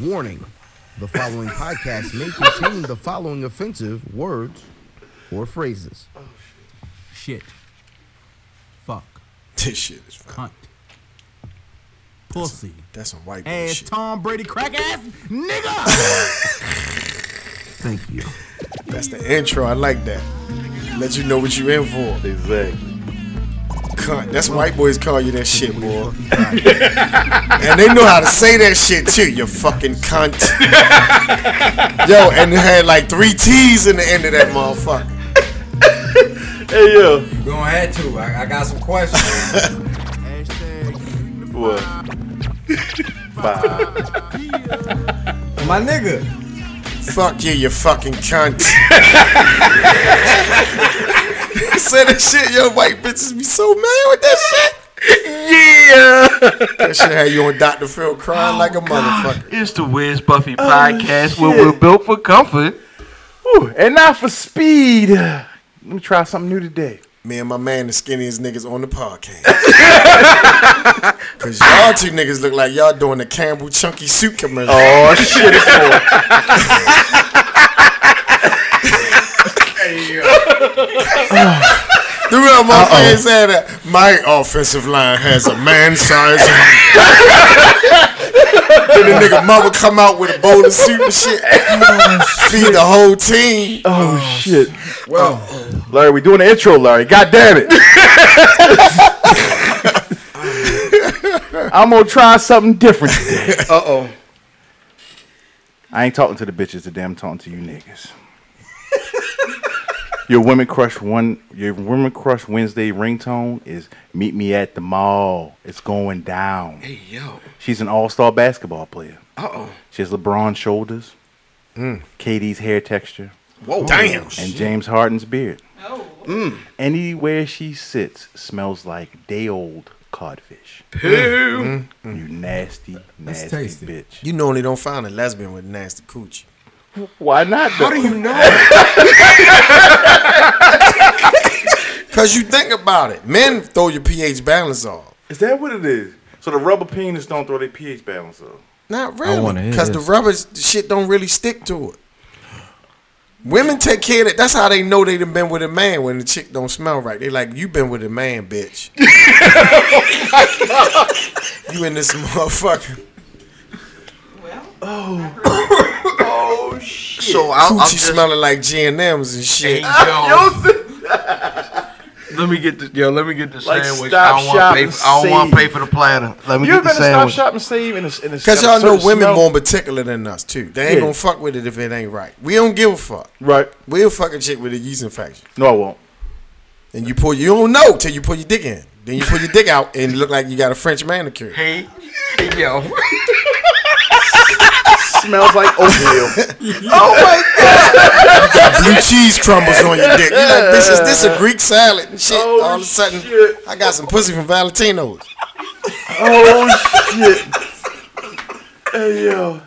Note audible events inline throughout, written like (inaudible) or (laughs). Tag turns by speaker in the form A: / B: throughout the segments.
A: Warning the following podcast may contain the following offensive words or phrases.
B: Shit. Fuck.
C: This shit is fine.
B: Cunt. Pussy.
C: That's some white boy
B: Ass
C: shit.
B: Tom Brady crack ass nigga.
A: Thank you.
C: That's the intro. I like that. Let you know what you in for.
D: Exactly.
C: Cunt. That's white boys call you that shit, boy. and they know how to say that shit too. You fucking cunt. Yo, and it had like three T's in the end of that motherfucker.
D: Hey yo,
E: You gonna have to. I, I got some questions.
D: (laughs) what? Bye.
E: My nigga,
C: Fuck you, you fucking cunt. say that shit, yo, white bitches be so mad with that
D: Yeah,
C: shit. That shit had you and Dr. Phil crying like a motherfucker.
D: it's the Wiz Buffy podcast where we're built for comfort Whew, and not for speed. Let me try something new today.
C: Me and my man, the skinniest niggas on the
D: (laughs)
C: podcast. Cause y'all two niggas look like y'all doing the Campbell Chunky Soup commercial.
D: Oh shit! It's on.
C: (laughs) The real motherfucker said that my offensive line has a man size. hand." then the nigga mother come out with a bowl of soup and shit. Feed the whole team.
D: Oh shit! Well, Larry, we doing the intro, Larry. God damn it! I'm gonna try something different today. Uh oh. I ain't talking to the bitches today. I'm talking to you niggas. Your women crush one. Your women crush Wednesday ringtone is "Meet Me at the Mall." It's going down. Hey yo. She's an all-star basketball player. Uh oh. She has LeBron shoulders. Mm. Katie's hair texture
C: Damn.
D: and James Harden's beard. Oh. Anywhere she sits smells like day old codfish. Poo. You nasty, nasty
E: taste it.
D: bitch.
C: You normally don't find a lesbian with nasty coochie.
D: Why not? Though?
C: Cause you think about it. Men throw your pH balance off.
D: Is that what it is? So the rubber penis don't throw their pH balance up.
C: Not
E: wanna
C: really.
E: hear
C: Because the
E: this.
C: rubber s- shit don't really stick to it. Women take care of it. That's how they know they done been with a man when the chick don't smell right. They like, you been with a man,
E: (laughs)
C: bitch. you in this motherfucker.
F: So I, I'm
C: Coochie
F: just.
C: smelling like G&M's and shit.
F: yo, let me get the yo. Let me get the
D: Like,
F: sandwich.
D: stop,
F: I don't want
D: shop,
F: pay.
D: and
F: I don't want to pay
D: save.
F: for the platter. Let me
D: You
F: get the
D: ever been to stop
F: sandwich.
D: shop and save in a in a
C: Because
D: got a
C: y'all know
D: certain
C: women
D: smell?
C: more particular than us, too. They ain't
D: Yeah.
C: gonna fuck with it if it ain't right. We don't give a fuck.
D: Right?
C: We'll fuck a chick with a yeast infection.
D: No, I won't.
C: And you pull, you don't know till you pull your dick in. Then you pull your dick out and look like you got a French manicure.
F: Hey, yo,
D: Smells like oatmeal. (laughs)
C: Blue cheese crumbles on your dick. You like, bitch, is this a Greek salad and shit?
D: Oh,
C: All of a sudden,
D: shit.
C: I got some pussy from Valentino's.
D: oh shit! Hey yo,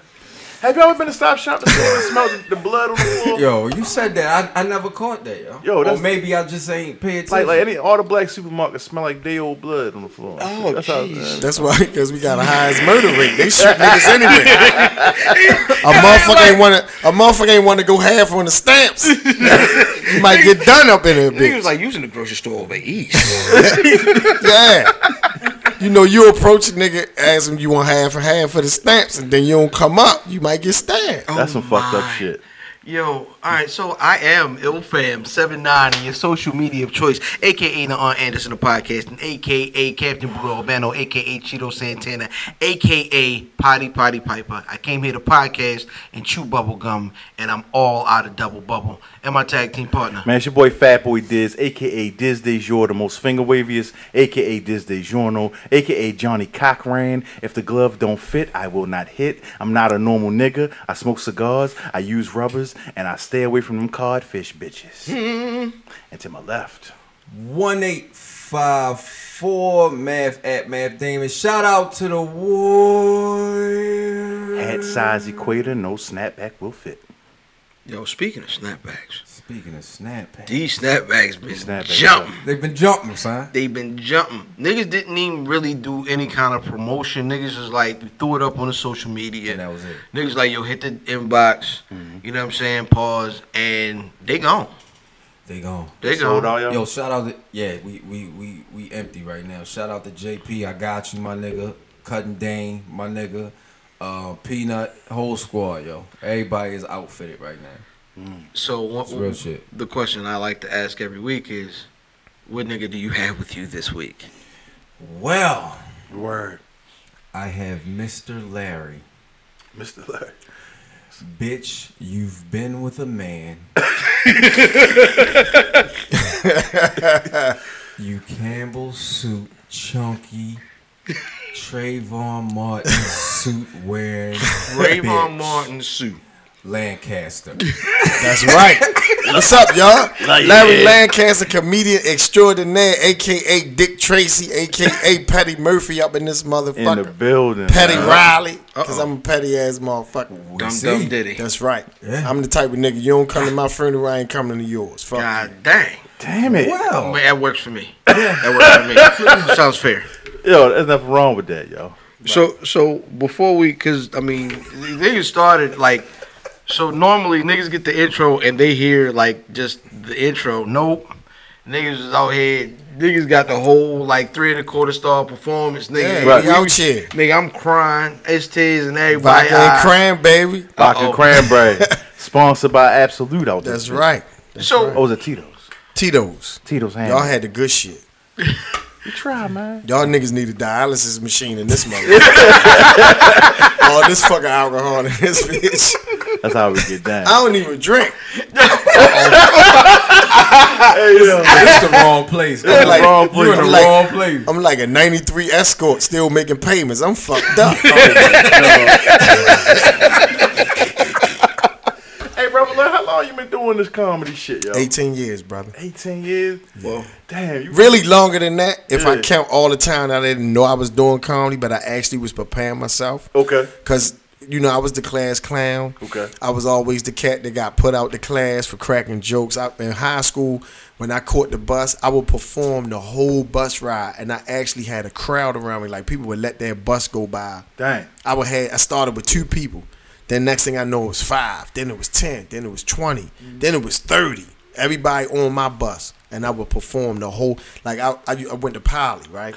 D: have y'all ever been to stop shop and save and smelled the blood on the floor?
E: yo, you said that. I, I never caught that, yo.
D: Yo,
E: or
D: that's-
E: maybe I just ain't pay attention.
D: Like, like any all the black supermarkets smell like day old blood on the floor. Oh, That's how, uh,
C: That's why, because we got a highest murder rate. They shoot niggas anyway. A motherfucker ain't wanna, a motherfucker ain't wanna go half on the
F: (laughs)
C: stamps. you might get done up in here,
F: he
C: bitch.
F: was like using the grocery store over east.
C: Yeah. You know, you approach a nigga, ask him you want half and half for the stamps, and then you don't come up, you might get stabbed.
D: that's some fucked up
F: my.
D: shit.
F: Yo, all right, so I am IlFam79 on your social media of choice, aka the Aunt Anderson of podcasting, aka Captain Blue Albano, aka Cheeto Santana, aka Potty Potty Piper. I came here to podcast and chew bubble gum, and I'm all out of double bubble. And my tag team partner,
D: Man, it's your boy Fat Boy Diz, aka Diz De Jour, the most finger waviest, aka Diz De Journo, aka Johnny Cochran. If the glove don't fit, I will not hit. I'm not a normal nigga. I smoke cigars, I use rubbers, and I stay away from them codfish bitches. and to my left,
E: 1854 Math at Math Damon. Shout out to the Warriors.
D: head size equator, no snapback will fit.
F: Yo, speaking of snapbacks,
E: Speaking of snapback,
F: these snapbacks been
D: Snapbacks,
F: jumping.
E: they've been jumping, son.
F: They been jumping. Niggas didn't even really do any kind of promotion. Niggas just like threw it up on the social media.
E: And that was it. Mm-hmm.
F: Niggas like yo hit the inbox. You know what I'm saying? Pause and they gone.
E: They gone.
F: They
D: Sold
F: gone.
D: out, y'all?
E: Yo, shout out to yeah, we we we we empty right now. Shout out to JP, I got you, my nigga. Cutting Dane, my nigga. Uh, Peanut, whole squad, yo. Everybody is outfitted right now.
F: So what,
E: It's real shit.
F: the question I like to ask every week is, what nigga do you have with you
E: (laughs)
F: this week?
E: Well,
D: Word,
E: I have Mr. Larry.
D: Mr. Larry.
E: Bitch, you've been with a man. you Campbell suit chunky Trayvon Martin suit wearing
F: Rayvon
E: bitch,
F: Martin suit.
E: Lancaster.
C: That's right. What's up,
D: (laughs)
C: y'all? Larry Lancaster, comedian extraordinaire, aka Dick Tracy,
D: (laughs)
C: aka Patty Murphy, up in this
D: In
C: motherfucker.
D: the building.
C: Petty
D: man.
C: Riley, because
F: Uh-oh.
C: I'm a petty ass motherfucker.
E: We
F: Dumb
E: see.
F: dumb diddy.
C: That's right.
E: Yeah.
C: I'm the type of nigga you don't come to my funeral, I ain't coming to yours. Fuck. you.
F: God dang.
D: Damn it.
F: Man,
E: Well,
F: that works for
E: (laughs)
F: me. That works for me. Sounds fair.
D: Yo, there's nothing wrong with that, yo.
F: So so before we, cause I mean, niggas started like, so normally niggas get the intro and they hear like just the intro. Nope, niggas is out here. Niggas got the whole like three and a quarter star performance. Nigga,
C: Yeah,
D: Right.
C: we out here.
F: nigga, I'm crying. STs and everybody.
C: Vodka and
F: eyes.
C: cram, baby.
D: Vodka
F: Uh-oh.
D: cranberry,
C: (laughs)
D: sponsored by Absolute out there.
C: That's right.
F: So
D: Oh, was it Tito's?
C: Tito's.
D: Tito's hand.
C: Y'all had the good shit.
D: you try, man.
C: Y'all niggas need a dialysis machine in this
F: (laughs)
C: motherfucker. All this fucking alcohol in this bitch.
D: That's how we get down.
C: (laughs) I don't even drink.
E: it's the wrong place.
C: I'm like,
D: wrong place.
E: You're in the
C: I'm like-
E: wrong place.
C: I'm like a 93 escort still making payments. I'm fucked
D: (laughs)
C: up.
D: hey, bro, look, how long you been doing this comedy shit, yo?
C: 18 years, brother.
D: 18 years? Well, damn. You
C: Really longer than that. If I
D: Yeah.
C: count all the time I didn't know I was doing comedy, but I actually was preparing myself.
D: Okay.
C: Cause you know I was the class clown.
D: Okay.
C: I was always the cat that got put out the class for cracking jokes. I, in high school, when I caught the bus, I would perform the whole bus ride, and I actually had a crowd around me. Like people would let their bus go by.
D: Dang.
C: I would had I started with two people. Then next thing I know, it was five. Then it was ten. Then it was 20
E: Mm-hmm.
C: Then it was thirty. Everybody on my bus, and I would perform the whole. Like I, I, I went to Poly, right?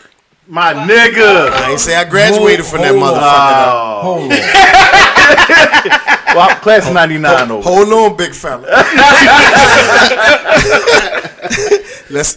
D: My nigga.
C: I ain't say I graduated from that
E: Hold
C: motherfucker.
E: on.
C: though.
D: Oh.
E: Hold on.
D: Well, class of 99 over.
C: Hold on, big
D: (laughs)
C: fella. let's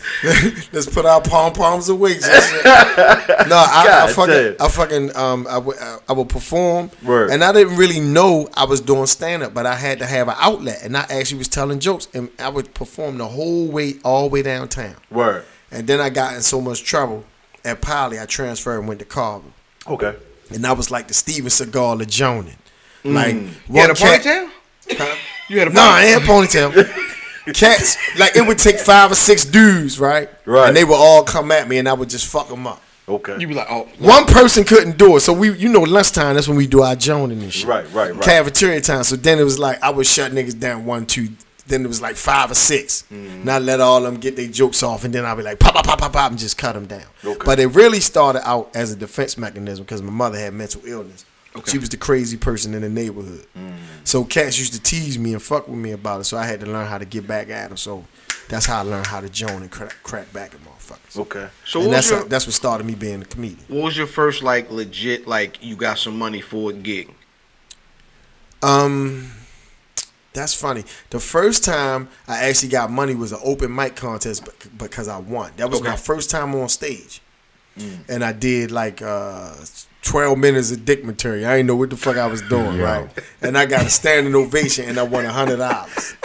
C: let's put our pom poms away. just- No, I, I
D: God
C: fucking,
D: damn.
C: I fucking, um, I would- I- I would perform,
D: Word.
C: and I didn't really know I was doing stand up, but I had to have an outlet, and I actually was telling jokes, and I would perform the whole way, all the way downtown,
D: Word.
C: and then I got in so much trouble at Poly, I transferred and went to Carver,
D: Okay.
C: and I was like the Steven Seagal of Jonin, like
D: Mm.
F: you had a
C: one cat-
F: ponytail. You had a
C: no, I ain't had ponytail. Cats, like it would take five or six dudes, right?
D: Right.
C: And they would all come at me, and I would just fuck them up.
D: Okay.
F: You be like, oh,
C: One person couldn't do it, so we, you know, lunchtime. That's when we do our joning and shit.
D: Right, right, right.
C: Cafeteria time. So then it was like I would shut niggas down one, two. Then it was like five or 6
D: Mm-hmm.
C: and I let all them get their jokes off, and then I'd be like pop, pop, pop, pop, pop, and just cut them down.
D: Okay.
C: But it really started out as a defense mechanism because my mother had mental illness. She was the crazy person in the neighborhood.
D: Mm-hmm.
C: So cats used to tease me and fuck with me about it. So I had to learn how to get back at them. So that's how I learned how to joan and crack, crack back at motherfuckers.
D: Okay.
F: so
C: and
F: what
C: that's
F: was, your,
C: that's what started me being a comedian.
F: what was your first like legit like you got some money for a gig?
C: Um, that's funny. The first time I actually got money was an open mic contest, but because I won. That was my
F: Okay.
C: first time on stage, and I did like uh, twelve minutes of dick material. I didn't know what the fuck I was doing, right? And I got a standing ovation, and I won a hundred dollars.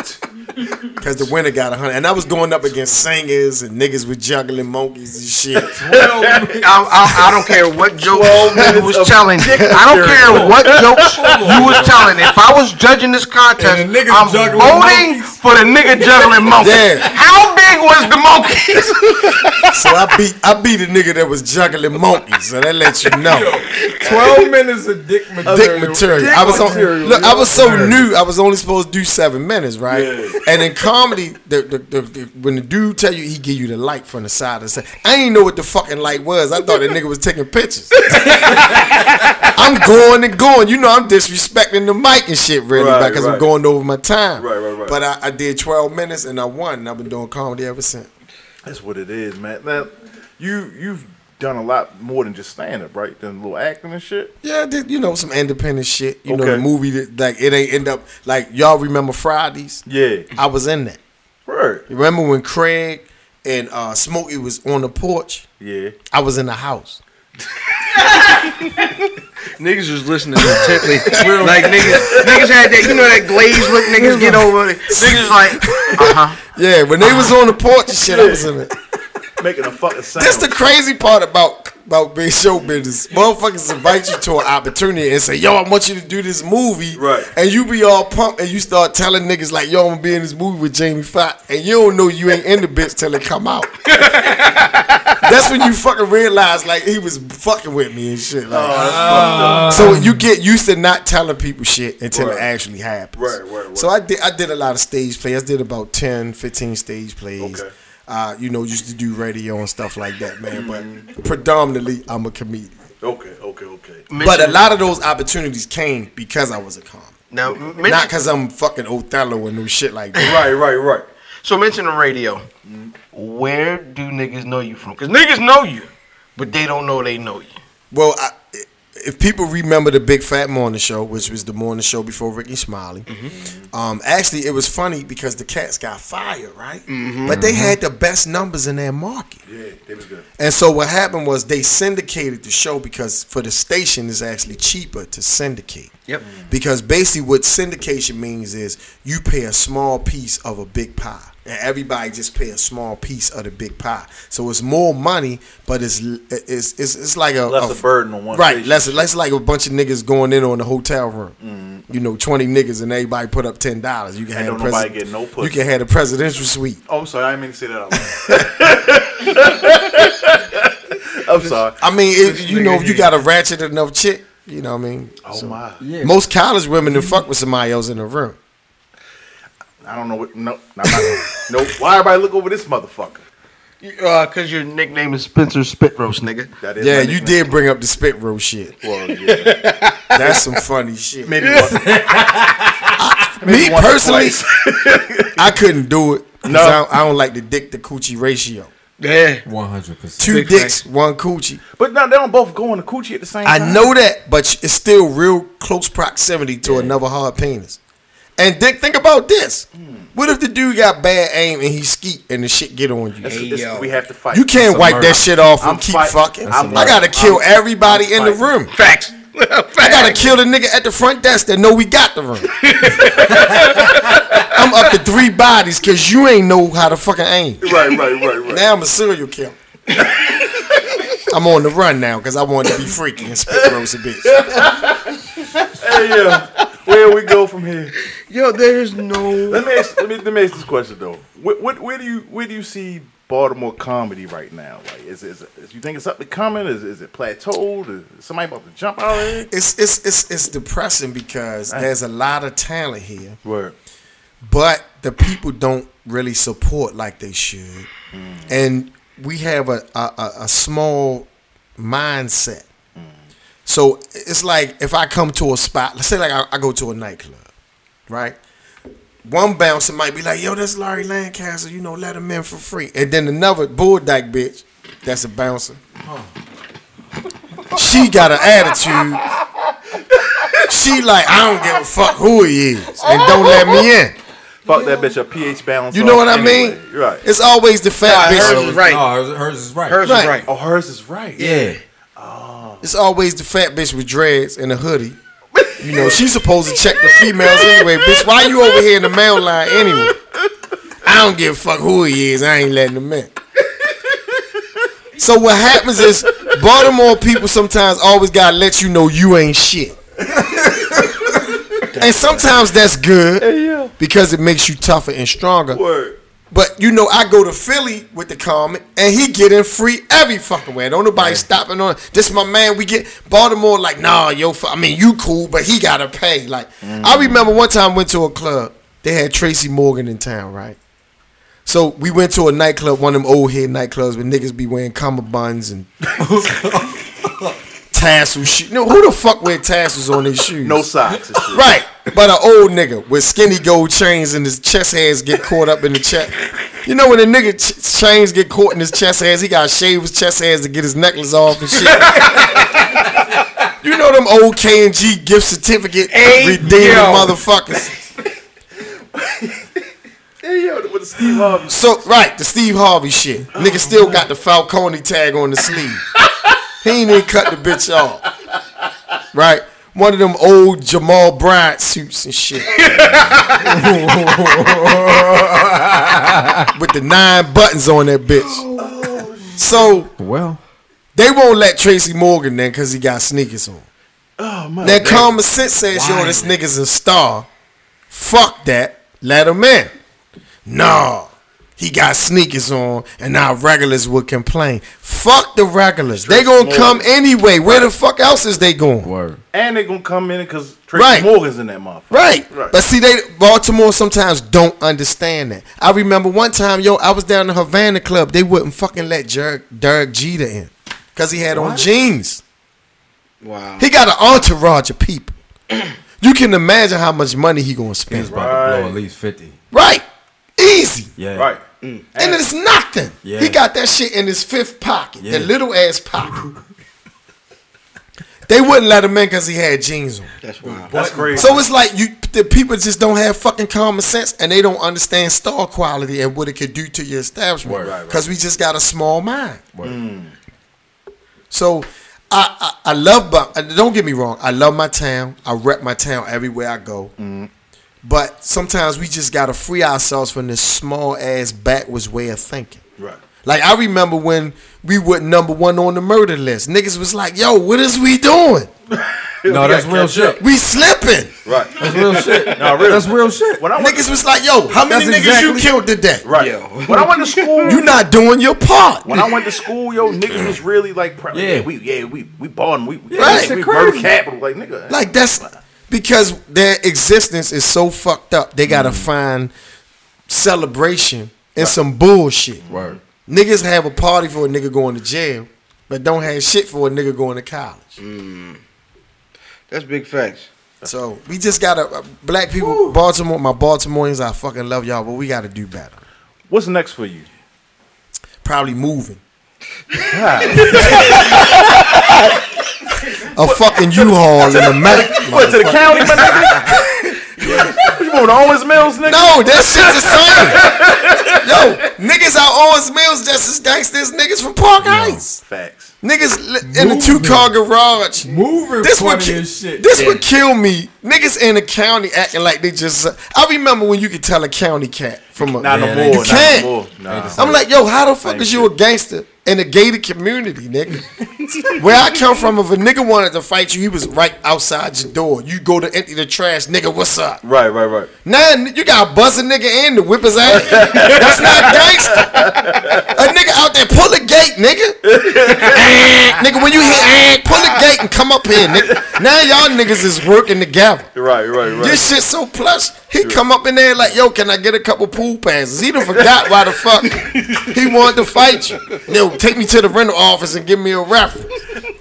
C: Cause the winner got a hundred, and I was going up against singers and niggas with juggling monkeys and shit.
F: I, I, I don't care what jokes you was telling. I don't care what jokes you was telling. If I was judging this contest,
E: And the niggas
F: I'm
E: juggling
F: voting for the nigga juggling monkey.
C: Yeah.
F: How big was the monkey?
C: So I beat I beat a nigga that was juggling monkeys. So that lets you know.
E: Twelve minutes of dick material.
C: Dick material. I was on,
E: material.
C: look. I was so new. I was only supposed to do seven minutes, right? And in comedy, the, the, the, the- when the dude tell you he give you the light from the side of the side, I ain't know what the fucking light was. I thought that nigga was taking pictures.
D: (laughs)
C: I'm going and going. You know, I'm disrespecting the mic and shit, really,
D: Right,
C: because I'm
D: right.
C: going over my time.
D: Right, right, right.
C: But I, I did 12 minutes and I won. And I've been doing comedy ever since.
D: That's what it is, man. Now, you you've done a lot more than just stand up, right? Than little acting and shit.
C: Yeah, I did, you know, some independent shit. You know, the
D: Okay.
C: movie that, like, it ain't end up, like, y'all remember Fridays?
D: Yeah.
C: I was in that.
D: Right.
C: You Remember when Craig and uh, Smokey was on the porch?
D: Yeah.
C: I was in the house.
F: Niggas was listening intently. (laughs) like niggas, niggas had that, you know, that glazed look. Niggas get over. it. Niggas was like, uh huh.
C: (laughs) Yeah, when they was on the porch and shit, I was in it.
D: Making a fucking sound.
C: That's the crazy part about about big show business. Motherfuckers invite you to an opportunity and say, "Yo, I want you to do this movie,"
D: Right.
C: And you be all pumped and you start telling niggas like, "Yo, I'm gonna be in this movie with Jamie Foxx," and you don't know you ain't in the bitch till it come
D: (laughs)
C: out. That's when you fucking realize like he was fucking with me and shit. Like,
D: Oh,
C: So you get used to not telling people shit until
D: Um, Right.
C: it actually happens.
D: Right, right, right.
C: So I did I did a lot of stage plays. I did about 10, 15 stage plays.
D: Okay.
C: Uh, you know, used to do radio and stuff like that, man.
D: Mm-hmm.
C: But predominantly I'm a comedian.
D: okay, okay, okay.
C: But a lot of those opportunities came because I was a comic.
F: Now,
C: Not
F: mention,
C: because I'm fucking Othello and no shit like that.
D: Right, right, right.
F: so mention the radio. Where do niggas know you from? Because niggas know you, but they don't know they know you.
C: Well, I, if people remember the Big Fat Morning Show, which was the morning show before Ricky Smiley, um, actually it was funny because the Cats got fired, right? But they had the best numbers in their market.
D: Yeah, they was good.
C: And so what happened was they syndicated the show because for the station it's actually cheaper to syndicate.
F: Yep.
C: Because basically what syndication means is you pay a small piece of a big pie. And everybody just pay a small piece of the big pie. So it's more money, but it's it's it's, it's like a
D: Less
C: a-
D: a burden on one
C: Right.
D: station.
C: Less less like a bunch of niggas going in on the hotel room. You know, twenty niggas and everybody put up ten dollars. You can
D: And
C: have
D: don't
C: the
D: nobody
C: presi-
D: get Mm-hmm. no
C: You
D: pussy.
C: can have the presidential suite.
D: Oh, I'm sorry. I didn't mean to say that out loud. (laughs) I'm sorry.
C: I mean, if, you
D: nigga
C: know, if you
D: here.
C: got a ratchet enough chick, you know what I mean.
D: Oh,
C: So,
D: my.
C: Most college women to fuck with somebody else in the room.
D: I don't know what. No, not, not, no. Why everybody look over this motherfucker?
F: Uh, cause your nickname is Spencer Spit Roast, nigga.
D: That is
C: Yeah,
D: my
C: you
D: nickname.
C: did bring up the spit row shit.
D: Well, yeah.
C: That's some funny shit.
D: Maybe once.
C: Me
D: once or
C: personally,
D: twice. (laughs)
C: I couldn't do it. 'cause
D: No.
C: I, don't, I don't like the dick to coochie ratio.
F: Yeah. (laughs)
E: One hundred percent.
C: Two
F: Big
C: dicks, one coochie.
D: But no, they don't both go in the coochie at the same
C: I
D: time.
C: know that, but it's still real close proximity to another hard penis. And Dick, think about this.
D: Hmm.
C: What if the dude got bad aim and he skeet and the shit get on you?
D: It's,
E: Hey,
D: it's-
E: yo.
D: we have to fight.
C: You can't
E: a
C: wipe
E: murder.
C: that shit off and
D: I'm
C: keep
D: fight-
C: fucking.
D: That's a
C: I gotta
D: murder.
C: kill
D: I'm-
C: everybody
D: I'm
C: in the
D: fighting.
C: room.
F: Facts.
C: I gotta kill the nigga at the front desk that know we got the room. I'm up to three bodies because you ain't know how to fucking aim.
D: Right, right, right, (laughs) right.
C: Now I'm a serial killer. I'm on the run now because I wanted to be freaky and spit roast a bitch.
D: hey, yeah. Where we go from here?
F: Yo, there's no.
D: Let me ask, let me let me ask this question though. Where, where, where do you where do you see Baltimore comedy right now? Like, is is, is you think it's up and coming? Is is it plateaued? Is somebody about to jump out of it?
C: It's it's it's it's depressing because there's a lot of talent here.
D: Word.
C: but the people don't really support like they should, and we have a a, a, a small mindset. So it's like if I come to a spot, let's say like I, I go to a nightclub, right? One bouncer might be like, "Yo, that's Larry Lancaster, you know, let him in for free," and then another bull dyke bitch, that's a bouncer. She got an attitude. She like, I don't give a fuck who he is, and don't let me in.
D: Fuck that bitch. A pH balance.
C: You
D: off
C: know what I mean?
D: anyway. Right.
C: It's always the fat
F: hers
C: bitch.
F: is right.
E: No, hers, hers is right.
F: Hers
C: Right.
F: is right.
D: oh, hers is right.
E: Yeah.
C: It's always the fat bitch with dreads and a
D: (laughs)
C: hoodie. You know, she's supposed to check the females anyway. Bitch, why you over here in the male line anyway? I don't give a fuck who he is. I ain't letting him in. So what happens is Baltimore people sometimes always gotta let you know you ain't shit. and sometimes that's
D: yeah.
C: good because it makes you tougher and stronger.
D: Word.
C: But you know, I go to Philly with the comment, and he getting free every fucking way. Don't nobody stopping on. This my man. We get Baltimore like, nah, yo. fu- I mean, you cool, but he gotta pay. Like, I remember one time went to a club. They had Tracy Morgan in town, right? So we went to a nightclub, one of them old head nightclubs where niggas be wearing cummerbunds and tassel shoes. No, who the fuck wear tassels on their shoes?
D: No socks. and
G: (laughs)
C: (laughs)
D: shit.
C: Right, but an old nigga with skinny gold chains and his chest hairs get caught up in the chest. You know when a nigga ch- chains get caught in his chest hairs, he gotta shave his chest hairs to get his necklace off and
G: (laughs)
C: shit. you know them old K and G gift certificate
G: Hey,
C: redeeming
G: yo.
C: motherfuckers.
D: Hey, yo, with the Steve Harvey.
C: So right, the Steve Harvey shit. Nigga still got the Falcone tag on the sleeve. he ain't even cut the bitch off. Right, one of them old Jamal Bryant suits and shit. with the nine buttons on that bitch. So
B: Well,
C: they won't let Tracy Morgan then because he got sneakers on.
D: Oh, my.
C: Now common sense says, yo, this nigga's a star. Fuck that. Let him in. Nah. He got sneakers on, and our regulars would complain. Fuck the regulars. they gonna come anyway. Where the fuck else is they going?
E: Word.
D: And they gonna come in because Tracy
C: Right.
D: Morgan's in that motherfucker.
C: Right.
D: Right.
C: But see, they Baltimore sometimes don't understand that. I remember one time, yo, I was down in Havana Club. They wouldn't fucking let Jer- Derek Jeter in because he had on jeans.
F: Wow.
C: He got an entourage of
E: (clears throat)
C: people. you can imagine how much money he gonna
E: He's
C: spend.
D: Right.
C: Right.
E: about to blow at least 50.
C: Easy.
E: Yeah.
D: Right. Mm.
C: And it's nothing.
E: Yeah.
C: He got that shit in his fifth pocket,
E: Yeah.
C: that little ass pocket. they wouldn't let him in because he had jeans on.
F: That's wild.
D: That's crazy.
C: So it's like you the people just don't have fucking common sense and they don't understand star quality and what it could do to your establishment.
E: Right, right, right.
C: Cause we just got a small mind.
E: Word.
D: Mm.
C: So I, I I love but don't get me wrong, I love my town. I rep my town everywhere I go.
D: Mm-hmm.
C: But sometimes we just gotta free ourselves from this small ass backwards way of thinking.
D: right.
C: Like I remember when we were number one on the murder list. Niggas was like, yo, what is we doing?
E: No, that's
D: gotta
E: real
D: catch
E: shit.
C: We slipping.
D: Right.
E: That's
D: (laughs)
E: real shit.
D: No, real.
E: That's real shit.
D: When I went,
C: Niggas was like, yo, how many
E: That's
C: niggas
E: exactly-
C: you killed today?
D: right.
F: Yo.
D: When I
C: (laughs)
D: went to school,
C: You not doing your part.
D: When I went to school, yo, niggas was really like, proud. yeah.
E: Yeah.
D: we, yeah, we, we bought 'em. We, we,
C: Right.
D: we
C: Shit
D: murder
E: crazy.
D: capital, like nigga.
C: like that's because their existence is so fucked up. They gotta find celebration and some bullshit.
E: Word.
C: Niggas have a party for a nigga going to jail, but don't have shit for a nigga going to college.
F: That's big facts.
C: So we just gotta uh, black people, Baltimore, my Baltimoreans, I fucking love y'all, but we gotta do better.
D: what's next for you?
C: Probably moving. (laughs) a fucking U-Haul in the Mac.
D: What to the county, my nigga?
C: (laughs)
D: you want to Owens Mills, nigga?
C: No, that shit's the same. Yo, niggas out Owens Mills just as gangsters niggas from Park Heights.
D: Facts.
C: Niggas li- in a two car garage.
B: moving
C: This would,
B: funny
C: ki-
B: as shit.
C: this would kill me. Niggas in the county acting like they just. I remember when you could tell a county cat from a.
D: Not
E: Yeah,
D: no more.
E: you
D: not
C: can't.
D: no more. Nah.
C: I'm like, yo, how the fuck is you a gangster in a gated community, nigga?
D: (laughs)
C: Where I come from, if a nigga wanted to fight you, he was right outside your door. You go to empty the trash, nigga, what's up?
D: Right, right, right.
C: Nah, n- you gotta bust a nigga in to whip his ass. That's not gangster. A nigga out there pull a gate,
D: (laughs)
C: nigga. Eh, nigga, when you hit, eh, pull a gate and come up here, nigga. Now y'all niggas is working together.
D: Right, right, right.
C: This shit so plush. He come up in there like, yo, can I get a couple pool passes? He done forgot why the fuck he wanted to fight you. Yo, take me to the rental office and give me a reference.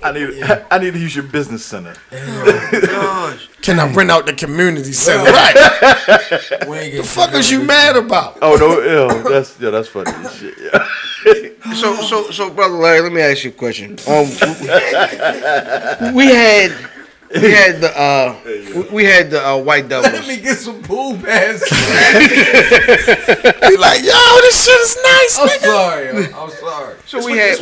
D: I need, (laughs) I need to use your business center.
F: Gosh.
C: Can I rent out the community center? Right.
E: We ain't (laughs)
C: The fuck is you mad about?
D: Oh no, ew, that's yeah, that's funny. as Shit, yeah.
F: So, so, so, brother Larry, let me ask you a question. Um,
C: (laughs)
F: we had, we had the, uh, we- we had the uh, white
B: Let
C: (laughs)
F: doubles.
B: me get some pool pads.
C: Be like, yo, this shit is nice,
E: I'm
C: nigga.
E: sorry. yo. I'm sorry.
F: So we had,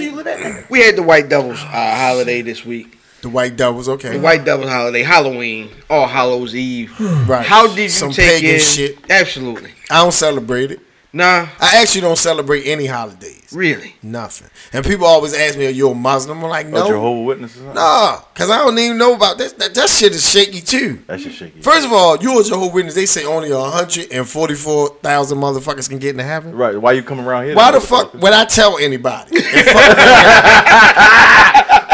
F: we had the white doubles uh, holiday this week.
C: The white devils, okay.
F: The white doubles holiday, Halloween, All Hallows Eve.
C: (sighs) right.
F: How did you
C: Some
F: take
C: pagan
F: it?
C: shit.
F: Absolutely.
C: I don't celebrate it.
F: Nah,
C: I actually don't celebrate any holidays.
F: really.
C: Nothing. And people always ask me, "Are you a Muslim?" I'm like,
D: A
C: "No,
D: Jehovah Witness or something?
C: nah," because I don't even know about this. That, that shit is shaky too.
D: That shit shaky.
C: First of all, you a Jehovah's Witness. They say only 144,000 motherfuckers can get into heaven.
D: right. Why you coming around here?
C: Why
D: then,
C: the fuck
D: motherfucker?
C: would I tell anybody? (laughs) And fuck-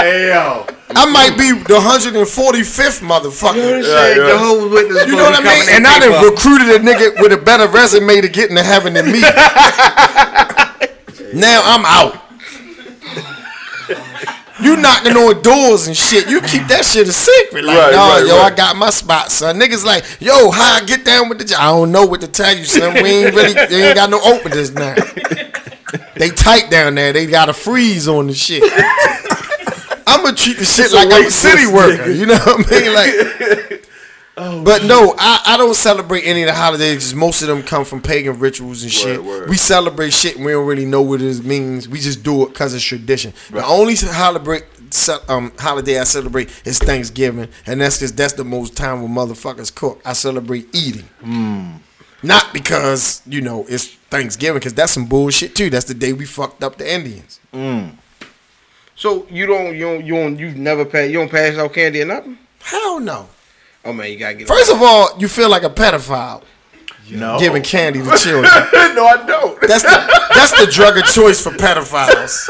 D: Hey, yo.
C: I might be the 145th motherfucker.
F: Said
D: yeah.
F: the whole witness.
C: You know what I mean? And I done recruited a nigga with a better resume to get into heaven
D: (laughs)
C: than me. now I'm out. You knocking on doors and shit. You keep that shit a secret. Like,
D: Right,
C: nah,
D: right,
C: yo,
D: right.
C: I got my spot, son. Niggas like, yo, how I get down with the job? I don't know what to tell you, son. We ain't really, they ain't got no openers now. They tight down there. They got a freeze on the shit. I'm gonna treat the shit like I'm a city worker. You know what I
D: (laughs)
C: mean? Like,
D: Oh,
C: but no, I, I don't celebrate any of the holidays 'cause most of them come from pagan rituals and shit.
D: word.
C: We celebrate shit and we don't really know what it means. We just do it because it's tradition. The only celebrate ce- um, holiday I celebrate is Thanksgiving, and that's because that's the most time when motherfuckers cook. I celebrate eating.
D: Hmm.
C: Not because, you know, it's Thanksgiving, because that's some bullshit too. That's the day we fucked up the Indians.
F: So you don't, you don't, you don't, you've never passed, you don't pass out candy or nothing.
C: Hell no.
F: Oh man, you gotta get.
C: First of all, you feel like a pedophile
F: Oh.
D: No.
C: giving candy to children.
D: (laughs) no, I don't.
C: That's the that's the drug of choice for pedophiles.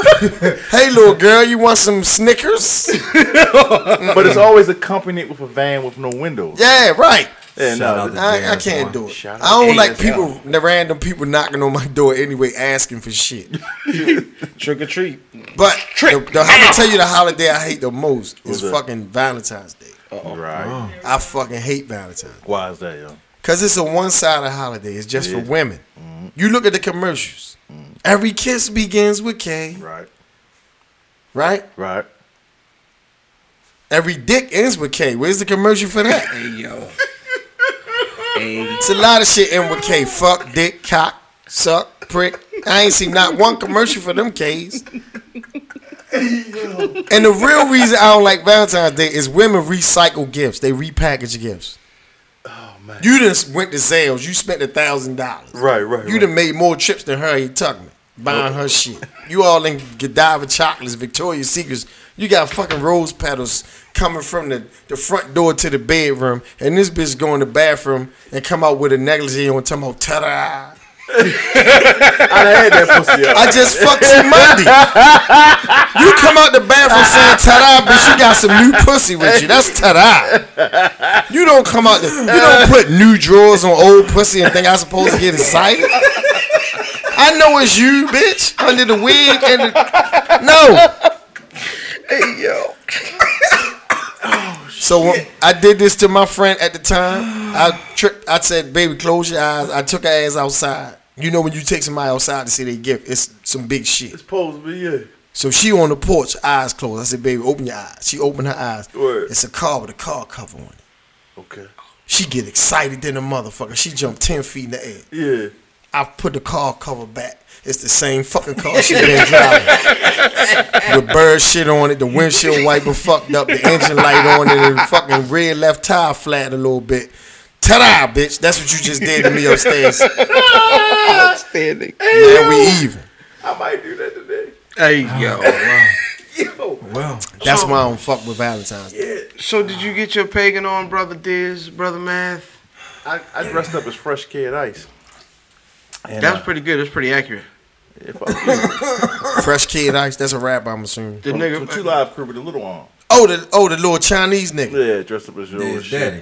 F: (laughs)
C: hey, little girl, you want some Snickers?
D: but it's always accompanied with a van with no windows.
C: Yeah, right.
D: Yeah,
E: Shout
D: no,
E: out to
C: I, I
E: Bears,
C: can't
E: boy.
C: do it.
D: Shout
C: I don't
F: out.
C: like people, the random people knocking on my door anyway, asking for shit.
F: (laughs) trick or treat.
C: But the, the, I'm gonna tell you the holiday I hate the most is
D: that?
C: fucking Valentine's Day.
D: Right.
C: I fucking hate Valentine's.
D: Why is that, yo?
C: Cause it's a one-sided holiday. It's just
D: It
C: for
D: is.
C: women.
F: Mm-hmm.
C: You look at the commercials. Every kiss begins with K,
D: Right.
C: right?
D: Right.
C: Every dick ends with K. Where's the commercial for that?
F: Hey
C: (laughs)
F: yo. hey.
C: it's a lot of shit end with K. Fuck, dick, cock, suck, prick. I ain't seen not one commercial for them
F: (laughs)
C: K's. and the real reason I don't like Valentine's Day is women recycle gifts. They repackage gifts. Oh man. You just went to Zales. You spent a thousand dollars.
D: Right, right.
C: You done made more trips than Harriet Tubman buying her shit. You all in Godiva chocolates, Victoria's Secrets. You got fucking rose petals coming from the, the front door to the bedroom, and this bitch go in the bathroom and come out with a negligee on talking about ta-da.
D: I had that pussy. Yo.
C: I just fucked you Monday. You come out the bathroom saying ta-da, bitch, you got some new pussy with you. That's ta-da. You don't come out the, you
F: Uh.
C: don't put new drawers on old pussy and think I'm supposed to get excited. I know it's you, bitch, under the wig and the, no.
F: Hey yo.
C: So when I did this to my friend at the time. I tripped. I said, "Baby, close your eyes." I took her ass outside. You know when you take somebody outside to see their gift, it's some big shit.
D: supposed to be, yeah.
C: So she on the porch, eyes closed. I said, baby, open your eyes. She opened her eyes.
D: Word.
C: It's a car with a car cover on it.
D: Okay.
C: She get excited than a motherfucker. She jumped 10 feet in the air.
D: Yeah.
C: I put the car cover back. It's the same fucking car she been driving. With bird shit on it, the windshield wiper fucked up, the engine light on it, and the fucking rear left tire flat a little bit. Ta-da, bitch. That's what you just did to me upstairs.
F: Standing.
C: Now we even.
D: I might do that today.
F: Hey yo.
E: Well,
C: That's why I don't fuck with Valentine's Day.
F: So did you get your pagan on, brother Diz, brother Math?
D: I, I dressed up as fresh kid ice. And,
F: That was
D: uh,
F: pretty good. That's pretty accurate.
D: if (laughs) I,
C: Fresh Kid Ice, that's a rap, I'm assuming.
F: The
D: from,
F: nigga.
D: from Two Live Crew with the little arm.
C: Oh, the oh the little Chinese nigga.
D: Yeah, dressed up as your
E: Dad's daddy.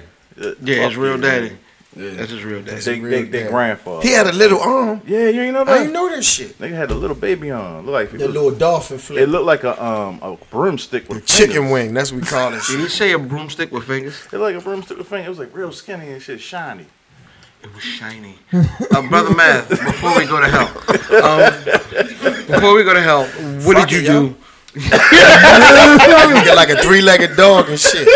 F: yeah, his real daddy.
E: yeah.
F: That's his real daddy.
D: They,
C: real
D: they, they
C: daddy.
D: grandfather.
C: He had a little arm.
D: yeah, you ain't know
C: I didn't
D: that.
C: know that shit.
D: Nigga had a little baby on. Look like he
C: The
D: was-
C: little dolphin
D: It
C: flip.
D: looked like a um a broomstick with
C: Chicken
D: fingers.
C: wing, that's what we call it.
F: Did he say a broomstick with fingers?
D: It looked like a broomstick with fingers. It was like real skinny and shit, shiny.
F: It was shiny. Uh, brother
D: (laughs)
F: Math, before we go to hell, um, before we go to hell, what
C: Fuck
F: did
C: it,
F: you do?
C: He got like a three-legged dog and shit.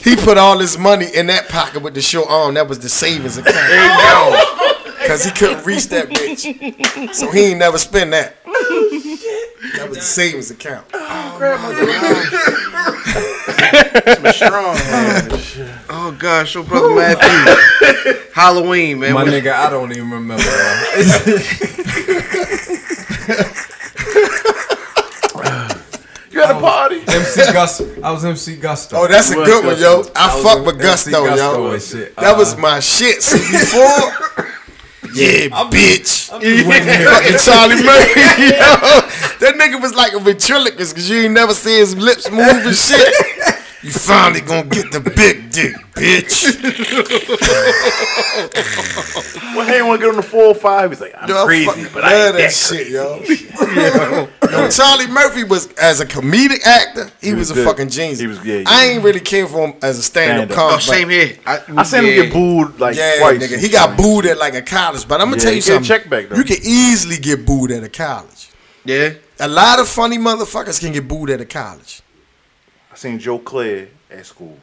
C: he put all his money in that pocket with the short arm. That was the savings account. Cause he couldn't reach that bitch. So he ain't never spend that. That was the savings account.
D: Strong. (laughs)
F: Oh gosh, so brother Matthew, Halloween, man.
E: My
F: What-
E: nigga, I don't even
C: (laughs)
E: remember. It's-
D: You had a party?
E: MC Gusto. I was MC Gusto.
C: Oh, that's a
D: Was
C: good one, yo.
D: Gusto.
C: I
E: was
C: fuck
E: with
C: with
E: MC
C: Gusto,
E: Gusto
C: yo.
E: and shit.
C: That was
E: Uh,
C: my shit. See, (laughs) before, yeah, bitch. Fucking Charlie (laughs) Murray, yo. That nigga was like a ventriloquist because you ain't never see his lips move and shit. You finally gonna get the big dick, bitch.
D: Well, hey, want to get on the 405? He's like,
C: (laughs)
D: I'm
C: Yo, I
D: crazy,
C: fucking
D: but I
C: love
D: ain't that
C: shit, yo. (laughs) Yo, Charlie Murphy was as a comedic actor, he, was,
D: was
C: a
D: good.
C: fucking genius.
D: He was- yeah, yeah.
C: I ain't really care for him as a stand-up,
D: Stand-up.
F: Oh,
C: comic. but-
F: same here. I,
D: I seen him get booed like
C: Yeah,
D: twice.
C: nigga. He got booed at like a college, but I'm gonna
D: Yeah,
C: tell
D: he
C: you
D: get a
C: something.
D: check back, though.
C: You can easily get booed at a college.
F: yeah.
C: A lot of funny motherfuckers can get booed at a college.
D: I seen Joe Claire at school.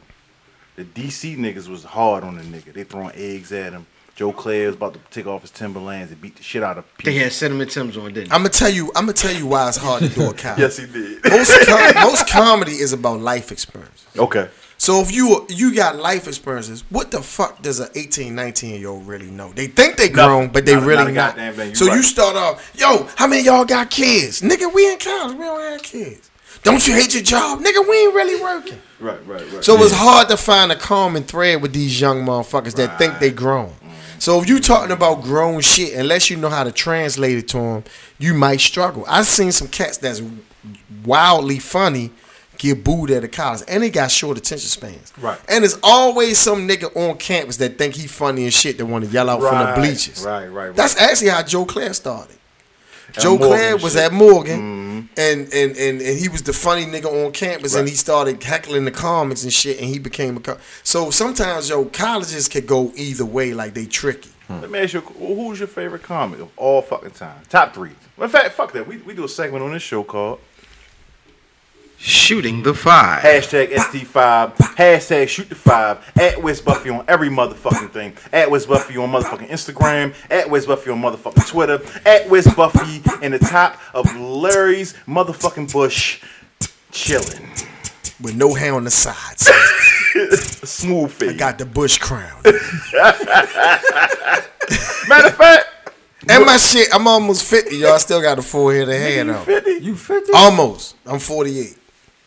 D: The DC niggas was hard on the nigga. They throwing eggs at him. Joe Claire was about to take off his Timberlands and beat the shit out of
F: They
D: people.
F: had cinnamon tims on, didn't they?
C: I'm gonna tell you. I'm gonna tell you why it's hard to do
D: (laughs)
C: a college.
D: Yes, he did.
C: Most com- most comedy is about life experiences.
D: (laughs) okay.
C: So if you you got life experiences, what the fuck does an 18, 19 year old really know? They think they
D: Nothing.
C: grown, but they
D: Not a- not
C: really
D: a
C: not.
D: goddamn thing. You
C: So you
D: right.
C: start off, yo, how many of y'all got kids? Nigga, we in college, we don't have kids. Don't you hate your job? Nigga, we ain't really working.
D: Right, right, right.
C: So it's hard to find a common thread with these young motherfuckers that think they grown. So if you talking about grown shit, unless you know how to translate it to them, you might struggle. I've seen some cats that's wildly funny get booed at a college, and they got short attention spans.
D: Right.
C: And there's always some nigga on campus that think he funny and shit that want to yell out
D: Right,
C: from the bleachers.
D: right, right, right.
C: That's actually how Joe Claire started. Joe
D: Morgan
C: Claire
D: and
C: was
D: shit. Mm-hmm.
C: at Morgan, and, and and and he was the funny nigga on campus, and
D: Right.
C: he started heckling the comics and shit, and he became a. Co- so sometimes yo colleges could go either way, like they tricky.
D: Let me ask you, who's your favorite comic of all fucking time? Top three. Well, in fact, fuck that. We, we do a segment on this show called
F: Shooting the five.
D: hashtag ST5, hashtag shoot the five, at Wiz Buffy on every motherfucking thing, at Wiz Buffy on motherfucking Instagram, at Wiz Buffy on motherfucking Twitter, at Wiz Buffy in the top of Larry's motherfucking bush, chilling,
C: With no hair on the sides,
D: smooth
C: I
D: face.
C: got the bush crown,
D: (laughs) Matter of fact,
C: and my shit. I'm almost fifty, yo. I still got a full head of hair
D: you
C: though.
D: 50?
E: you 50?
C: Almost. I'm 48.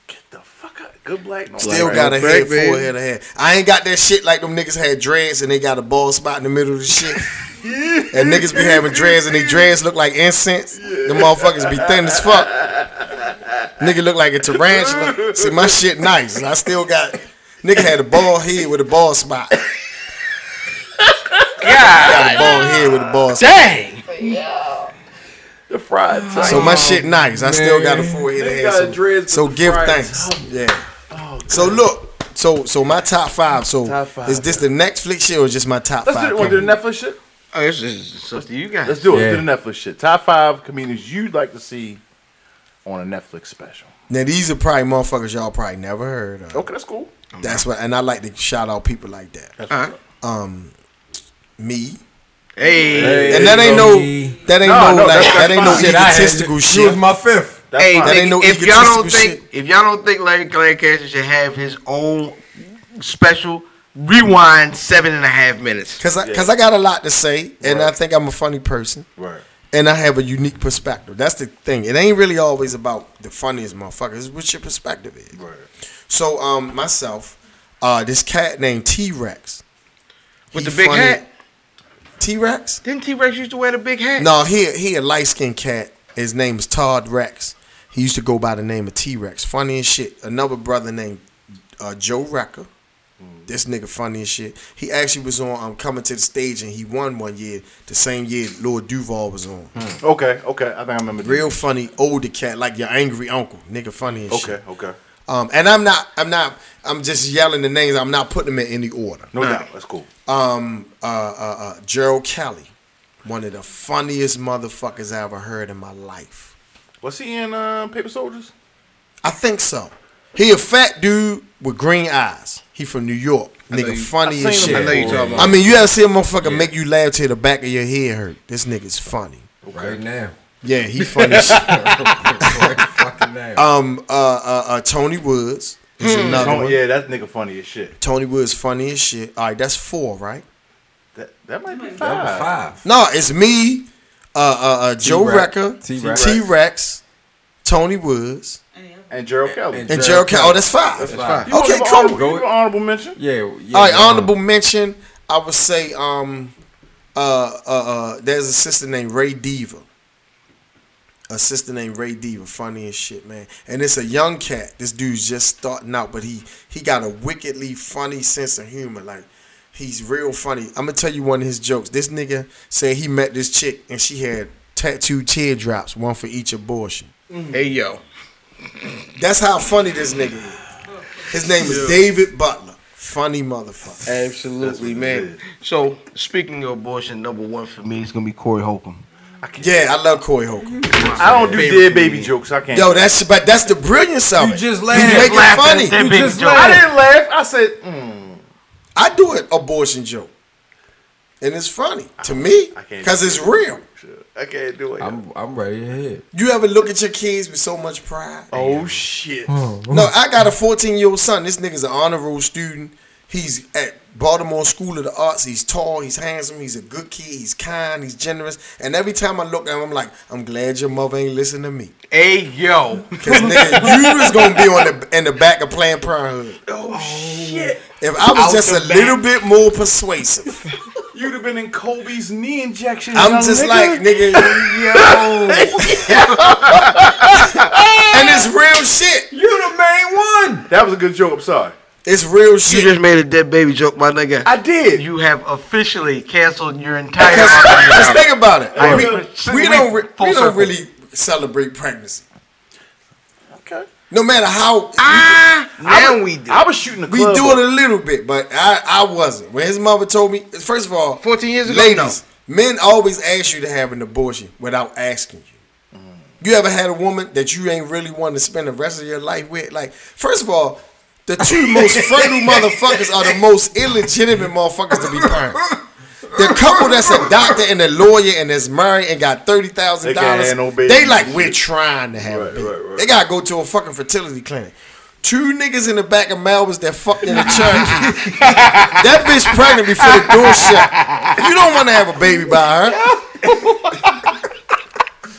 D: Get the fuck out. Good black. No,
C: Still
D: black.
C: got a
F: right,
C: head,
F: baby.
C: full head of hair. I ain't got that shit like them niggas had dreads and they got a bald spot in the middle of the shit. and niggas be having dreads and they dreads look like incense. The motherfuckers be thin as fuck. Nigga look like a tarantula. See, my shit nice. I still got. Nigga had a bald head with a bald spot. Got a bald head with a bald spot.
F: Dang.
D: The fried tight.
C: So my shit nice. I still got a full head of
D: oh, They
C: hair.
D: got
C: so-
D: dreads with Oh,
C: So
D: the
C: give
D: fries.
C: thanks. Yeah. so look. So so my top five. So
D: Top five.
C: is this the Netflix shit or just my top
D: Let's
C: five?
D: do, it. wanna do the
C: comedy?
D: Netflix shit.
F: Oh, this is something you guys.
D: Let's do it.
E: Yeah.
D: Let's do the Netflix shit. Top five comedians you'd like to see on a Netflix special.
C: now these are probably motherfuckers y'all probably never heard of.
D: Okay, that's cool.
C: That's what, and I like to shout out people like that.
F: All right.
C: Me,
F: Hey. Hey,
C: and that ain't no, that ain't
D: No,
C: no,
D: no,
C: like,
D: that's-
C: that
D: that's
C: ain't no
D: fine. Shit, I
C: egotistical
E: You
C: shit.
E: was my fifth.
D: That's fine.
C: That ain't
F: nigga,
C: no
F: if y'all don't
C: egotistical
F: think if y'all don't think Larry Lancaster should have his own special, rewind seven and a half minutes.
C: Cause I, cause I got a lot to say, and I
D: Right.
C: think I'm a funny person.
D: Right.
C: and I have a unique perspective. That's the thing. It ain't really always about the funniest motherfuckers. It's what your perspective is.
D: Right.
C: So, um, myself, uh, this cat named T Rex
F: With the big hat?
C: T Rex?
F: Didn't T Rex used to wear the big hat?
C: No, he he a light skinned cat. His name is Todd Rex. He used to go by the name of T Rex. Funny as shit. Another brother named uh, Joe Recker.
D: Mm.
C: This nigga funny as shit. He actually was on um, coming to the stage and he won one year, the same year Lord Duval was on.
D: Okay, okay. I think I remember.
C: real funny older cat, like your angry uncle, nigga, funny as
D: Okay,
C: shit.
D: okay.
C: Um, and I'm not, I'm not, I'm just yelling the names. I'm not putting them in any order.
D: No doubt. That's cool.
C: Um, uh, uh, uh, Gerald Kelly, one of the funniest motherfuckers I ever heard in my life.
D: Was he in uh, Paper Soldiers?
C: I think so. He a fat dude with green eyes. He from New York,
E: know
C: nigga,
E: you-
C: funny
D: I've
C: as
D: seen him
C: shit.
F: I know you talking about.
C: I mean, you ever see a motherfucker make you laugh till the back of your head hurt? This nigga's funny.
E: Right now. (laughs)
C: Yeah, he (laughs) funny as shit.
E: right fucking now.
C: Um, uh, uh, uh, Tony Woods is another
D: Oh,
C: one.
D: yeah, that nigga funny as shit.
C: Tony Woods funny as shit. All right, that's four, right?
D: That, that might be
E: That was
D: five.
E: five.
C: No, it's me, uh, uh, uh, Joe
E: T-Rex.
C: Recker,
E: T-Rex.
C: T Rex, Tony Woods,
D: And Gerald Kelly.
E: and
C: and Gerald. Cal- oh, that's five.
E: That's five.
D: You
C: Okay,
D: wanna give an
C: cool.
D: honorable-
E: Go
D: you
E: with-
D: give an honorable mention.
E: Yeah, yeah.
C: All right, honorable mention. I would say um, uh, uh, uh, there's a sister named Ray Diva. A sister named Ray Diva, funny as shit, man. And it's a young cat. This dude's just starting out, but he he got a wickedly funny sense of humor. Like he's real funny. I'm gonna tell you one of his jokes. This nigga said he met this chick and she had tattooed teardrops, one for each abortion.
F: Hey yo.
C: That's how funny this nigga is. His name is David Butler. Funny motherfucker.
F: Absolutely, man. So speaking of abortion, number one for me is gonna be Corey Holcomb.
C: Yeah, I love Corey
D: Mm-hmm.
C: Holcomb.
D: I don't do
F: Favorite
D: dead baby
F: comedian.
D: jokes. I can't.
C: Yo, that's but that's the brilliance of
E: You
C: it.
E: just laughed.
C: You make
E: Just
C: it
F: laughed
C: funny.
F: at that
E: You
F: big
E: just
F: joke.
E: laughed.
D: I didn't laugh. I said, mm,
C: I do an abortion joke, and it's funny to me
D: I can't
C: because
D: do
C: it's
D: it.
C: real.
D: shit, I can't do it.
E: I'm I'm ready to hit.
C: You ever look at your kids with so much pride?
D: oh shit.
C: No, I got a 14 year old son. This nigga's an honor roll student. He's at Baltimore School of the Arts. He's tall. He's handsome. He's a good kid. He's kind. He's generous. And every time I look at him, I'm like, I'm glad your mother ain't listening to me.
F: Hey (laughs) yo.
C: Cause nigga, you was gonna be on the in the back of Planned Parenthood. Oh, shit! If I was
D: Out
C: just a
D: the
C: little bit more
D: (laughs)
C: persuasive,
D: You'd have been in Kobe's knee injection.
C: I'm
D: young
C: just
D: nigga.
C: like nigga, yo, and it's real shit.
E: You the main one.
D: That was a good joke. I'm sorry.
C: It's real
F: You
C: shit.
F: just made a dead baby joke, my nigga.
D: I did.
F: you have officially canceled your entire
C: Cause,
F: (laughs) argument.
C: just think about it.
F: I
C: we,
F: agree.
C: we
F: We-
C: don't re-
F: full
C: we don't
F: circle.
C: really celebrate pregnancy.
D: okay.
C: No matter how
F: Ah, now we do.
D: I was shooting the
C: we
D: club.
C: do it a little bit, but I I wasn't. When his mother told me, first of all,
F: 14 years ago?
C: ladies, men always ask you to have an abortion without asking you. You ever had a woman that you ain't really want to spend the rest of your life with? Like, first of all, the two most fertile motherfuckers are the most illegitimate motherfuckers to be parents. The couple that's a doctor and a lawyer and is married and got thirty thousand
D: They can't
C: dollars,
D: have no babies
C: they like
D: and
C: we're
D: shit.
C: trying to have a
D: Right,
C: baby.
D: right, right.
C: They gotta go to a fucking fertility clinic. Two niggas in the back of Malvis that fucked in the church.
D: (laughs)
C: That bitch pregnant before the door shut. You don't want to have a baby by her.
D: (laughs)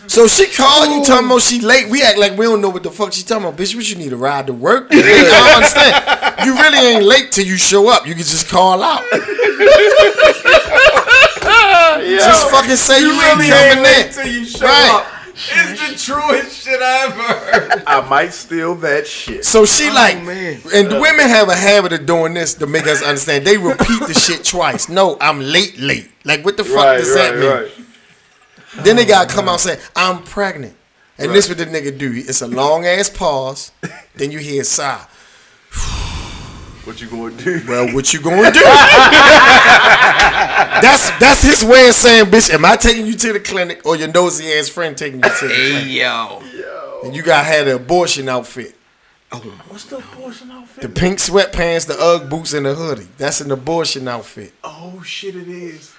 C: So she called you talking about she late. We act like we don't know what the fuck she talking about. Bitch, what you need a ride to work? I don't understand. You really ain't late till you show up. You can just call out. Just fucking say you, ain't coming in.
E: you show
C: Right.
E: up. It's the truest shit I ever heard.
D: (laughs) I might steal that shit.
C: So she like,
F: man.
C: and women have a habit of doing this to make us understand. They repeat the shit twice. No, I'm late, late. Like what the fuck
D: Right,
C: does
D: right,
C: that mean?
D: right.
C: Then they gotta come out saying, I'm pregnant. And this what the nigga do. It's a long ass pause. Then you hear a sigh.
D: What you gonna do?
C: Well, what you gonna
D: (laughs)
C: do? that's that's his way of saying, bitch, am I taking you to the clinic or your nosy ass friend taking you to the clinic?
F: yo.
C: And you gotta have the abortion outfit.
D: What's the abortion outfit?
C: The pink sweatpants, the Ugg boots, and the hoodie. That's an abortion outfit.
D: oh shit, it is.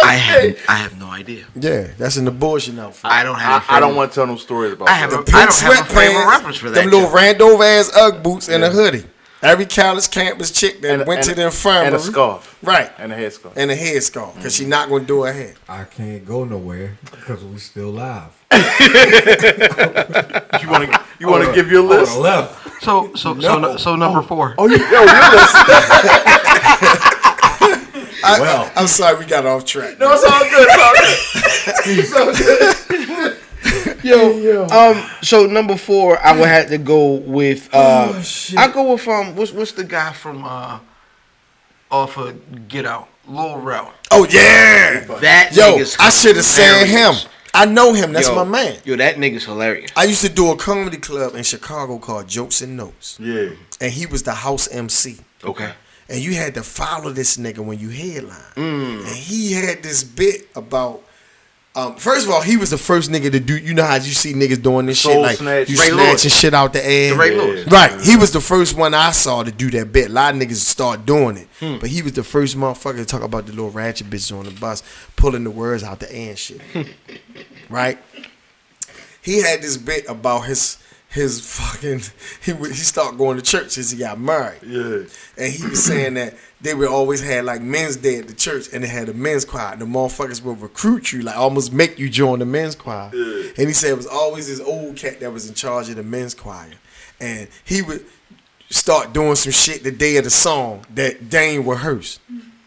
F: I have I have no idea.
C: Yeah, that's an abortion outfit.
F: I don't have.
D: I,
F: a
D: I don't
F: frame-
D: want to tell no stories about
F: I have
D: that.
F: a, I don't have a frame of reference for that.
C: Them little
F: joke.
C: Randolph ass Ugg boots and a hoodie. Every college campus chick that
D: And a-
C: went
D: and
C: to
D: a-
C: the infirmary.
D: and a scarf.
C: Right.
D: and a Mm. headscarf.
C: And a headscarf. Because she not going to do her hair.
E: I can't go nowhere because we still live.
D: you want to (laughs) you want to give your list?
E: I left.
F: So so so
E: No.
F: no. so number four.
D: Oh, you, yo, your list.
C: I,
E: Well.
C: am sorry we got off track.
D: No, it's all good. It's all good. It's all good.
F: Yo, um, so number four, I would have to go with. Uh,
C: Oh,
E: shit.
F: I go with um, what's what's the guy from uh, off of Get Out, Lil Rel.
C: Oh, yeah.
F: That
C: Yo,
F: nigga's
C: I should have said him.
F: hilarious.
C: I know him. That's
F: Yo,
C: my man.
F: Yo, that nigga's hilarious.
C: I used to do a comedy club in Chicago called Jokes and Notes.
D: Yeah.
C: And he was the house MC.
F: Okay.
C: and you had to follow this nigga when you headline. And he had this bit about. Um, first of all, he was the first nigga to do. You know how you see niggas doing this shit,
D: Soul
C: like
D: snatch.
C: you
D: Ray
C: snatching
F: Lewis.
C: shit out the air.
F: Ray Lewis.
C: Right. He was the first one I saw to do that bit. A lot of niggas start doing it, but he was the first motherfucker to talk about the little ratchet bitches on the bus pulling the words out the air and shit. right. He had this bit about his his fucking (laughs) he would- he started going to church as he got married.
D: Yeah.
C: And he was saying that they would always had like men's day at the church and they had a men's choir. The motherfuckers would recruit you, like almost make you join the men's choir. And he said it was always this old cat that was in charge of the men's choir. And he would start doing some shit the day of the song that Dane rehearsed.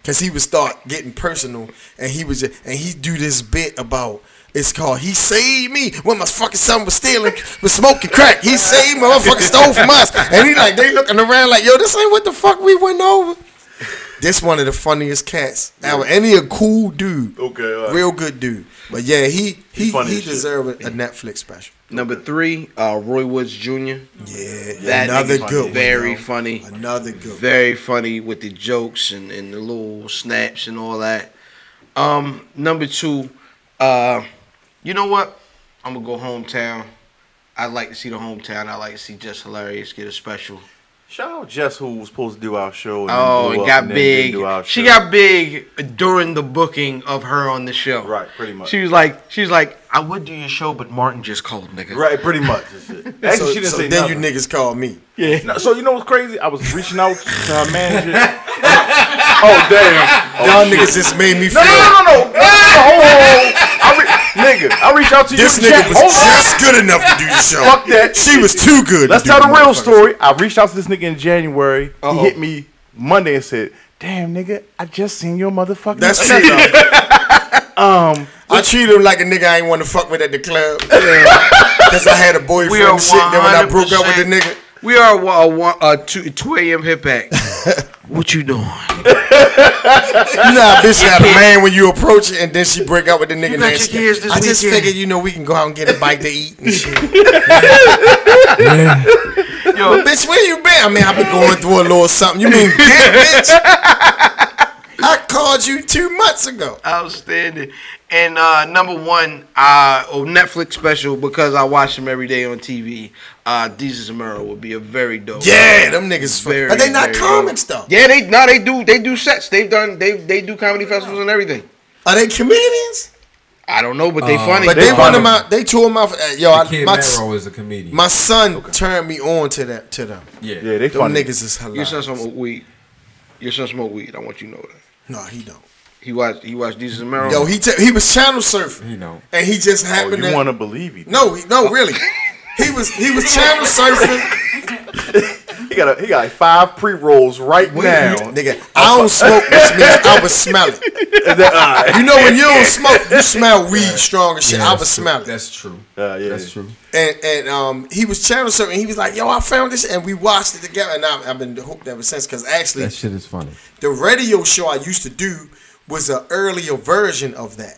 C: Cause he would start getting personal and he was just, and he do this bit about it's called He Saved Me when my fucking son was stealing, was smoking crack. He saved my motherfucking stole from us. And he like they looking around like, yo, this ain't what the fuck we went over. This one of the funniest cats ever. And he a cool dude.
D: Okay, all right.
C: Real good dude. But yeah, he he,
D: funny
C: he
D: as shit.
C: deserved a Netflix special.
F: Number three, uh, Roy Woods Jr.
C: Yeah.
F: That
C: another
F: nigga's
C: good
F: very
C: one. yo.
F: funny.
C: Another good one.
F: Very funny with the jokes and, and the little snaps and all that. Um, number two, uh, you know what? I'm gonna go hometown. I like to see the hometown. I like to see Just Hilarious get a special.
D: Shout out Jess who was supposed to do our show. And
F: Oh,
D: blew
F: it
D: up
F: got
D: and then didn't
F: big.
D: do our
F: She
D: show.
F: got big during the booking of her on the show.
D: Right, pretty much.
F: She was like, she was like, I would do your show, but Martin just called, nigga.
D: Right, pretty much. That's it. Actually,
C: So,
D: she didn't
C: so
D: say
C: then
D: nothing.
C: you niggas call me.
D: No, so you know what's crazy? I was reaching out to her
C: (laughs)
D: manager. oh damn! Oh,
C: Y'all
D: shit.
C: niggas just made me
D: No,
C: feel.
D: no, no, no, no, no, no, hold on, hold on. I re- nigga, I reach out to
C: This
D: you.
C: nigga
D: Jack,
C: was
D: hold on.
C: just good enough to do the show.
D: Fuck that.
C: She was too good.
D: Let's
C: to
D: tell
C: do
D: the real
C: motherfuckers.
D: story. I reached out to this nigga in January.
F: Uh-oh.
D: He hit me Monday and said, "Damn, nigga, I just seen your motherfucking." (laughs)
C: That's true. um,
D: Um,
C: I treat him like a nigga I ain't want to fuck with at the club. Cause I had a boyfriend
F: We are
C: and shit. Then when I broke up with the
F: 100%
C: nigga,
F: We are a, a, one- a two, 2 a.m. hit
D: (laughs)
F: back. what you doing?
C: (laughs) you know how bitch
F: (laughs)
C: got a man when you approach it, and then she break up with the nigga.
F: You
C: and
F: got
C: then
F: your
C: she-
F: kids this
C: I just
F: weekend.
C: figured, you know, we can go out and get a bite to eat
F: (laughs)
C: and shit.
B: Yeah.
C: But bitch, where you been? I mean, I've been going through a little something. You mean that, bitch? I called you two months ago.
F: Outstanding. And uh, number one, uh, oh, Netflix special because I watch them every day on TV. Uh, Jesus and Mero would be a very dope.
C: Yeah, them niggas. Fuck.
F: Very,
C: But they not
F: very
C: comics
F: dope.
C: though.
F: Yeah, they no, they do. They do sets. They've done. They they do comedy festivals and everything.
C: Are they comedians?
F: I don't know, but they
E: Uh,
F: funny.
C: But they,
E: funny.
C: run them out. They tore them out. Uh, yo,
E: The
C: I,
E: kid
C: my
E: Mero is a comedian.
C: my son turned me on to that to them.
E: yeah.
D: yeah, they
C: Them
D: funny. Oh,
C: niggas is
F: Your son
C: hilarious.
F: smoke weed. Your son smoke weed. I want you to know that.
C: No, he don't.
F: He watched. He watched Jesus and Mero.
C: Yo, he t- he was channel surfing.
E: He know.
C: and he just
D: Oh,
C: happened
D: you
C: to.
D: want to believe it?
C: no, he, no,
D: (laughs)
C: really. He was he was channel surfing.
D: He got a, he got like five pre rolls right now.
C: Nigga, I don't smoke, which means I would smell it.
E: (laughs)
C: You know when you don't smoke, you smell weed strong as shit.
E: Yeah,
C: I would
E: that's true.
C: smell it.
E: That's true.
D: Uh, yeah.
E: That's true.
C: And and um, he was channel surfing. He was like, "Yo, I found this," and we watched it together. And I've, I've been hooked ever since. Because actually,
E: That shit is funny.
C: the radio show I used to do was an earlier version of that.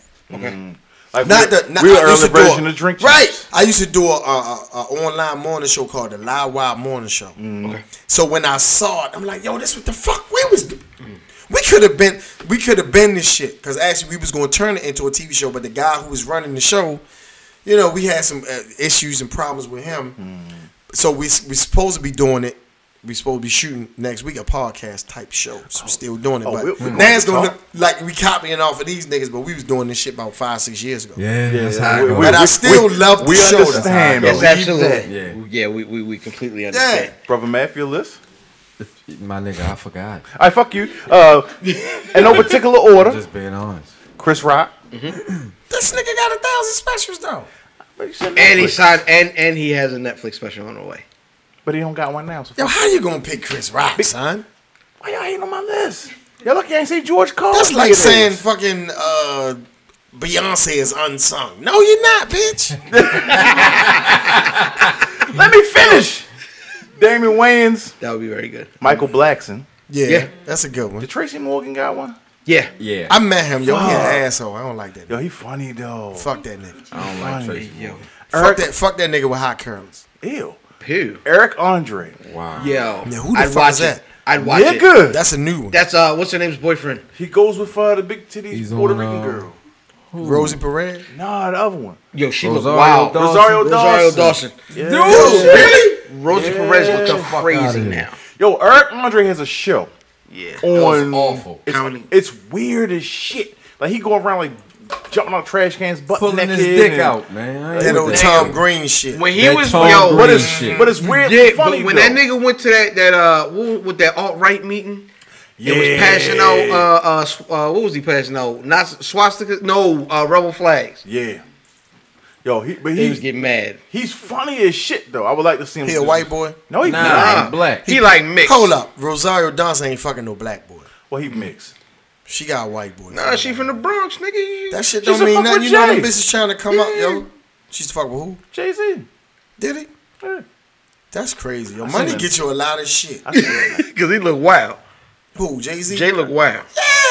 D: Like
C: Not
D: we,
C: the not,
D: we were
C: I used
D: early
C: to do a-
D: version of drink.
C: Right.
D: Champs.
C: I used to do a, a, a, a online morning show called the Live Wild Morning Show.
D: Mm-hmm.
C: So when I saw it, I'm like, yo, this what the fuck we was doing. We could have been we could have been this shit because actually we was going to turn it into a TV show, but the guy who was running the show, you know, we had some uh, issues and problems with him.
D: Mm.
C: So we we supposed to be doing it. We supposed to be shooting next week a podcast type show. So we're still doing it,
D: Oh,
C: but
D: we- we
C: now it's gonna
D: talk.
C: look like we copying off of these niggas. But we was doing this shit about five six years ago.
E: Yeah, that's how
D: Yeah, we-
E: it
D: we-
E: goes.
C: But I still love the
D: we
C: show. though.
D: Understand,
F: Yes,
D: believe that.
F: absolutely.
E: Yeah.
F: Yeah, we, we, we completely
C: Yeah.
F: understand.
D: Brother Matt, your list?
E: My nigga, I forgot.
D: I fuck you. Uh, in no particular order,
E: Just being honest.
D: Chris Rock.
C: This nigga got a thousand specials though.
F: And he signed, and and he has a Netflix special on the way.
D: But he don't got one now. So
C: Yo, how you gonna pick Chris Rock, son?
D: why y'all ain't on my list? Y'all lucky I ain't see George Carlin.
C: That's like
D: nigga there.
C: saying fucking uh, Beyonce is unsung. No, you're not, bitch.
D: Let me finish. Damian Wayans,
F: That would be very good.
D: Michael Blackson.
C: Yeah,
F: Yeah.
C: that's a good one.
D: Did Tracy Morgan got one?
F: Yeah.
E: Yeah.
C: I met him, yo. He an asshole. I don't like that.
D: Yo,
C: Nigga.
D: he funny though.
C: Fuck that nigga.
E: I don't like Tracy.
F: Yo.
D: Er
C: Fuck that. Fuck that nigga with hot curls.
D: Ew.
F: Who?
D: Eric Andre.
E: Wow.
F: Yo.
C: Yeah, who the
F: I'd
C: fuck
F: watch
C: is
F: it.
C: that?
F: I'd watch it.
D: Nigga.
C: That's a new one.
F: That's uh, what's her name's boyfriend?
D: He goes with uh, the big titties
E: He's
D: Puerto
E: on,
D: Rican
E: uh,
D: girl.
C: Rosie Perez.
D: Nah, the other one.
F: Yo, she looked
E: Rosario
F: wow.
E: Dawson.
D: Rosario
F: Rosario
D: Dawson.
F: Dawson.
D: Yeah.
C: Yo, really?
F: Rosie Perez
D: Yeah.
F: looked
D: Get the
E: fuck outta
F: crazy
E: here.
F: now.
D: Yo, Eric Andre has a show
F: Yeah.
D: on.
E: awful.
D: It's,
F: County.
D: it's weird as shit. Like he go around like jumping on trash cans, butt
E: Pulling
D: naked.
E: his dick
D: and-
E: out, man. I ain't
C: That
E: with
C: old
E: that.
C: Tom Green shit.
F: When he
E: That
F: was
E: Tom
F: yo,
E: Green
D: But it's
E: shit.
D: but it's weird,
F: Yeah,
D: and funny
F: but when
D: though.
F: that nigga went to that that uh what, with that alt right meeting, it
D: Yeah.
F: was passing out uh, uh sw- uh what was he passing out? Not swastikas, no uh rebel flags.
D: yeah, yo, he, but
F: He was
D: he's
F: getting mad.
D: he's funny as shit though. I would like to see him.
C: He a
D: do-
C: white boy.
D: No, he
E: Nah,
D: not.
E: he black.
F: Uh, He like mixed.
C: Hold up, Rosario Dawson ain't fucking no black boy.
D: Well, he mixed.
C: She got a white boy.
F: Nah, she from the Bronx, nigga. You- (laughs)
C: That shit
D: She
C: don't
D: used to
C: mean
D: fuck
C: nothing.
D: with
C: You know them
D: Jay.
C: bitches trying to come up, yo.
F: Yeah.
C: She's fuck with who?
D: Jay Z.
C: Did he?
D: Yeah.
C: That's crazy. Yo,
D: seen
C: money
D: that.
C: get you a lot of shit.
F: Cause he look wild.
C: Who? Jay Z.
F: Jay Oh look wild.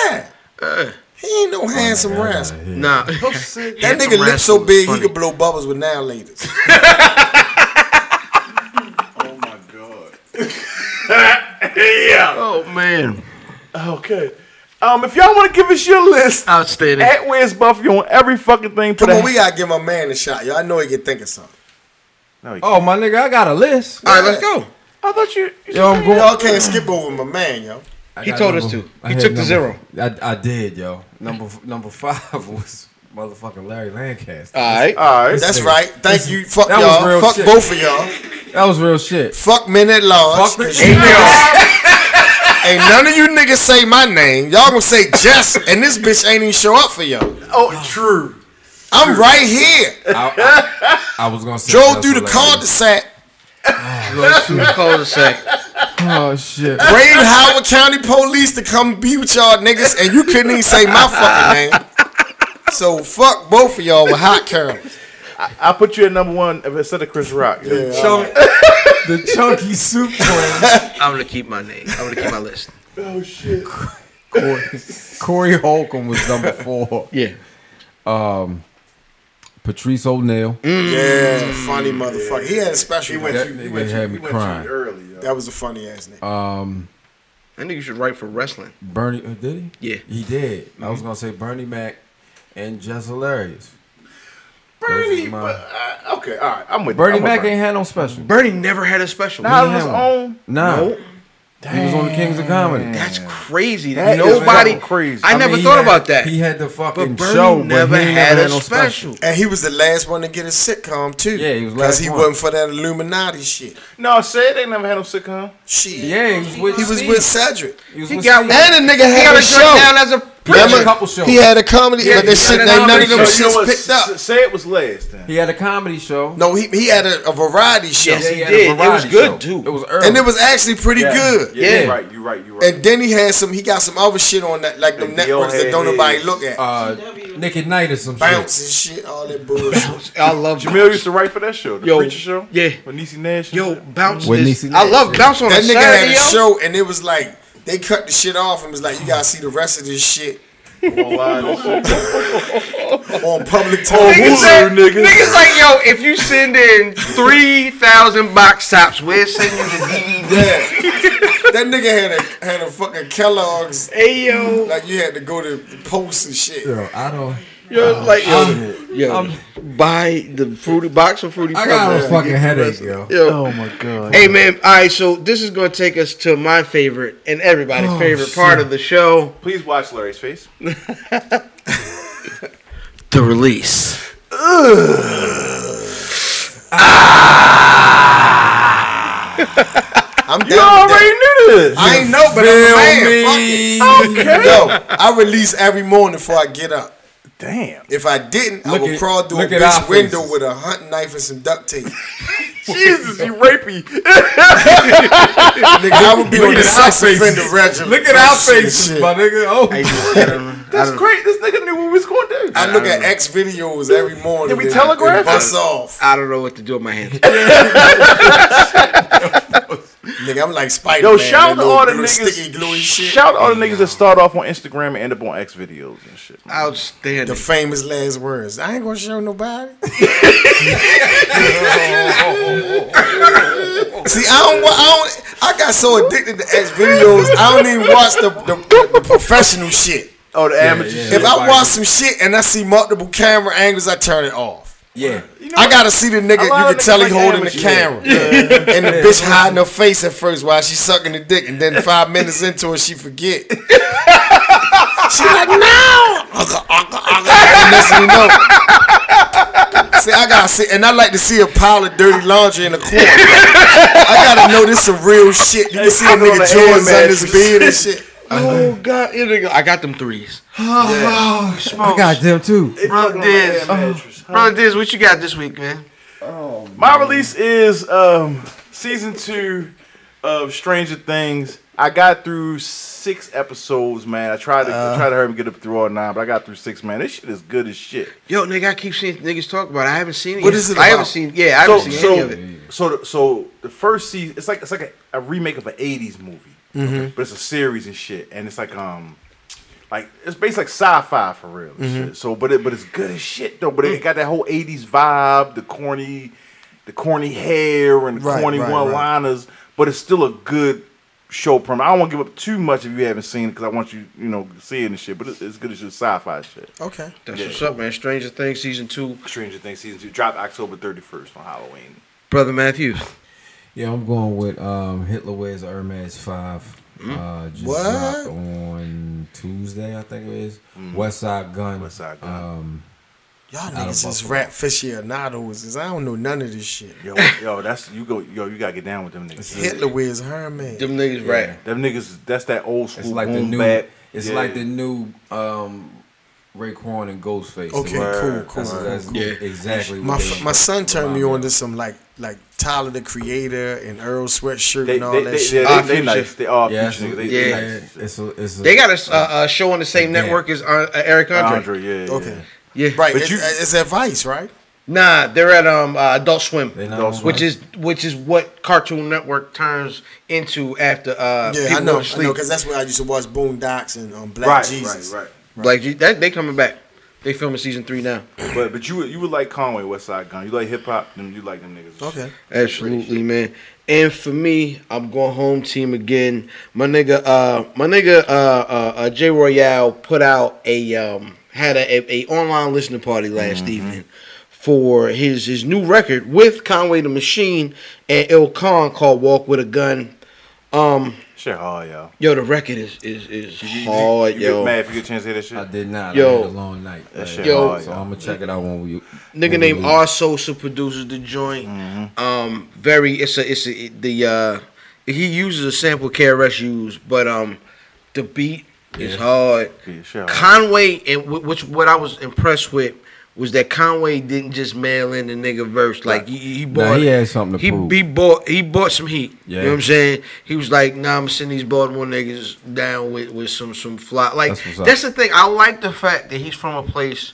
C: Yeah. He ain't no handsome rascal.
F: Nah.
D: (laughs)
C: That
F: Handsome
C: nigga lips
F: rascal
C: so
F: is
C: big
F: funny.
C: he could blow bubbles with now
F: (laughs)
C: ladies.
D: Oh my
F: (laughs)
D: god.
F: (laughs)
D: yeah.
F: Oh man.
D: Okay. Um, if y'all want to give us your list,
F: Outstanding.
D: at Wiz Buffy on every fucking thing.
C: Come
D: today.
C: on, we gotta give my man a shot, yo. I know he can think of something.
D: No, he-
E: Oh my nigga, I got a list.
F: All right, let's go.
D: I thought you. you
E: Yo, I'm going.
C: Y'all can't skip over my man, yo.
E: I
F: He
E: got
F: told us to.
E: I
F: He
E: had
F: took the
E: number-
F: zero.
E: I, I did, yo. Number number five (laughs) was motherfucking Larry Lancaster.
F: All right.
D: all right.
C: That's right. Thank you. Fuck
E: That was
C: y'all.
E: real
C: Fuck
E: shit.
C: both of y'all.
E: That was real shit.
C: Fuck men at large.
E: Fuck the-
C: ain't, ain't none of you niggas say my name. Y'all gonna say Jess, and this bitch ain't even show up for y'all.
D: Oh, true.
C: I'm right here.
E: I, I, I was gonna say
C: Drove
E: that's
C: through the
E: hilarious.
C: cul-de-sac.
F: (laughs) Call the sack.
E: Oh shit.
C: Raid Howard County Police to come be with y'all niggas, and you couldn't even say my fucking name. So fuck both of y'all with hot curls.
D: I put you at number one instead of Chris Rock.
C: Yeah.
E: Chunk, the chunky soup one.
F: I'm gonna keep my name. I'm gonna keep my list.
D: oh,
E: Corey, Corey Holcomb was number four.
F: Yeah.
E: Patrice O'Neill.
C: Yeah, funny motherfucker. He had a special. He
E: That nigga had me crying. Um,
D: early. yo.
C: That was a funny ass nigga.
F: I think you should write for wrestling.
E: Bernie, uh, did he?
F: Yeah.
E: He did.
F: Mm-hmm.
E: I was gonna say Bernie Mac and Jess Hilarious.
D: Bernie,
E: Those are my-
D: but, uh, okay, all right. I'm with
E: Bernie
D: I'm with
E: Mac ain't had no special.
F: Bernie never had a special.
D: Nah,
E: He
D: on his
E: had one.
D: own?
E: Nah. He was on the Kings of Comedy.
F: That's crazy.
D: That is
F: Nobody.
D: fucking crazy.
F: I,
E: I mean,
F: never
E: he
F: thought
E: had-
F: about that.
E: He had the fucking
F: but Bernie
E: show, but
F: never,
E: he ain't
F: had, a
E: no
F: special.
C: And he was the last one to get a sitcom too.
E: Yeah, he was
C: because
E: last
C: he
E: one.
C: wasn't for that Illuminati shit.
D: No, said they never had no sitcom.
C: Shit.
E: Yeah, he was with.
C: He was
E: Steve.
C: with Cedric.
E: He was
F: He
E: with
F: got
E: Steve.
F: one.
C: And a nigga
F: He
C: had
F: got
C: a
F: a shut down
C: show.
F: as a
E: had
F: preacher.
E: a couple shows.
C: He had a comedy,
F: Yeah,
C: but that
F: he
C: shit,
F: had
C: they
F: a
C: none of them
F: comedy
D: So, you
C: shits
D: know what?
C: picked up.
D: S- Said was last then.
E: He had a comedy show.
C: No, he he had a, a variety show,
F: Yes,
E: he
F: he
E: had
F: did.
E: A
F: It was
E: variety
F: good,
E: show.
F: too.
E: It was early.
C: and it was actually pretty good.
D: Yeah,
E: Yeah.
D: you're right. You're right. You're right.
C: And then he had some. He got some other shit on that, like them
D: Like, yo,
C: networks that
D: hey,
C: don't
D: hey.
C: nobody look at.
E: uh, Nick at Night or some
C: Bounce
E: shit.
C: and shit, all that
F: (laughs)
C: bullshit.
F: I love
D: Jamil used to write for that show, the
F: Yo,
D: preacher show.
F: yeah.
D: with Niecy Nash. and
F: Yo,
D: shit.
F: bounce
E: Whitney
F: is.
E: Houston.
F: I love bounce on
C: that
F: a
C: nigga had
F: Saturday.
C: a
F: yo.
C: show, and it was like they cut the shit off and was like, you gotta see the rest of this shit
D: Won't lie, that shit.
C: on
F: (laughs)
C: public
F: Niggas,
C: television.
F: said-
D: nigga.
F: niggas like yo, if you send in three thousand box tops, we're sending you the DVD.
C: Yeah. that nigga had a had a fucking Kellogg's.
F: Hey yo,
C: Like you had to go to the post and shit.
E: Yo, I don't. Oh,
F: yo, like yo,
E: I'm-
F: yo buy the fruity box of fruity.
E: I got
F: Pebbles.
E: a fucking headache, yo.
F: Yo. Oh my god. Hey man, all right. So this is gonna take us to my favorite and everybody's
E: Oh,
F: favorite part
E: shit.
F: of the show:
D: Please watch Larry's face.
F: the release.
C: I'm down with
D: You
C: that.
D: already knew this.
C: I ain't know, but I'm a man. Fuck it.
F: Oh,
E: Feel me.
C: Yo, I release every morning before I get up.
D: Damn.
C: If I didn't, I
E: Look
C: would
E: at-
C: crawl through a
E: look at our
C: bitch window
E: faces.
C: with a hunting knife and some duct tape.
D: Jesus, you rapey.
C: Nigga, I would be on
E: Look
C: the
E: at our
C: sex offender
E: faces.
C: regimen.
E: Look at our
C: Shit,
E: faces,
C: shit.
E: my nigga. Oh,
D: That's great. This nigga knew what we was going to do.
C: I look at X videos every morning.
D: Did we
C: and-
D: telegraph
C: and Bust
D: it?
C: off,
F: I don't know what to do with my hands.
C: nigga. I'm like Spider
D: Yo,
C: Man.
D: shout out to all the
C: sticky gluey
D: niggas.
C: shit.
D: Shout out all the niggas that start off on Instagram and end up on X videos and shit. man.
F: Outstanding.
C: the famous last words. I ain't gonna show nobody. See, I don't. wa- I don't. I got so addicted to X videos. I don't even watch the the, the professional shit.
D: Oh, the amateur
E: yeah.
D: shit.
C: If I watch some shit and I see multiple camera angles, I turn it off.
E: yeah.
D: You know
C: I
D: what?
C: gotta see the nigga.
D: A
C: You
D: lot
C: can
D: of
C: tell
D: niggas
C: he
D: like
C: holding the
D: amateur.
C: camera, and the bitch hiding her face at first while she sucking the dick, and then five
D: (laughs)
C: minutes into it, she forget. she like no. Next thing you know, see, I gotta see, and I like to see a pile of dirty laundry in the corner. I gotta know this some real shit. You can see a
D: I'm on
C: nigga
D: the
C: Jordans
D: air
C: under his
D: mattress.
C: bed and shit.
F: Oh God, here they go. I got them threes.
B: Oh,
F: Smokes.
B: I got them too.
F: Brother Diz, brother Diz, what you got this week, man?
D: My release is um, season two of Stranger Things. I got through six episodes, man. I tried to
E: Uh.
D: I tried to hurry and get up through all nine, but I got through six, man. This shit is good as shit.
F: Yo, nigga, I keep seeing niggas talk about. it. I haven't seen it.
C: What
F: yet.
C: is it
F: I haven't
C: about?
F: seen. Yeah, I haven't seen any of it.
D: So, the, so the first season, it's like it's like a, a remake of an '80s movie,
F: Mm-hmm.
D: but it's a series and shit, and it's like um, like it's based like sci-fi for real. and
F: Mm-hmm.
D: shit. So, but it but it's good as shit though. But it got that whole '80s vibe, the corny, the corny hair and the
C: Right,
D: corny
C: right, right.
D: one-liners. But it's still a good show. Prom. I don't want to give up too much if you haven't seen it because I want you you know to see it and shit. But it's, it's good as just sci-fi shit.
C: Okay.
F: That's what's up, man. Stranger Things season two,
D: Stranger Things season two dropped October 31st on Halloween.
F: brother Matthews.
E: Yeah, I'm going with um, Hitler Wears a Hermes 5. Uh, just
C: What?
E: dropped on Tuesday, I think it is. Hmm. West Side Gun.
D: West Side Gun.
E: Um,
C: Y'all
E: of
C: niggas is
E: Buffalo.
C: rap aficionados. Is I don't know none of this shit.
D: Yo, yo, that's you go. Yo, you gotta get down with them niggas.
C: Hitler wears Hermes.
F: Them niggas right.
D: Them niggas, that's that old school.
E: it's like the
D: boom
E: new.
D: bap.
E: It's
D: Yeah.
E: like the new um, Raekwon and Ghostface.
C: Okay,
D: Word.
C: cool,
E: That's,
C: cool.
E: that's
F: Yeah.
E: exactly
C: My
E: what they-
C: my son turned me
E: remind
C: on to some like like Tyler the Creator and Earl Sweatshirt
D: They,
C: and all
D: they,
C: that
D: they,
C: shit.
D: yeah,
F: Ah,
D: they, they
F: Future.
D: nice. They are
E: Yeah,
D: future niggas. They,
E: yeah.
D: they
F: Yeah.
D: nice.
E: It's a, it's a,
F: They got a, uh, a show on the same
E: Yeah.
F: network as uh, Eric Andre.
D: Andre, yeah, yeah.
C: okay,
F: Yeah,
C: right.
D: But
C: It's,
D: you-
C: it's advice, right?
F: Nah, they're at um uh, Adult Swim,
E: They not
D: Those
E: on
F: which
E: my-
F: is which is what Cartoon Network turns into after
C: Yeah,
F: uh people
C: I know,
F: go to
C: I
F: sleep.
C: know, because that's where I used to watch Boondocks and um, Black
D: Right,
C: Jesus.
D: right,
F: Like gee, that, they coming back. They filming season three now.
D: right. But but you would- you would like Conway West Side Gun. You like hip hop. Them you like them niggas.
C: Okay.
F: Absolutely, man. And for me, I'm going home team again. My nigga, uh, my nigga, uh, uh, uh J Royale put out a um had a, a, a online listening party
D: Mm-hmm.
F: last evening for his his new record with Conway the Machine and Il Khan called Walk with a Gun. Um,
D: Shit hard, yo.
F: yo, the record is is is
D: You- you-
F: hard,
D: you
F: yo.
D: get mad if you get a chance to hear that shit.
E: I did not.
F: Yo.
E: I had a long night.
D: That shit
F: Yo.
D: hard,
E: so
D: yo.
E: I'm gonna check it out when we.
F: Nigga named R Sosa produces the joint. Um, very it's a it's a, the uh he uses a sample KRS used, but um the beat is
E: Yeah.
F: hard.
D: Yeah, shit hard.
F: Conway and wh- which what I was impressed with was that Conway didn't just mail in the nigga verse like he, he bought
E: he had something to
F: he,
E: prove.
F: he bought he bought some heat. You know
E: Yeah.
F: what I'm saying? He was like, "Nah, I'm sending these Baltimore niggas down with, with some some fly." Like
E: That's what's
F: that's,
E: up.
F: the thing. I like the fact that he's from a place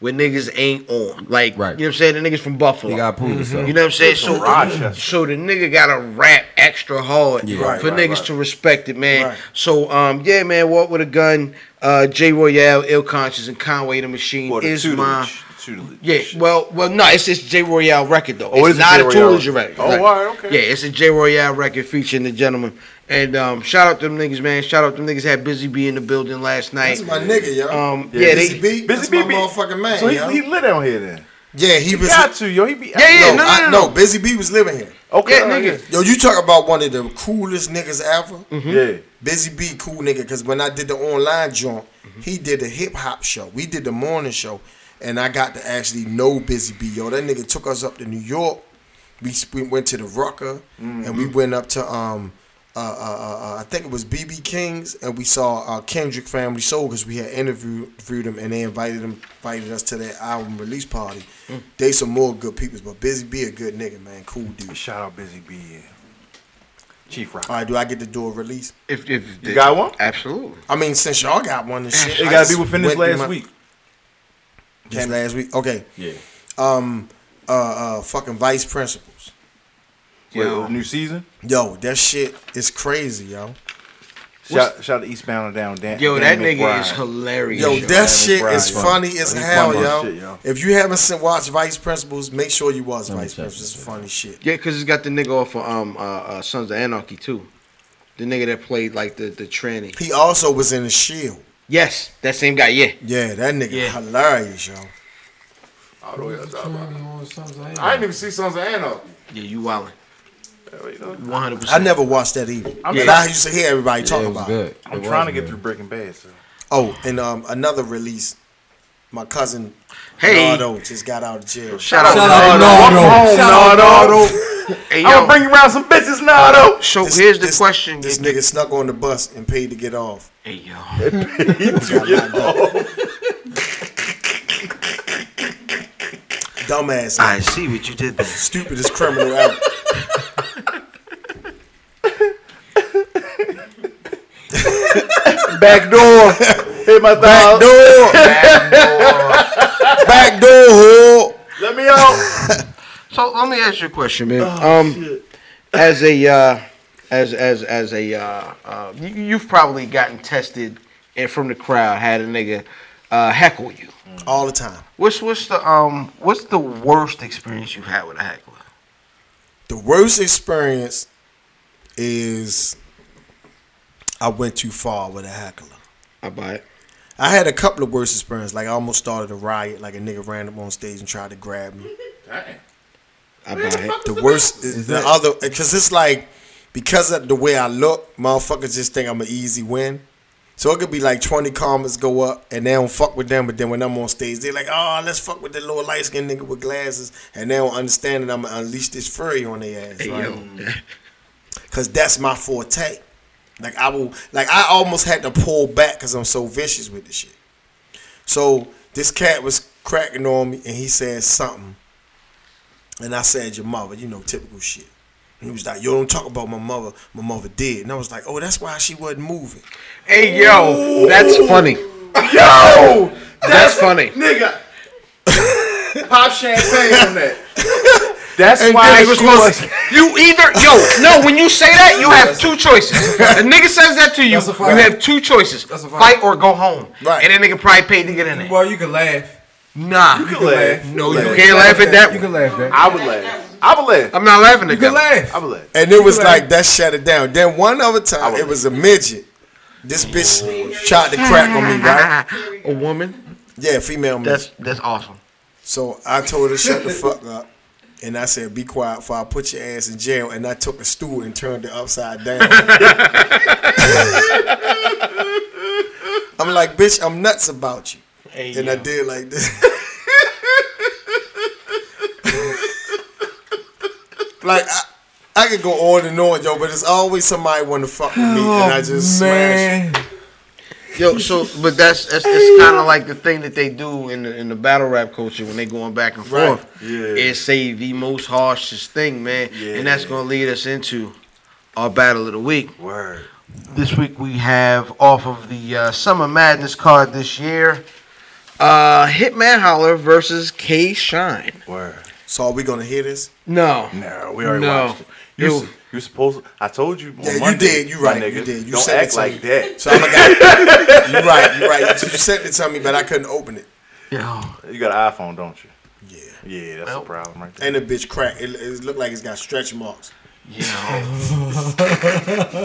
F: where niggas ain't on. Like,
E: Right.
F: you know what I'm saying? The niggas from Buffalo.
E: He got to prove himself.
F: you know what I'm saying? So,
D: From Rochester.
F: so the nigga got to rap extra hard
E: Yeah. Right,
F: for
D: right,
F: niggas
D: right.
F: to respect it, man.
C: Right.
F: So, um, yeah, man, Walk with a Gun, uh, J Royale, Ill Conscious, and Conway the Machine
D: Well, the
F: is
D: tutelage,
F: my.
D: the tutelage.
F: Yeah,
D: shit.
F: well, well, no, it's this J Royale record though.
D: Oh,
F: it's
D: it's a
F: not
D: J.
F: a
D: Royale.
F: Toolage record.
D: Oh, alright, okay.
F: Yeah, it's a J Royale record featuring the gentleman. And um, shout out to them niggas, man. Shout out to them niggas. Had Busy Bee in the building last night.
C: That's my nigga, yo.
F: Um,
D: Yeah,
F: yeah,
C: Busy
F: they,
C: Bee, that's
D: Busy Bee
C: my
D: be-
C: motherfucking man,
D: So he,
C: yo.
D: he lit out here then.
C: yeah, he
D: He
C: was.
D: got to yo. He be
F: Yeah, yeah,
C: no,
F: no,
C: I-
F: no, no.
C: no, Busy Bee was living here.
D: Okay,
F: yeah, nigga.
C: Yo, you talk about one of the coolest niggas ever.
D: Yeah.
C: Busy Bee, cool nigga, because when I did the online joint, he did the hip hop show. We did the morning show, and I got to actually know Busy Bee. Yo, that nigga took us up to New York. We, sp- we went to the Rucker, and we went up to um, uh, uh, uh, uh, I think it was BB King's, and we saw uh, Kendrick Family Soul because we had interviewed interviewed them, and they invited them invited us to their album release party. They some more good people, but Busy Bee a good nigga, man, cool dude.
D: Shout out Busy B. yeah. Chief Rock.
C: All right, do I get to do a release?
F: If, if
D: You got one?
F: Absolutely.
C: I mean, since y'all got one and shit,
D: It
C: I
D: got
C: just
D: to be within this
C: went through
D: last
C: my-
D: week.
C: Just last week. Okay.
E: Yeah.
C: Um. Uh. uh fucking vice principals.
F: Yeah.
D: Wait, new season.
C: Yo, that shit is crazy, yo.
D: Shout, shout out to Eastbound and Down. Dan,
F: Yo, that
D: Dan
F: nigga
D: McBride.
F: is hilarious.
C: Yo,
F: yo.
C: that shit
D: Brian,
C: is
D: yo.
C: funny as
D: He's
C: hell,
D: funny as
C: yo.
D: shit, yo.
C: If you haven't seen, watched Vice Principals, make sure you watch
E: me
C: Vice
E: check
C: Principals.
E: this
C: It's funny shit.
F: Yeah, because it's got the nigga off of um, uh, uh, Sons of Anarchy, too. The nigga that played, like, the, the tranny.
C: He also was in the Shield.
F: Yes, that same guy, yeah.
C: Yeah, that nigga
F: Yeah.
C: hilarious, yo.
D: I don't know what I'm talking about. I
E: I
D: didn't even see Sons of Anarchy.
F: Yeah, you wildin'.
D: You know,
F: 100%.
C: I never watched that either.
D: I'm
C: but
D: trying-
C: I used to hear everybody talk
E: it was
C: about. it.
E: good.
D: I'm
E: It
D: trying
E: was
D: to get
E: good.
D: through Breaking Bad. So.
C: Oh, and um, another release. my cousin
F: Hey.
C: Nardo just got out of
E: Oh,
C: jail.
F: Shout out,
B: Shout
F: to
B: out
F: Nardo.
B: Nardo.
D: Shout out Nardo.
F: Hey,
D: I'm
F: yo,
D: gonna bring you around some business, Nardo.
F: so
C: This-
F: here's the
C: this-
F: question.
C: This nigga snuck on the bus and paid to get off.
F: Hey, yo.
C: Got locked up. Dumbass.
F: I see what you did there.
C: Stupidest criminal ever.
D: Back door. (laughs) Hit my
C: Back
D: thigh. (laughs)
C: door. Back door. whore.
D: Let me out.
F: So let me ask you a question, man. um, as a uh, as as as a uh, uh, you, you've probably gotten tested and from the crowd had a nigga uh, heckle you.
C: All the time.
F: What's what's the um what's the worst experience you've had with a heckler?
C: The worst experience is I went too far with a heckler.
F: I buy it.
C: I had a couple of worst experiences. Like I almost started a riot. Like a nigga ran up on stage and tried to grab me.
F: I buy it.
C: The worst is the other because it's like because of the way I look, motherfuckers just think I'm an easy win. So it could be like 20 comments go up and they don't fuck with them, but then when I'm on stage, they're like, oh, let's fuck with that little light skinned nigga with glasses. And they don't understand that I'm going to unleash this fury on their ass. right? Because that's my forte. Like, I will, like, I almost had to pull back because I'm so vicious with this shit. So this cat was cracking on me and he said something. And I said, Your mother, you know, typical shit. And he was like, Yo, don't talk about my mother. My mother did. And I was like, Oh, that's why she wasn't moving.
F: Hey yo, that's funny.
D: Yo,
F: That's funny.
D: (laughs) nigga. Pop champagne on that. That's
C: And
D: why
C: then
D: I
C: it was
D: was
C: supposed-
F: You either yo no when you say that you have two choices. A nigga says that to you,
E: That's a fact.
F: you have two choices:
E: That's a fact.
F: fight or go home.
C: Right.
F: And a nigga probably paid to get in there.
E: Well, you can laugh.
F: Nah,
D: You can laugh.
F: no, you
D: laugh.
F: can't laugh at that.
E: You
F: one.
E: can laugh that.
D: I would laugh. I would laugh.
F: I'm not laughing at
E: You can
F: that. one.
E: laugh.
D: I would laugh.
C: And it was
E: Right.
C: like, That shut it down. Then one other time, it was a midget. This bitch tried to crack on me, right?
F: A woman.
C: Yeah, female midget.
F: That's that's awesome.
C: So I told her, Shut the fuck up. And I said, Be quiet, before I put your ass in jail. And I took a stool and turned it upside down. I'm like, Bitch, I'm nuts about you. and I did like this. like I, I could go on and on, yo, but it's always somebody want to fuck with me, and I just smash.
E: Man,
F: Yo, so but that's that's it's kind of like the thing that they do in the in the battle rap culture when they going back and
C: Right.
F: forth.
D: Yeah.
F: Is say the most harshest thing, man, and that's
D: Yeah.
F: gonna lead us into our battle of the week.
D: Word.
F: This week we have off of the uh, Summer Madness card this year, uh, Hitman Holler versus K Shine.
D: Word.
C: So are we gonna hear this?
F: No,
D: No, we already
F: No.
D: watched it. You,
F: You-
D: s- you supposed? I told you. On
C: Yeah, you
D: Monday,
C: did. You
D: my
C: right. You
D: nigga,
C: did. You
D: don't
C: said it
D: act
C: to me.
D: like
C: (laughs)
D: that.
C: So I'm like,
D: (laughs)
C: you right, you right. You sent it to me, but I couldn't open it.
F: yo,
D: You got an iPhone, don't you?
C: Yeah,
D: Yeah, that's
F: Nope.
D: a problem right there.
C: and the bitch cracked. It, it looked like it's got stretch marks.
F: yo.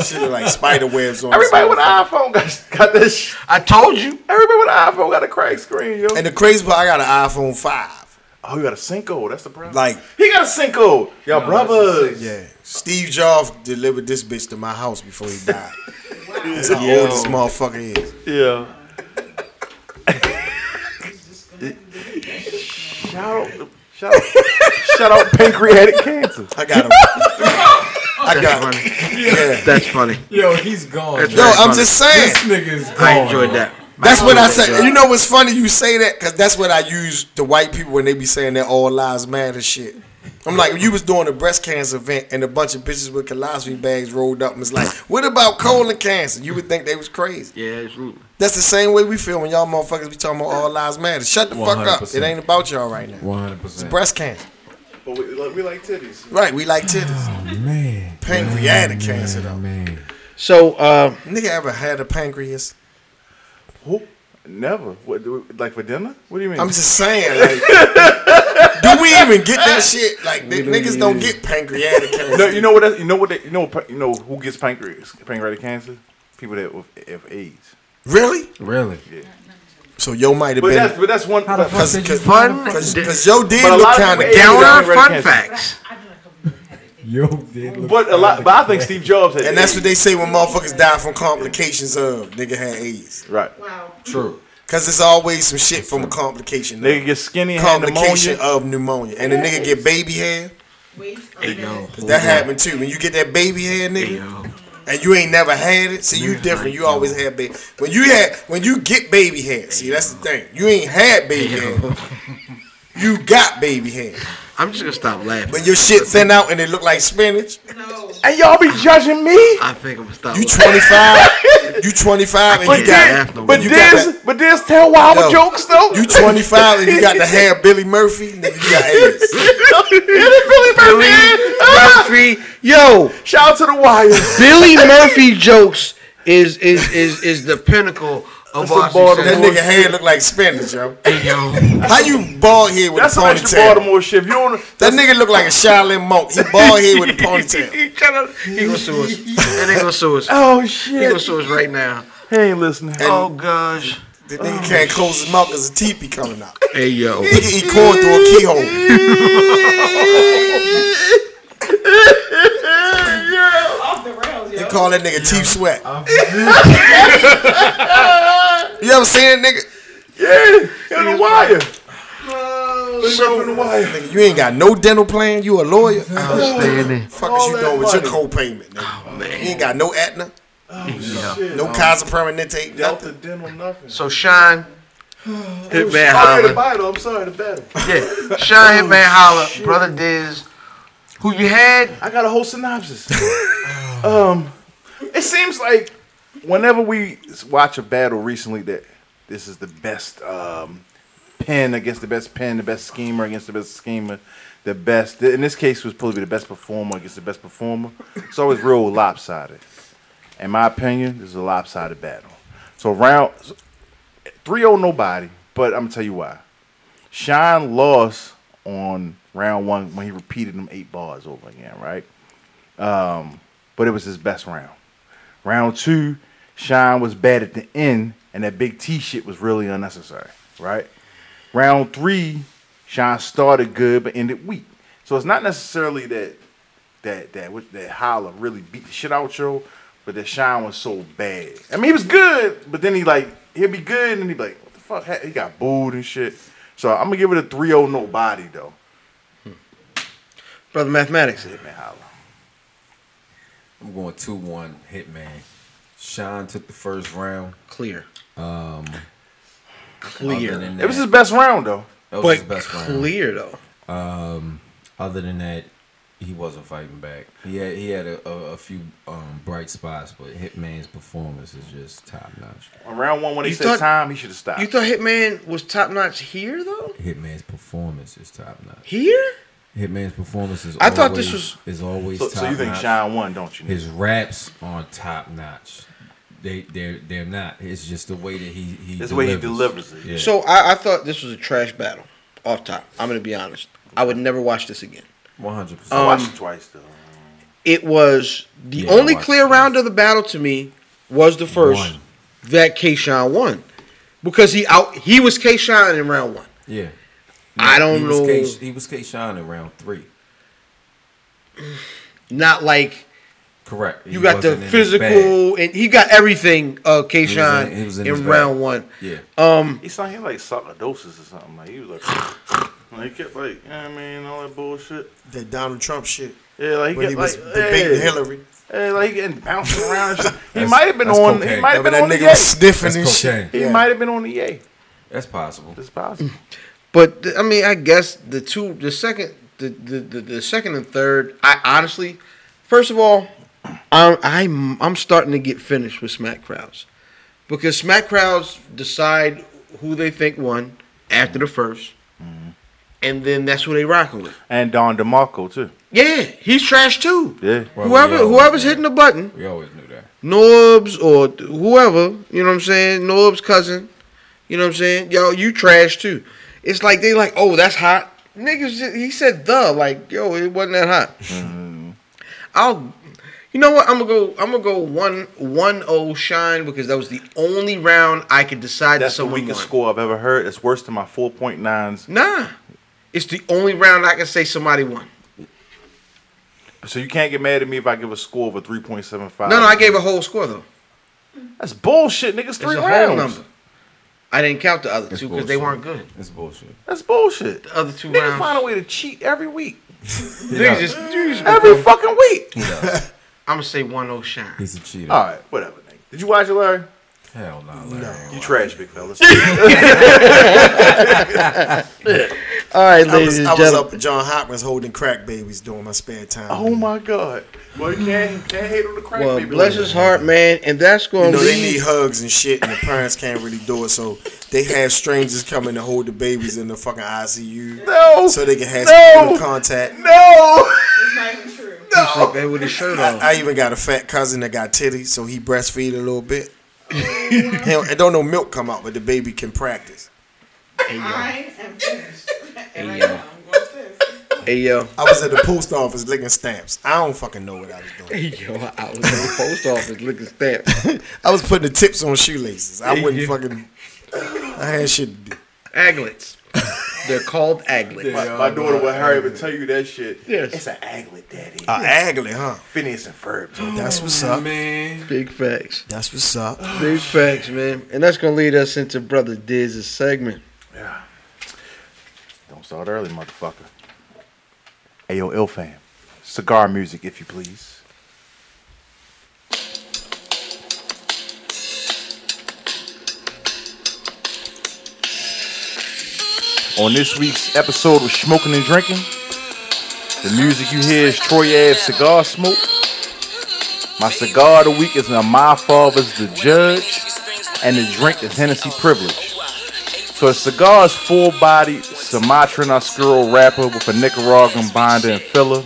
C: Shit look like spider webs on. it.
D: Everybody with an iPhone got, got this. Sh-
F: I told you.
D: Everybody with an iPhone got a crack screen, yo.
C: And the crazy part, I got an iPhone five.
D: oh, you got a sinkhole. That's the problem.
C: Like-
D: he got a sinkhole. Y'all brothers.
C: Yeah, Steve Jobs delivered this bitch to my house before he
D: (laughs)
C: died. That's how old this motherfucker is.
D: Yeah. (laughs) shout out, shout out, shout out pancreatic cancer.
C: I
D: (laughs)
C: got him. I got him. (laughs) Yeah.
F: That's funny.
E: yo, he's gone.
C: Yo, I'm just saying.
E: This nigga is gone.
F: I enjoyed that.
C: Oh, That's what I say. You know what's funny? You say that because that's what I use to white people when they be saying that all lives matter shit. I'm like, you was doing a breast cancer event and a bunch of bitches with colostomy bags rolled up and was like, what about colon cancer? You would think they was crazy.
F: Yeah, absolutely.
C: That's the same way we feel when y'all motherfuckers be talking about all lives matter. Shut the fuck up. It
E: 100%.
C: ain't about y'all right now.
E: One hundred percent.
C: Breast cancer.
D: But we, like, we like titties.
C: Right, we like titties.
E: Man,
C: Pancreatic cancer though.
E: man.
F: So, uh,
C: Nigga ever had a pancreas?
D: Who? Never. What? do we- Like for dinner? What do you mean?
C: I'm just saying, like, (laughs) do we even get that shit? Like, the niggas don't get pancreatic cancer.
D: No, you know what? That, you know what? That, you know. pa- You know who gets pancreas pancreatic cancer? People that with have AIDS.
C: really?
E: Really?
C: So yo might have
D: But that's
C: been
D: but that's one.
E: How the fuck
C: (laughs) Cause-
E: did you
C: cause-
F: fun
C: because yo did
D: But a
C: look
D: lot of
C: kind of
D: people ate
C: down,
D: it.
F: downer
D: Red
F: fun
D: Cancer.
F: facts.
E: Yo, did look
D: But a lot. But I think Steve Jobs had.
C: and that's
D: AIDS.
C: what they say when motherfuckers die from complications of nigga had AIDS.
D: Right.
E: true.
C: Cause it's always some shit from a complication.
D: Nigga get skinny, had
C: complication
D: pneumonia.
C: of pneumonia, and the nigga get baby hair.
G: Waste
F: Hey, yo.
C: Cause that happened too. When you get that baby hair,
F: Hey,
C: nigga,
F: yo.
C: and you ain't never had it, so you different. You always had baby. When you had, when you get baby hair, see that's the thing. You ain't had baby hair. You got baby hair.
F: I'm just gonna stop laughing.
C: When your shit thin out and it look like spinach,
G: No.
C: uh,
D: And y'all be judging me?
F: I think I'm gonna stop.
C: you
F: laughing.
C: 25, you 25 and you
D: But,
C: got,
D: then,
F: laugh no
D: but,
F: more. You
D: there's,
C: got
D: but there's 10 wild
C: Yo,
D: jokes, though.
C: you 25 and you got
D: (laughs)
C: the hair Billy Murphy, nigga, you got AIDS.
D: Billy Murphy.
F: Billy
D: Ah!
F: Murphy, yo,
D: Shout out to the Wild.
F: (laughs) Billy Murphy jokes is is is is the pinnacle of
D: the
F: our
D: bottom
C: That
F: success.
C: nigga hair look like spinach, yo.
F: Hey, yo.
C: How you bald head with
D: That's
C: a
D: some extra
C: ponytail?
D: Baltimore shit. If you don't,
C: That nigga look like a Shaolin monk. He bald head
D: (laughs)
C: with a ponytail.
F: He tryna- he gonna sue us. (laughs) That nigga gonna sue us.
D: oh
F: He gonna
D: shit,
F: sue us right now.
D: he ain't listening.
F: Oh gosh.
C: The
D: Oh,
C: nigga can't close his mouth because a teepee coming out.
F: Hey yo.
D: (laughs)
C: Nigga eat corn through a keyhole.
G: Off the rails, yo.
C: They call that nigga teeth sweat. (laughs) you ever seen that nigga?
D: yeah, in the wire.
C: Nigga, you ain't got no dental plan. You a lawyer?
F: (laughs) Outstanding.
C: fuck is you doing with your co-payment,
D: Oh,
C: nigga? You ain't got no Aetna, no
D: Um,
C: Kaiser Permanente, nothing.
D: Delta dental nothing.
F: So Sean Hitman
D: Sorry to
F: Holler.
D: battle. I'm sorry to battle.
F: Yeah. Sean Hitman Holler, brother Diz. Who you had?
D: I got a whole synopsis. (laughs) um, it seems like whenever we watch a battle recently, that this is the best um, pen against the best pen, the best schemer against the best schemer, the best. In this case, was probably the best performer against the best performer. It's always real lopsided. In my opinion, this is a lopsided battle. So round 3-0 nobody, but I'm gonna tell you why. Shine lost on round one when he repeated them eight bars over again, right? Um, but it was his best round. Round two, Shine was bad at the end, and that big T shit was really unnecessary, right? Round three, Shine started good but ended weak. So it's not necessarily that that that what- that Holla really beat the shit out yo, but that Shine was so bad. I mean, he was good, but then he like he'll be good, and he be like what the fuck? ha- He got booed and shit. So I'm gonna give it a 3-0 nobody though.
F: Brother Mathematics.
D: Hitman Holla.
E: I'm going two one Hitman. Sean took the first round.
F: Clear.
E: Um,
F: Clear.
E: Other than
D: It was his
E: that-
D: best round though.
E: that was his
F: But
E: best round.
F: clear though.
E: Um, other than that, he wasn't fighting back. He had he had a, a, a few um, bright spots, but Hitman's performance is just top notch.
D: On round one when he
F: You
D: said
F: thought-
D: time, he should have stopped.
F: You thought Hitman was top notch here though?
E: Hitman's performance is top notch.
F: Here?
E: Hitman's performance is.
F: I
E: always,
F: thought this
E: is always
D: so,
E: top
D: so you think
E: notch.
D: Shine won, don't you?
E: His raps are top notch. They they're they're not. It's just the way that he he.
D: It's the way he delivers it.
E: Yeah.
F: So I, I thought this was a trash battle. Off top. I'm gonna be honest. I would never watch this again.
E: one hundred
D: I
E: percent.
F: um,
D: watched it twice though.
F: It was the
E: Yeah, I
F: only
E: watched
F: clear
E: it.
F: round of the battle to me was the first
E: One.
F: that Kayshawn won. Because he out he was Kayshawn in round one.
E: Yeah.
F: I don't
E: he was
F: know.
E: K, he was K Shine in round three.
F: Not like
E: Correct. He
F: you got the
E: wasn't in his bag.
F: physical and he got everything of Kayshawn
E: he was in
F: in,
E: his bag.
F: round one.
E: Yeah.
F: Um
D: He sounded like sarcoidosis or something. Like he was like, like (sighs) he kept like, you know what I mean, all that bullshit.
C: That Donald Trump shit
D: Yeah, like he
C: when
D: kept
C: he was
D: like,
C: debating
D: yeah,
C: Hillary.
D: yeah, like he getting bouncing around. and shit. He
E: That's-
D: might have been
E: that's
D: on. He
E: cocaine.
D: might have
C: Remember
D: been
C: that
D: on the
C: nigga was
D: EA.
C: sniffing and
E: That's
C: shit.
E: cocaine.
D: He might have been on the EA.
E: That's possible.
D: It's possible.
F: But th- I mean, I guess the two, the second, the the, the, the second and third. I honestly, first of all, I'm I'm I'm starting to get finished with smack crowds because smack crowds decide who they think won after the 1st
D: Mm-hmm.
F: and then that's who they rocking with.
D: And Don DeMarco too.
F: Yeah, he's trash too.
D: Yeah.
E: Well,
F: Whoever
E: we all-
F: whoever's hitting the button,
E: We always knew that.
F: Norbs or th- whoever, you know what I'm saying? Norb's cousin, you know what I'm saying? Yo, you trash too. It's like they like, oh, that's hot. Niggas, ju- he said the like, yo, it wasn't that hot.
D: Mm-hmm.
F: I'll, you know what? I'm gonna go. I'm gonna go one one oh shine because that was the only round I could decide
D: That's
F: that
D: the
F: someone
D: weakest
F: won.
D: score I've ever heard. It's worse than my 4.9s.
F: Nah, it's the only round I can say somebody won.
D: So you can't get mad at me if I give a score of a 3.75.
F: No, no, I gave a whole score though.
D: That's bullshit, niggas. Three
F: it's a
D: rounds.
F: whole number. I didn't count the other
E: That's
F: two because they
E: bullshit.
F: weren't good.
E: It's bullshit.
D: That's bullshit.
F: The other two
D: Niggas find
F: rounds.
D: a way to cheat every week,
F: Niggas just, niggas
D: every fucking week.
F: I'm gonna say one oh shine.
E: He's a cheater.
F: Uh,
D: All right, whatever. Nigga. Did you watch it, Larry?
E: Hell no, Larry.
D: You trash, big fellas.
F: All right,
C: I was, I
F: ladies and
C: was
F: gentlemen.
C: up at John Hopkins holding crack babies during my spare time.
D: (laughs) oh my god. Well, you can't can't hate on the crack
F: Well,
D: baby.
F: bless his heart, man, and that's
C: You
F: gonna
C: know, they
F: lead.
C: need hugs and shit, and the parents can't really do it, so they have strangers come in to hold the babies in the fucking ICU
D: No.
C: so they can have
D: No.
C: some human contact.
D: no.
G: It's not even true.
F: Sleep there with his shirt on.
C: I, I even got a fat cousin that got titties, so he breastfeed a little
D: (laughs)
C: bit. He don't, it don't know milk come out, but the baby can practice.
G: I am finished. And right now, I'm going to this.
F: (laughs) Hey yo,
C: I was at the post office licking stamps. I don't fucking know what I was doing.
F: hey yo, I was in the post office looking stamped.
C: I was putting the tips on shoelaces. I wouldn't fucking. I had shit to do.
F: Aglets. They're called aglets.
D: My, my daughter will hurry up and tell you that shit.
F: Yes.
D: It's an aglet, daddy.
C: Uh, Agley, huh?
D: Phineas and Ferb. too.
C: That's what's up.
E: Man.
F: Big facts.
C: That's what's up.
F: Big facts, man. And that's gonna lead us into Brother Diz's segment.
D: Don't start early, motherfucker. Ayo, ill fam. Cigar music, if you please. On this week's episode of Smoking and Drinking, the music you hear is Troy Ave Cigar Smoke. My cigar of the week is My Father's the Judge, and the drink is Hennessy Privilege. So the cigar is full-bodied Sumatran Oscuro wrapper with a Nicaraguan binder and filler.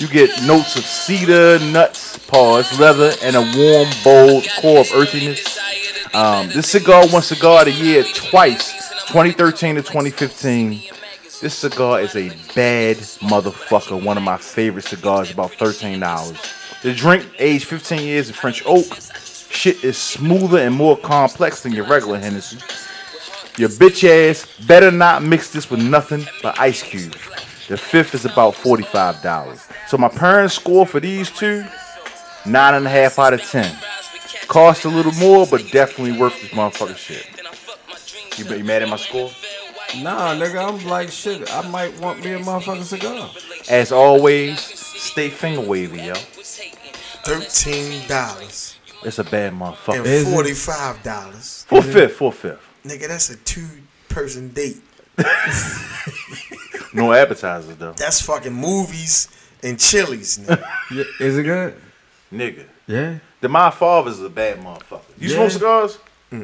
D: You get notes of cedar, nuts, paws, leather, and a warm, bold core of earthiness. Um, this cigar won Cigar of the Year twice, 2013 to 2015. This cigar is a bad motherfucker. One of my favorite cigars, about $13. The drink, aged 15 years in French oak. Shit is smoother and more complex than your regular Hennessy. Your bitch ass better not mix this with nothing but ice cubes. The fifth is about $45. So my parents score for these two, nine and a half out of ten. Cost a little more, but definitely worth this motherfucking shit. You, be- you mad at my score?
E: Nah, nigga, I'm like, shit, I might want me a motherfucking cigar.
D: As always, stay finger wavy, yo.
C: Thirteen dollars
D: It's a bad motherfucker.
C: and
E: Is it?
C: forty-five dollars.
D: Four fifth, four fifth.
C: Nigga, that's a two-person date.
D: No appetizers though.
C: That's fucking movies and chilies. Nigga.
E: Yeah, is it good?
D: Nigga.
E: Yeah.
D: The my father's a bad motherfucker. You
E: Yeah.
D: smoke cigars?
C: I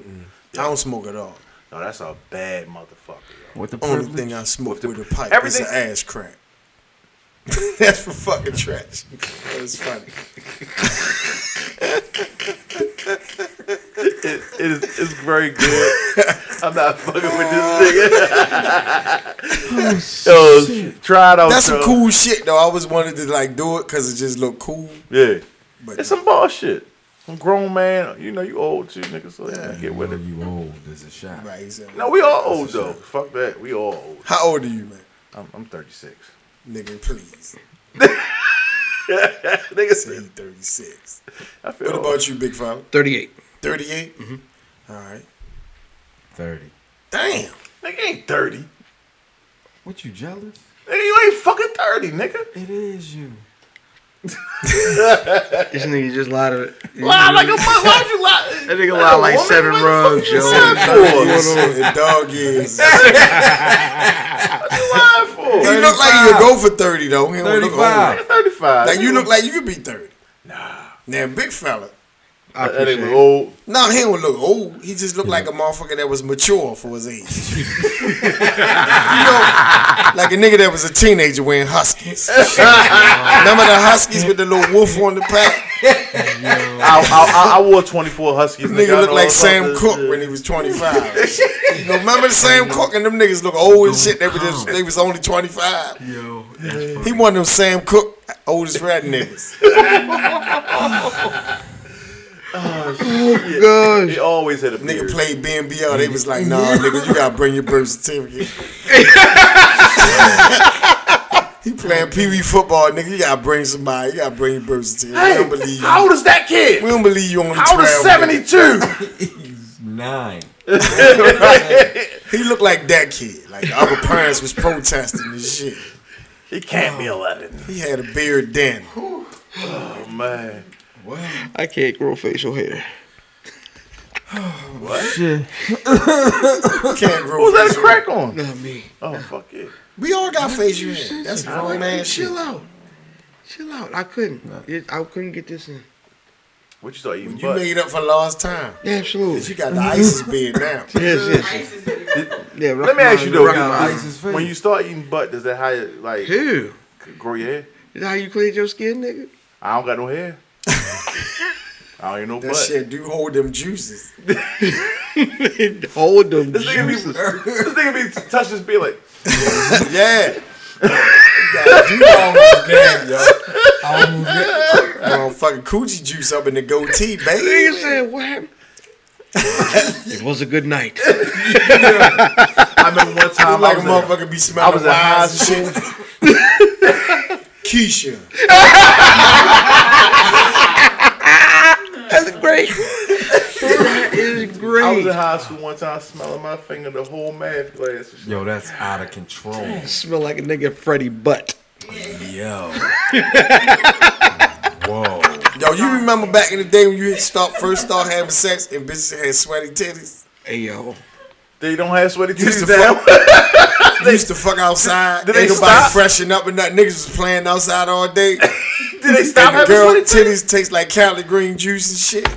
C: don't smoke at all.
D: No, that's a bad motherfucker, yo.
E: What the
C: Only
E: privilege?
C: thing I smoke with a pipe
D: everything-
C: is an ass crack. (laughs) That's for fucking trash. That was funny.
D: it, it is, it's very good. I'm not fucking with this nigga. (laughs) Yo, try it out.
C: Oh, That's some
D: yo.
C: cool shit though. I always wanted to like do it because it just looked cool.
D: Yeah,
C: But
D: it's some bullshit. I'm grown man. You know you old too, nigga. So yeah, get with it.
E: You old as a shot.
C: right, he said,
D: No, we all old though. Fuck that. We all old.
C: How old are you, man?
D: I'm, I'm 36.
C: Nigga, please.
D: Nigga,
C: Say he 36.
D: I feel.
C: What
D: old.
C: about you, big fella?
F: 38.
C: 38? All right.
E: 30.
C: Damn.
D: Nigga ain't 30. Nigga,
E: What, you jealous?
D: you ain't fucking 30, nigga.
E: It is you.
F: This nigga just lied to it.
D: Lie like a mother. Why'd you lie?
F: That nigga lied like
D: woman?
F: seven
D: What the fuck
F: rugs,
D: you
F: yo.
D: lying
C: Years,
D: for?
C: and dog years.
D: What you lying for?
C: He look like he'll go for 30 though. He don't look old.
E: 35.
D: Nigga, 35.
C: Like you look like you could be 30. Nah. Now big fella.
F: I
D: that
F: appreciate
D: nigga
F: it.
D: old.
C: No, he don't look old. He just looked like a motherfucker that was mature for his age. (laughs) you know, like a nigga that was a teenager wearing Huskies. Remember the Huskies with the little wolf on the back?
D: I, I, I, I wore 24 Huskies. I
C: Nigga
D: know
C: looked like
D: about
C: Sam
D: this
C: Cooke
D: shit.
C: when he was 25. you know, remember Sam Cooke and them niggas look old and shit. They was, just, they was only 25.
F: Yo,
C: He one of them Sam Cooke oldest rat niggas.
D: They always had a
C: Nigga
D: beard.
C: played BNBL. They was like, nah, nigga, you gotta bring your birth
D: (laughs)
C: certificate. he playing Pee Wee football, nigga. You gotta bring somebody. You gotta bring your birth certificate. we don't believe
D: Hey,
C: you.
D: how old is that kid?
C: (laughs) we don't believe you on the
D: How old is
C: 12, nigga.
D: 72?
E: Nine.
C: He looked like that kid. Like the other parents was protesting and shit.
D: He can't be 11.
C: He had a beard then.
D: Oh, man.
F: I can't grow facial hair.
B: Shit.
C: Can't grow.
D: What was that a crack on?
F: Not me.
D: Oh, fuck it.
C: We all got facial hair. That's grown man shit.
F: Chill out. Chill out. I couldn't. It- I couldn't get this in.
D: What you thought eating
C: You
D: butt?
C: made up for lost time.
F: Yeah, absolutely.
C: You got
D: (laughs)
C: the ISIS beard now.
F: Yes, yes.
G: Ice is really
F: Yeah,
D: Let me ask you though,
F: Rocky
D: Rocky,
F: Mountain.
D: (laughs) when you start eating butt, does that how it, like
F: Dude,
D: grow your hair?
F: is that how you clean your skin, nigga?
D: I don't got no hair. I don't even know
C: That
D: butt.
C: shit do hold them juices.
F: Hold them
D: This nigga be
F: juices.
D: this nigga be touch his beard like
C: Yeah. you got
B: Damn, yo. I almost got-
C: fucking coochie juice up in the goatee,
D: (laughs)
F: Nigga
C: baby.
F: said, what happened? (laughs) it was a good night.
D: I
C: (laughs)
D: remember one
C: Look
D: time
C: like a
D: I was,
C: motherfucker be smelling
D: was at high
C: wise and shit. Keisha.
F: That's (laughs) great. that is
D: in, I was in
F: great.
D: high school one time smelling my finger the whole math class. and shit.
E: Yo, (laughs) that's out of control.
F: Smell like a nigga Freddy butt.
E: Yo. Whoa.
C: Yo, you remember back in the day when you had start, first start having sex and bitches had sweaty titties?
F: Hey, yo.
D: They don't have sweaty
C: You used to
D: titties now.
C: You used to fuck outside.
D: Did
C: Did
D: they
C: Ain't nobody
D: stop?
C: freshen up and nothing. Niggas was playing outside all
D: (laughs)
C: day.
D: (laughs) Did they stop
C: and the
D: having
C: girl
D: sweaty titties?
C: titties taste like collard green juice and shit.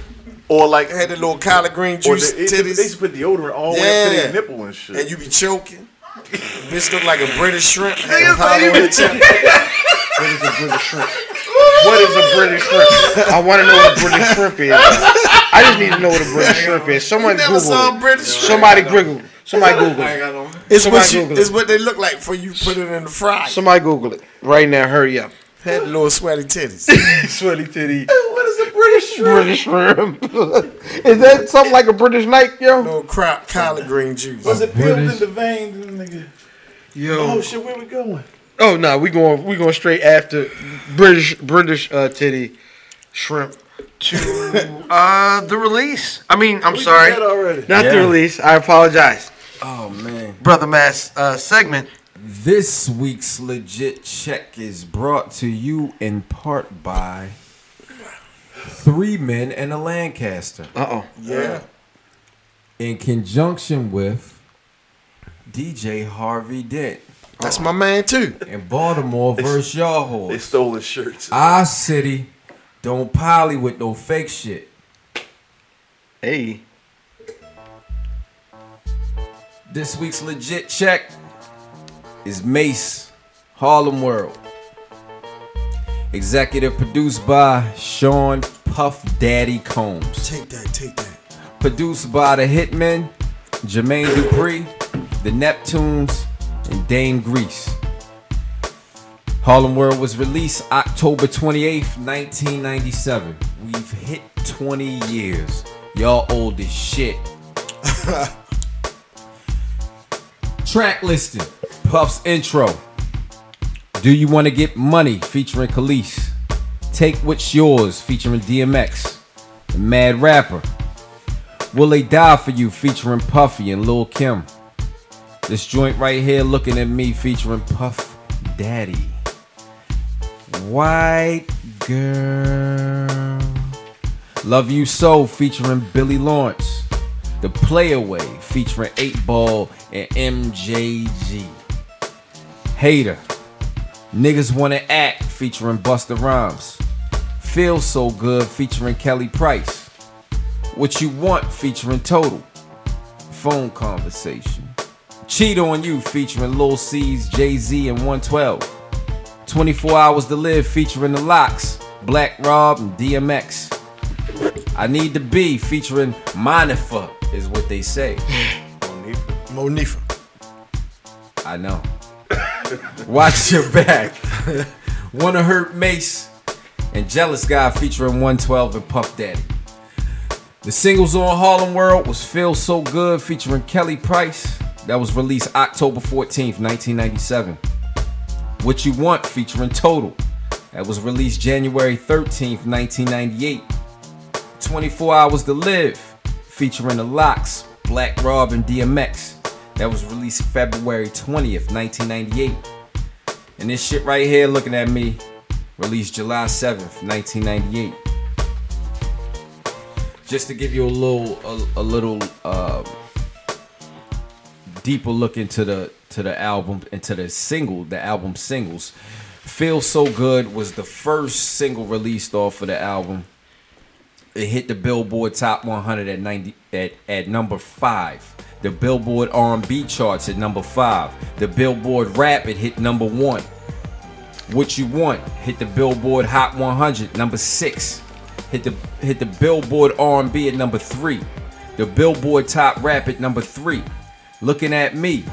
D: Or like
C: Had the little collard green
D: or
C: juice
D: the, it, they
C: titties.
D: used to put deodorant all the way up to
C: Yeah.
D: their nipple and shit.
C: and you be choking. Bitch look like a British shrimp. Had a
D: Niggas
C: hollow
D: ain't
C: in the chest.
D: what is a (laughs) British shrimp?
F: I want to know what a British shrimp is. I just need to know what a British shrimp is. Someone
C: You never saw a
F: Google it.
C: British shrimp.
F: Somebody Google. Somebody Google.
E: I
F: it.
E: ain't got
D: (laughs)
E: no.
C: It's what,
F: somebody
C: you,
F: Google it.
C: it's what they look like before you put it in the fry.
F: Somebody Google it right now. Hurry up.
C: Had the little sweaty titties.
F: Sweaty titty.
D: (laughs) What is a British shrimp?
F: British shrimp. (laughs) is that something like a British night, yo?
C: little crop collard green juice.
D: Was it peeled in
B: British-
D: the vein, nigga?
F: Yo.
D: Oh shit, where we going?
F: Oh no, we going we going straight after British British uh, titty shrimp to uh the release. I mean, I'm
D: We
F: sorry,
D: did that already.
F: not the
E: Yeah.
F: release. I apologize,
E: Oh man.
F: brother. Mass uh, segment.
E: This week's legit check is brought to you in part by Three Men and a Lancaster
F: Uh oh.
C: Yeah.
E: in conjunction with DJ Harvey Dent
C: That's my man too.
E: in Baltimore versus y'all hoes.
D: They stole his shirts.
E: Our city don't poly with no fake shit.
F: Hey,
E: This week's legit check is Mace Harlem World. Executive produced by Sean Puff Daddy Combs.
C: Take that, take that.
E: Produced by the Hitmen, Jermaine Dupree, the Neptunes, and Dame Grease. Harlem World was released October 28th, 1997. We've hit 20 years. Y'all old as shit. Track listing Puff's intro. Do You Want to Get Money featuring Khalees. Take What's Yours featuring DMX. The Mad Rapper. Will They Die For You featuring Puffy and Lil Kim. This joint right here, Looking At Me featuring Puff Daddy. White Girl. Love You So featuring Billy Lawrence. The Playaway featuring 8 Ball and MJG. Hater. Niggas Wanna Act featuring Busta Rhymes. Feel So Good featuring Kelly Price. What You Want featuring Total. Phone Conversation. Cheat on You featuring Lil C's, Jay Z, and 112. 24 Hours to Live featuring The Locks, Black Rob, and DMX. I Need to Be featuring Monifa is what they say.
C: Monifa.
E: I know. Watch your back. (laughs) Wanna hurt Mace and Jealous Guy featuring 112 and Puff Daddy. The singles on Harlem World was Feel So Good featuring Kelly Price. That was released October 14th, 1997. What You Want featuring Total. That was released January 13th, 1998. 24 Hours to Live featuring The Locks, Black Rob and DMX. That was released February 20th, 1998. And this shit right here, looking at me, released July 7th, 1998. Just to give you a little, a, a little uh, deeper look into the to the album, into the single, the album singles. Feel So Good was the first single released off of the album. It hit the Billboard Top 100 at 90 at, at number 5. The Billboard R&B charts at number 5. The Billboard Rap it hit number 1. What You Want hit the Billboard Hot 100 number 6. Hit the hit the Billboard R&B at number 3. The Billboard Top Rap at number 3. Looking at Me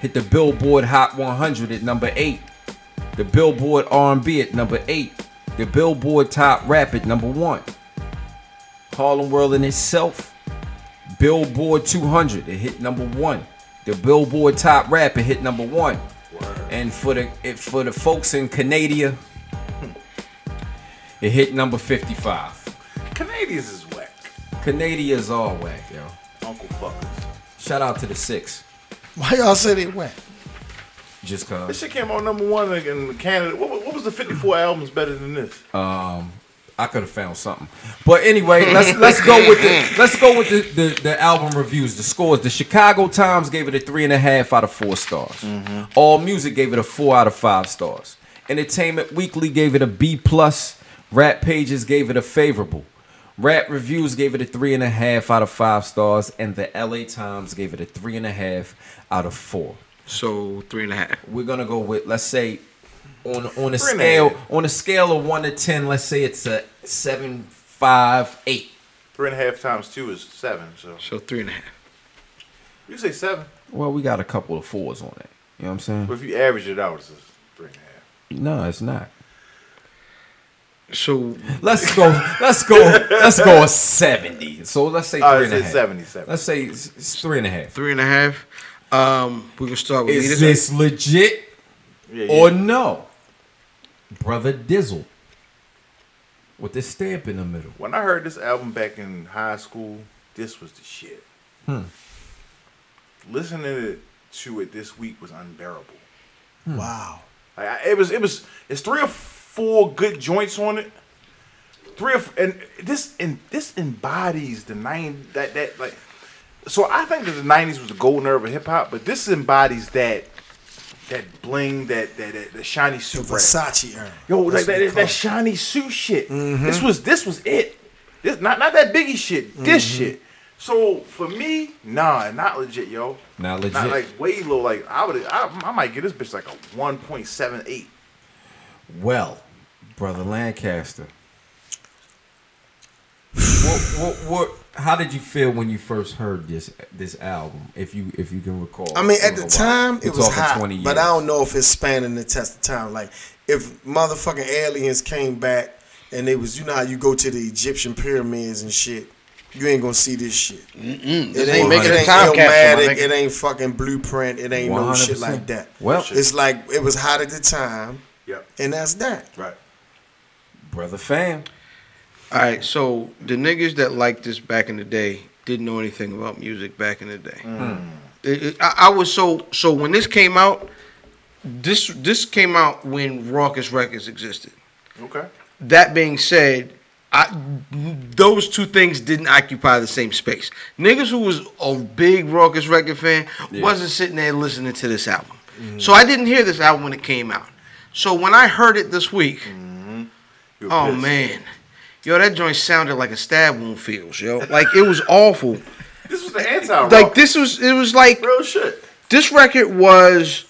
E: hit the Billboard Hot 100 at number 8. The Billboard R&B at number 8. The Billboard Top Rap at number 1. Harlem World in itself. Billboard 200, it hit number one. The Billboard Top Rap, it hit number one. And for the it, for the folks in Canada, it hit number 55.
D: Canadians is whack.
E: Canada is all whack, yo.
D: Uncle fuckers.
E: Shout out to the six,
C: Why y'all say they whack?
E: just
D: This
E: cause.
D: shit came out number one in Canada. What, what was the 54 albums better than this?
E: I could have found something. But anyway, let's let's go with the let's go with the, the, the album reviews, the scores. The Chicago Times gave it a three and a half out of four stars. All Music gave it a four out of five stars. Entertainment Weekly gave it a B plus. Rap Pages gave it a favorable. Rap Reviews gave it a three and a half out of five stars, and the LA Times gave it a three and a half out of four
F: So three and a half.
E: we're gonna go with let's say on on a
D: Three and a
E: scale
D: half.
E: on a scale of one to ten, let's say it's a seven five eight.
D: Three and a half times two is seven. So
F: So three and a half.
D: you say seven,
E: Well, we got a couple of fours on it. You know what I'm saying?
D: but if you average it out, it's a three and a half.
E: No, it's not.
F: So
E: Let's go. Let's go. Let's go a seventy. So let's say
D: I
E: three and
D: would
E: a
D: say
E: half.
D: 77.
E: Let's say it's, it's three and a half.
F: three and a half. Um, we gonna start with
E: Is
F: me.
E: this legit
D: Yeah,
E: or
D: yeah.
E: no, brother Dizzle? With the stamp in the middle.
D: When I heard this album back in high school, this was the shit. Hmm. Listening to it this week was unbearable. Hmm.
C: Wow.
D: Like I, it was, it was, it's three or four good joints on it. Three or f- and this and this embodies the nine that that like. So I think that the '90s was the golden era of hip hop, but this embodies that that bling, that that that, that shiny
C: The
D: suit. rap.
C: Versace era.
D: Yo, like
C: That's what
D: that,
C: they
D: that,
C: call it.
D: shiny suit shit.
F: Mm-hmm.
D: This was this was it. This not not that biggie shit. This
F: Mm-hmm.
D: shit. So for me, nah, not legit, yo.
E: Not legit.
D: Not like way low. Like I would, I, I might give this bitch like a one point seven eight.
E: Well, brother Lancaster, what, what, what, how did you feel when you first heard this this album? If you if you can recall,
C: I mean,
E: It's
C: at
E: been
C: the
E: a while.
C: time,
E: We're
C: it was
E: talking
C: hot,
E: 20
C: but
E: years.
C: I don't know if it's spanning the test of time. Like, if motherfucking aliens came back and they was, you know how you go to the Egyptian pyramids and shit, you ain't gonna see this shit. It ain't,
F: making
C: it
F: a
C: ain't
F: time capsule, my
C: Illmatic,
F: nigga.
C: it ain't fucking Blueprint, it ain't no shit
E: 100%.
C: like that.
E: Well-
C: it's like it was hot at the time,
D: Yep.
C: and that's that.
D: Right.
E: brother fam.
F: All right, so the niggas that liked this back in the day didn't know anything about music back in the day. It- it- I, I was so so when this came out, this this came out when Raucous Records existed.
D: Okay.
F: That being said, I those two things didn't occupy the same space. Niggas who was a big Raucous record fan wasn't sitting there listening to this album. So I didn't hear this album when it came out. So when I heard it this week,
D: You were
F: oh
D: pissed.
F: man, yo, that joint sounded like a stab wound feels, yo. Like it was awful.
D: This was the anti
F: (laughs) Like this was it was like
D: real shit.
F: this record was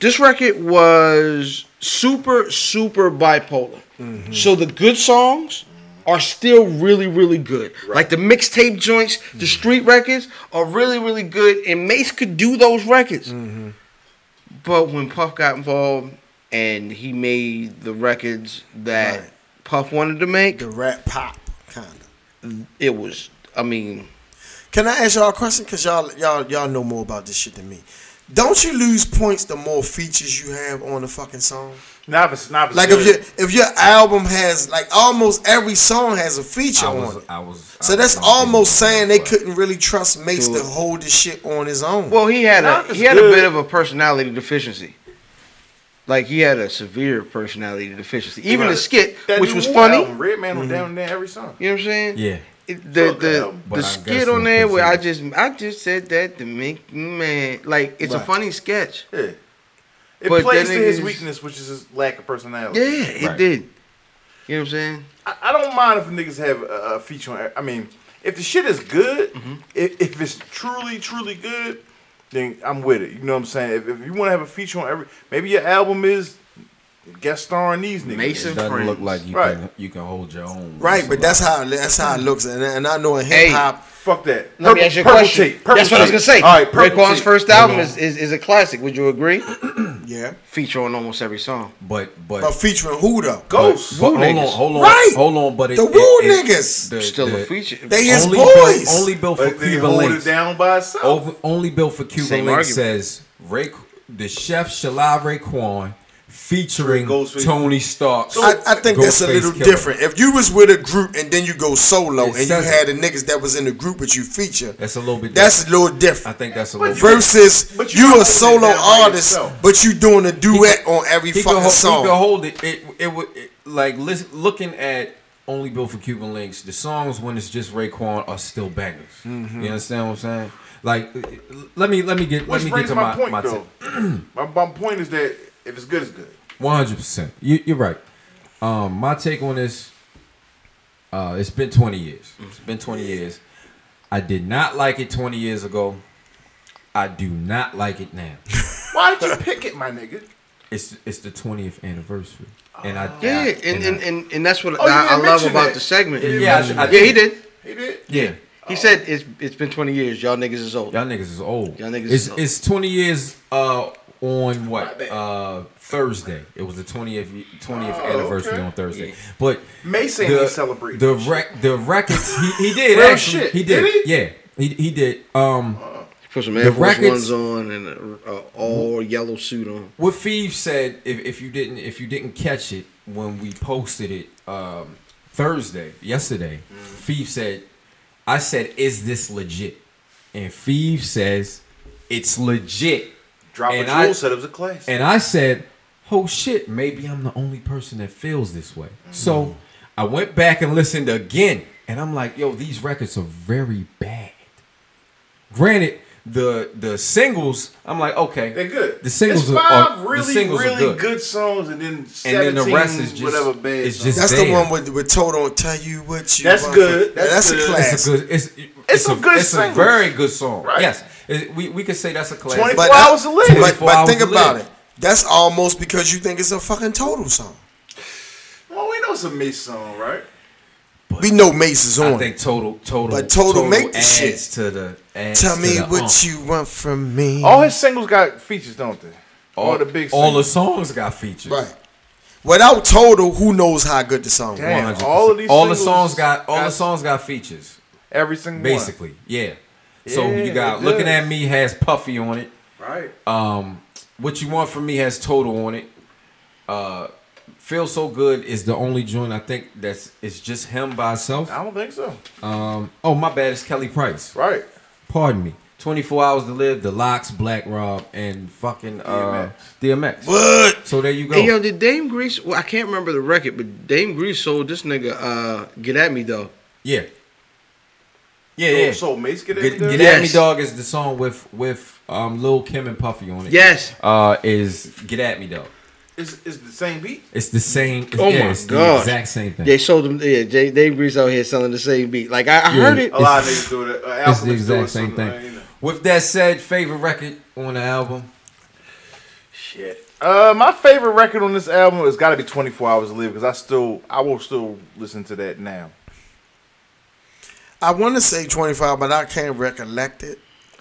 F: this record was super super bipolar
C: Mm-hmm.
F: so the good songs are still really really good like the mixtape joints the
C: Mm-hmm.
F: street records are really really good and mace could do those records
C: Mm-hmm.
F: but when puff got involved and he made the records that
C: Right.
F: puff wanted to make
C: The rap pop kind of.
F: it was i mean
C: Can I ask y'all a question? Cause y'all y'all y'all know more about this shit than me. Don't you lose points the more features you have on the fucking song?
D: Novice, novice.
C: Like if your if your album has like almost every song has a feature
E: I
C: on it.
E: was, I was.
C: So
E: I
C: that's
E: was-
C: almost saying they couldn't really trust Mace
F: Dude.
C: to hold this shit on his own.
F: Well, he had a
D: Nah, it's
F: he had a
D: good.
F: bit of a personality deficiency. Like he had a severe personality deficiency. Even the skit,
D: That
F: which
D: new
F: was
D: Wu
F: funny. Mm-hmm.
D: album, Red Man was down there every song.
F: You know what I'm saying?
E: Yeah.
F: It- The
D: Fuck that
F: the
D: album.
E: But
F: the
E: I
F: skit
E: guess
F: on
E: we
F: there where I just
E: consider-
F: I just said that to make man like it's a
C: Right.
F: funny sketch.
D: Yeah. It
F: But
D: plays to
F: that
D: his
F: nigga's-
D: weakness, which is his lack of personality.
F: Yeah, it
E: Right.
F: did. You know what I'm saying?
D: I, I don't mind if niggas have a, a feature on. I mean, if the shit is good,
F: Mm-hmm.
D: if, if it's truly, truly good, then I'm with it. You know what I'm saying? If, if you want to have a feature on every, maybe your album is guest starring these niggas.
F: Mason.
E: It doesn't look like you
D: Right.
E: can you can hold your own.
C: right, but that's how that's
E: Hmm.
C: how it looks, and, and I know in
F: Hey.
C: hip hop.
D: Fuck that.
F: Let me ask you a question. That's what I was gonna say.
D: All right, purple
F: Raekwon's
D: tape.
F: first album is, is, is a classic. Would you agree?
C: Yeah,
F: Feature on almost every song.
E: But but
C: but featuring who though?
D: Ghost.
E: But hold on,
F: niggas.
E: hold on,
C: Right.
E: hold on. But it,
C: The
E: it-
C: Wu
E: it-
C: niggas.
E: the-
F: Still
E: the-
F: a feature.
C: They his
E: only
C: boys.
E: Built, only built for
D: But they
E: Cuba
D: hold it
E: Links.
D: down by itself.
F: Oh,
E: Over, only built for Cuba
F: Same
E: Links
F: argument.
E: says Ray, the chef Shalai Raekwon featuring
D: Ghostface.
E: Tony Stark.
C: I, I think that's a
E: Ghostface
C: little
E: Killer.
C: different. If you was with a group and then you go solo
E: It
C: and you
E: says
C: had the niggas that was in the group but you feature,
E: That's a little bit.
C: that's
E: different.
C: a little
E: I
C: different.
E: think that's a little. bit
C: Versus
D: but you
C: you,
D: can hold
C: a
D: it
C: solo
D: down by
C: artist,
D: yourself.
C: but you doing a duet on every
E: He
C: fucking
E: could, hold,
C: song.
E: he could hold it. It it would it, like listen, looking at only built for Cuban links. The songs when it's just Raekwon are still bangers.
C: Mm-hmm.
E: You understand what I'm saying? Like, let me let me get
D: Which
E: let me get
D: brings
E: to
D: my,
E: my
D: point,
E: my
D: though. (clears throat) my, my point is that if it's good, it's good.
E: One hundred percent. You you're right. Um, my take on this. Uh, it's been twenty years.
F: Mm.
E: It's been twenty years. I did not like it twenty years ago. I do not like it
F: (laughs)
E: now.
D: Why did you pick it, my nigga?
E: It's it's the twentieth anniversary, and I
F: Yeah,
E: I-
F: and, and,
E: I-
F: and, and that's what
D: you
F: I, I
D: didn't
F: love
D: mention
F: about
D: that.
F: the segment.
E: You didn't
F: Yeah,
E: mention that.
F: yeah, he did.
D: He did.
E: yeah.
F: He said it's it's been 20 years. Y'all niggas is old.
E: Y'all niggas is old.
F: Y'all niggas
E: it's,
F: is old.
E: It's 20 years uh, on what?
D: bad.
E: Uh, Thursday. It was the 20th, 20th
D: Oh,
E: anniversary
D: okay.
E: on Thursday. But
D: Mason ain't celebrating.
E: the rec- the records
D: (laughs)
E: he, he did
D: Real
E: actually.
D: shit.
E: He did.
D: Did he?
E: Yeah. He, he did. Um,
F: Put some Air Force
E: records-
F: Ones on and a, a all yellow suit on.
E: what Feve said, if, if you didn't if you didn't catch it when we posted it um, Thursday, yesterday,
D: Mm.
E: Feve said, I said, is this legit? And Feve says, it's legit.
D: Drop
E: And
D: a
E: I-
D: jewel said it was a class.
E: And I said, oh shit, maybe I'm the only person that feels this way. So I went back and listened again. And I'm like, yo, these records are very bad. Granted, the the singles, I'm like, okay.
D: They're good.
E: The singles
D: it's
E: are,
D: five
E: are-
D: really,
E: the singles
D: really
E: are good.
D: songs, and then
E: And
D: seventeen
E: then the rest is just
D: whatever bad.
E: it's
D: songs.
E: just
C: that's the
E: there.
C: one with with Toto and tell you what you.
D: That's
C: want.
D: good.
C: Yeah, That's,
D: That's good.
C: a
D: That's
C: class.
E: It's a good. It's,
D: It's a good
E: It's
D: single.
E: a very good song.
D: Right.
E: Yes, It- we, we could say that's a classic.
D: 24
C: But I-
D: hours to live.
C: But,
E: 24
C: but think
E: hours to
C: about
E: live.
C: it. That's almost because you think it's a fucking total song.
D: well, we know it's a Mace song, right?
C: we know Mace is on.
E: I think total total.
C: But Total make the
E: adds
C: shit.
E: to the. Adds
C: Tell
E: to
C: me
E: the um,
C: what
E: ump.
C: you want from me.
D: All his singles got features, don't they? All, the big,
E: Mm. all the
D: singles.
E: songs got features.
C: Right. Without total, who knows how good the song was?
D: Damn,
E: 100%.
D: all of these
E: all the
D: singles
E: songs got all
D: got-
E: the songs got features
D: every single
E: basically. Yeah. So
D: Yeah,
E: you got
D: it
E: looking
D: does.
E: at me has Puffy on it.
D: one. right?
E: Um, what you want from me has total on it. Uh, feel so good is the only joint I think that's it's just him by himself.
D: I don't think so.
E: Um, oh my bad, it's Kelly Price.
D: Right?
E: Pardon me. 24 Hours to Live, The Locks, Black Rob, and fucking uh, DMX.
C: What?
E: So there you go.
F: Hey, yo, did Dame Grease? Well, I can't remember the record, but Dame Grease sold this nigga. Uh, get at me though.
E: yeah. Yeah, yeah.
D: Oh, So, so Mace get
E: Get,
D: it.
E: Get
D: done?
E: At Me
F: Yes.
E: Dog is the song with with um, Lil Kim and Puffy on it.
F: Yes.
E: Uh, is Get At Me Dog.
D: It's, it's the same beat.
E: It's the same. It's,
F: Oh
E: yeah,
F: my
E: it's
F: God.
E: the exact same thing.
F: They sold him. Yeah, J- Dame Grease out here selling the same beat. Like I, I
E: Yeah.
F: heard it.
D: A lot of niggas do that. Uh,
E: It's
D: Alchemist
E: the
D: do
E: exact
D: it,
E: same
D: so, uh, you
E: thing.
D: know.
E: With that said, favorite record on the album.
D: Shit. Uh, my favorite record on this album has got to be 24 Hours to Live because I still, I will still listen to that now.
C: I want to say 25, but I can't recollect it.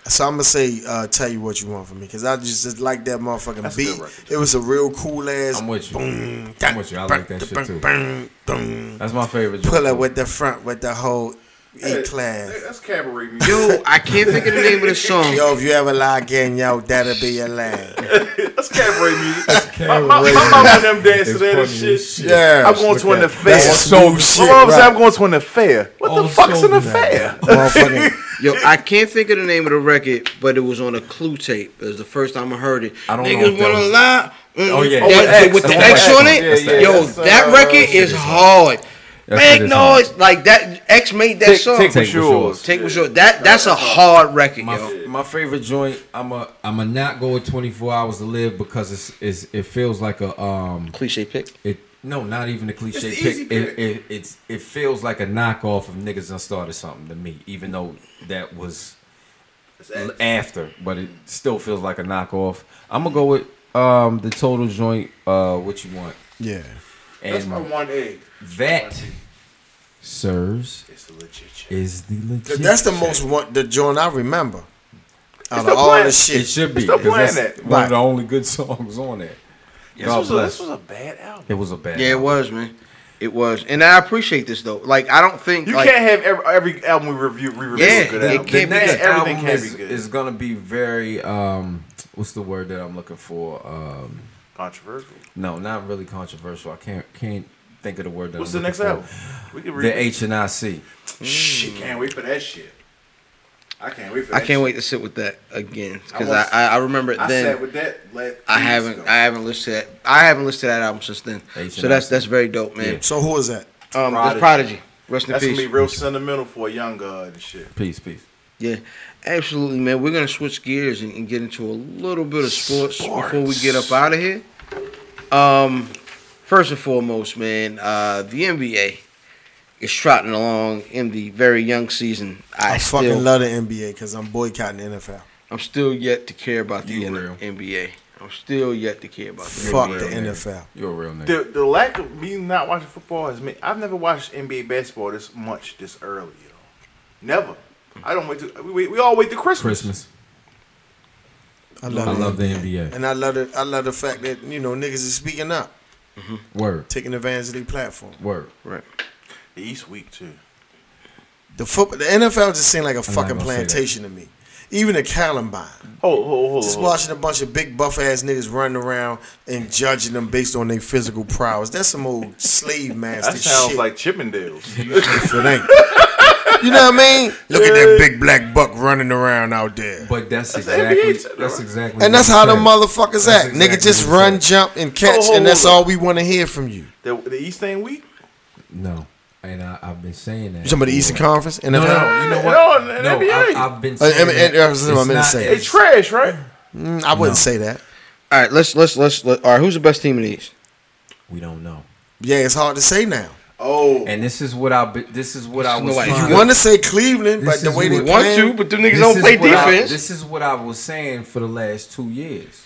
C: So I'm gonna say, uh, tell you what you want from me, cause I just, just like that motherfucking
D: That's a good
C: beat.
D: record.
C: It was a real cool ass.
E: I'm with you.
C: Boom,
E: I'm with you. I like that shit
C: Boom,
E: too.
C: boom, boom.
E: That's my favorite. joint.
C: Pull it with the front, with the whole. E Eclair.
H: That's cabaret music.
F: Yo, I can't think of the name of the
C: (laughs)
F: song.
C: Yo, if you ever log in, yo, that'll be your last.
H: That's cabaret music. my, my, my mom and them dancing to that and shit.
C: Yeah.
D: I'm going to an affair.
C: That's so
D: My
C: shit.
D: mom said I'm
C: Right.
D: going to an affair. What the
B: Oh,
D: fuck's
B: so
D: an
B: bad.
D: affair?
C: (laughs) Motherfucking-
F: Yo, I can't think of the name of the record, but it was on a clue tape. It was the first time I heard it.
E: I don't know
F: Niggas
E: if that
F: wanna
E: was-
F: lie. Mm,
E: Oh, yeah.
F: that-
E: Oh, with
F: that-
E: X.
F: with the
E: That's
F: X
E: the
F: on
E: X
F: it.
E: one. That's the
F: Yo,
H: X.
F: that
H: Uh,
F: record
H: shit
F: is hard.
E: That
F: Make
E: shit is
F: noise like that. X made that song.
D: Take
F: Take,
D: what's
E: Take what's
D: yours.
F: what's yours. That that's a hard record,
E: My,
F: yo.
E: my favorite joint. I'm a I'm a not go with 24 hours to live because it's, it's it feels like a um
F: Cliche pick.
E: it no not even a cliche
H: It's the easy
E: pick. It, it it's it feels like a knockoff of niggas done started something to me, even though that was l- after, but it still feels like a knockoff. I'm gonna go with um the total joint. Uh, what you want?
C: Yeah.
H: That's my
E: And
H: one A.
E: that, sirs,
H: It's a legit shit.
E: is the legit.
C: That's the most one, the joint I remember. Out
H: the
C: of all
H: plan.
C: the
E: It
C: shit.
E: should be.
H: Stop
E: 'cause
H: playing
E: that's
H: that.
E: One
C: Right.
E: of the only good (laughs) songs on it.
H: This
E: God
H: was, a,
E: bless.
H: this was a bad album.
E: It was a bad.
F: Yeah, it was, man. It was, and I appreciate this though. Like I don't think
H: You
F: like
H: can't have every, every album we review. We review
F: Yeah,
H: a good
F: it
H: album.
F: can't be
H: The next
F: good.
H: Everything
E: album
H: can
E: is,
H: be good.
E: is gonna be very um what's the word that I'm looking for? Um
H: controversial.
E: no, not really controversial. I can't can't think of the word that
H: What's
E: I'm
H: the next
E: looking
H: album?
E: for.
H: We can
E: The
H: review.
E: H and I C.
H: Shit, can't wait for that shit. I can't wait for.
F: I
H: that
F: can't
H: shit.
F: wait to sit with that again because
H: I
F: I,
H: was-
F: I I remember it
H: I
F: then.
H: sat with that. Last
F: I haven't I haven't listened to that. I haven't listened to that album since then.
E: H&R.
F: So that's that's very dope, man.
C: So who is that?
F: Um,
H: Prodigy.
F: Prodigy. Prodigy. Rest in
H: That's gonna
F: peace.
H: be real sentimental for a young guy and shit.
E: Peace, peace.
F: Yeah, absolutely, man. We're gonna switch gears and, and get into a little bit of sports, before we get up out of here. Um, first and foremost, man, uh, the NBA is trotting along in the very young season. I,
C: I
F: still,
C: fucking love the NBA because I'm boycotting the NFL.
F: I'm still yet to care about the
E: You
F: N-
E: real.
F: NBA. I'm still yet to care about the
C: Fuck
F: NBA.
C: the
E: man.
C: NFL.
E: You're a real nigga.
H: The the lack of me not watching football has made. I've never watched NBA basketball this much this early. You know, never. I don't wait to. We wait, we all wait to Christmas.
E: Christmas.
C: I love,
E: I
C: the,
E: love the
C: NBA.
E: NBA.
C: And I love the I love the fact that you know niggas is speaking up,
E: Word.
C: taking advantage of their platform.
E: Word.
F: Right.
H: The East week too.
C: The football, the NFL just seemed like a
E: not
C: fucking
E: gonna say that.
C: plantation to me. Even the Columbine,
H: Hold hold hold.
C: just
H: hold.
C: watching a bunch of big buff ass niggas running around and judging them based on their physical prowess. That's some old slave master
H: That sounds
C: shit.
H: like
E: (laughs)
H: Chippendales.
C: if it ain't. You know what I mean? Look at that big black buck running around out there.
E: But that's,
H: That's
E: exactly
H: NBA shit,
E: that's
H: right?
E: exactly
C: And
E: what
C: that's
E: you
C: how the
E: said.
C: motherfuckers
E: That's
C: act.
E: exactly
C: Nigga, just
E: what you
C: run,
E: said.
C: jump, and catch,
H: hold
C: and that's
H: on.
C: all we want to hear from you.
H: the, the East ain't weak.
E: No. And I, I've been saying that.
C: You talking about the Eastern Conference? NFL?
E: No, no, no, you know
H: No,
E: what?
H: in the
E: No,
H: NBA.
E: I, I've been
C: Uh,
E: saying
C: I mean,
E: that.
C: uh, that's what I meant
E: It's
C: to
E: not-
C: say.
H: It's trash, right?
C: Mm, I wouldn't
E: No.
C: say that.
F: All right. Let's let's let's let, all right. Who's the best team in the East?
E: We don't know.
C: Yeah, it's hard to say now.
H: Oh,
E: And this is what I. be- This is what I
F: is
E: was.
F: nobody-
E: trying-
C: You want to say Cleveland,
E: This
C: but
E: is
C: the way they
E: what-
F: Want to,
C: playing,
F: but them niggas
E: This
F: don't
E: is
F: play
E: what I-
F: defense.
E: this is what I was saying for the last two years,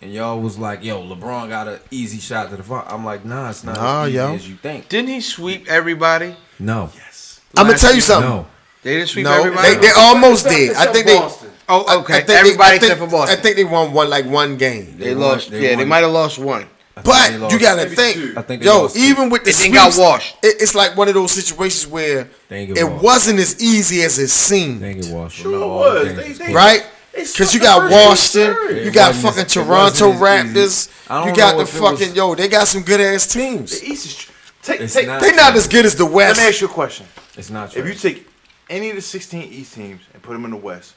E: and y'all was like, "Yo, LeBron got an easy shot to the front." I'm like, "Nah, it's not
C: Nah,
E: as easy
C: yo.
E: as you think."
F: Didn't he sweep everybody?
E: No,
C: I'm gonna
F: last
C: tell you
F: year-
C: something.
E: no,
F: They didn't sweep
C: No,
F: everybody.
C: they, they almost did. I
H: Except
C: think they.
H: Boston.
C: I- I
F: oh, okay.
C: think they-
F: everybody
C: I think-
F: except for Boston.
C: I think they won one like one game.
F: They,
E: They won-
F: lost.
E: they
F: yeah, they
E: won.
F: might have lost one.
E: I think
C: But
E: they lost.
C: you gotta
H: Maybe two.
C: think,
E: I think they
C: yo,
E: lost two.
C: even with the
F: It didn't got
C: sweeps,
F: washed.
C: it- it's like one of those situations where
E: They ain't get
C: it
E: washed.
C: wasn't as easy as it
E: They
C: seemed,
E: get washed.
H: Sure
E: Remember
H: it
E: all the
H: was.
E: games
H: They-
E: was
H: they-
E: close.
C: right?
H: They
C: Because you
H: swept the
C: got
H: first
C: Washington,
H: series.
C: you
E: It
C: got
E: wasn't as-
C: fucking
E: it wasn't
C: Toronto
E: as
C: Raptors,
E: easy. I don't
C: you got
E: know
C: the
E: if it
C: fucking
E: was-
C: yo, they got some good ass teams.
H: the East is. Tr- take
E: It's
H: take.
E: not-
C: They not as good as the
H: Let me ask
C: West.
H: you a question.
E: It's not. True.
H: If you take any of the 16 East teams and put them in the West,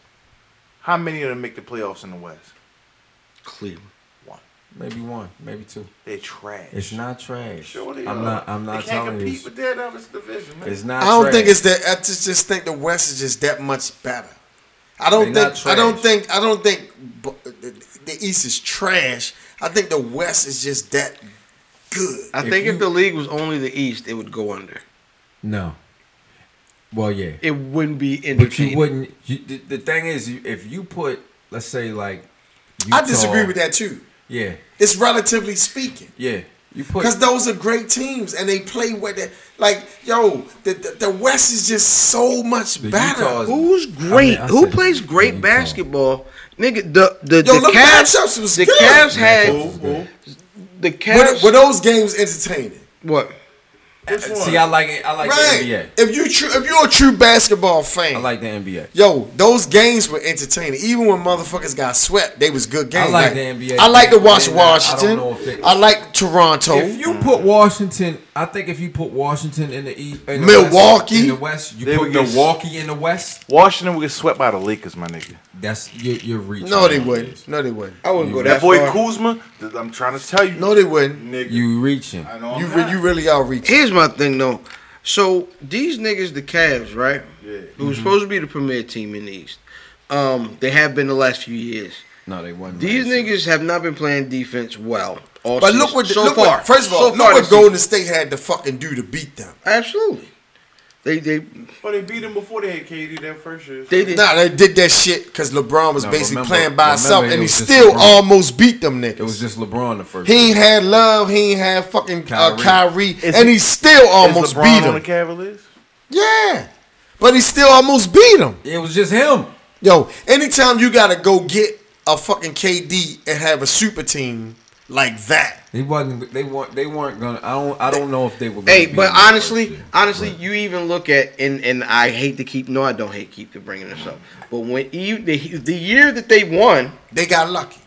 H: how many of them make the playoffs in the West?
F: Cleveland.
H: One.
E: maybe one, maybe two.
H: They're trash.
E: It's not trash.
H: Sure they
E: I'm
H: are.
E: not. I'm not
H: They can't
E: telling you.
H: compete
E: it's-
H: with that other division, man.
E: It's not.
C: I don't
E: trash.
C: think it's that. I just, just think the West is just that much better. I don't
E: They not
C: think. I don't
E: trash.
C: think. I don't think bu- the the East is trash. I think the West is just that good.
F: I
E: If
F: think
E: you-
F: if the league was only the East, it would go under.
E: no. Well, yeah.
F: It wouldn't be
E: But you
F: entertaining.
E: wouldn't. You, the, the thing is, you, if you put, let's say, like,
C: I
E: Utah-
C: disagree with that too.
E: Yeah,
C: It's relatively speaking.
E: yeah. You put
C: Because those are great teams, and they play with it. Like, yo, the, the, the West is just so much
E: The
C: better.
E: Utah's-
F: Who's great?
E: I
F: Who
E: said-
F: plays great
E: Utah.
F: basketball? Nigga, the the,
C: Yo,
F: the
C: them
F: Cavs.
C: matchups was
F: The
C: good.
F: Cavs had
H: Ooh, ooh.
F: the
C: were,
F: Cavs.
C: were those games entertaining?
F: What?
D: Which one?
E: See, I like it. I like
C: Right.
E: the NBA.
C: If you tru- if you're a true basketball fan,
E: I like the NBA.
C: yo, those games were entertaining. Even when motherfuckers got swept, they was good games.
E: like the NBA
C: I like to
E: games,
C: watch
E: man. I- I
C: Washington.
E: don't know if they-
C: I like Toronto.
E: If you
C: mm.
E: put Washington, I think if you put Washington in the East, in the
C: Milwaukee?
E: West, in the West, you
I: They
E: put
I: would get-
E: Milwaukee in the West.
I: Washington would get swept by the Lakers, my nigga.
E: That's you're, you're reaching.
C: no, they wouldn't. No, they wouldn't.
F: I wouldn't go
I: That
F: that
I: boy
F: far.
I: Kuzma, th- I'm trying to tell you,
C: No, they wouldn't.
I: nigga.
E: You reaching?
I: I know I'm
C: You re-
I: not.
C: you really are reaching.
F: Here's my thing though. So these niggas, the Cavs, right? Yeah. Who's
E: Mm-hmm.
F: supposed to be the premier team in the East? Um, they have been the last few years.
E: No, they wouldn't.
F: These
E: Right.
F: niggas have not been playing defense well. All
C: But
F: season.
C: look what the,
F: so
C: look
F: far.
C: what first of all
F: so far
C: look what
F: this
C: Golden State had to fucking do to beat them.
F: season. Absolutely. They they
D: Well, they beat him before they had KD that first year.
F: they did.
C: Nah, they did that shit because LeBron was
E: No,
C: basically
E: remember-
C: playing by
E: remember
C: himself,
E: it
C: and he
E: was just
C: still
E: LeBron.
C: almost beat them niggas.
E: It was just LeBron the first.
C: He ain't had love. He ain't had fucking Kyrie, uh,
E: Kyrie.
C: Kyrie
I: Is
C: and
I: he-
C: he still
I: Is
C: almost
I: LeBron
C: beat
I: on the
C: him.
I: Cavaliers.
C: Yeah, but he still almost beat him.
E: It was just him.
C: Yo, anytime you gotta go get a fucking KD and have a super team like that,
E: They wasn't. They weren't. They weren't gonna. I don't. I don't know if they were. Gonna
F: Hey,
E: be
F: but
E: in the first
F: honestly,
E: year.
F: honestly, you even look at and and I hate to keep no, I don't hate keep bringing this up, but when you the, the year that they won
C: they got lucky.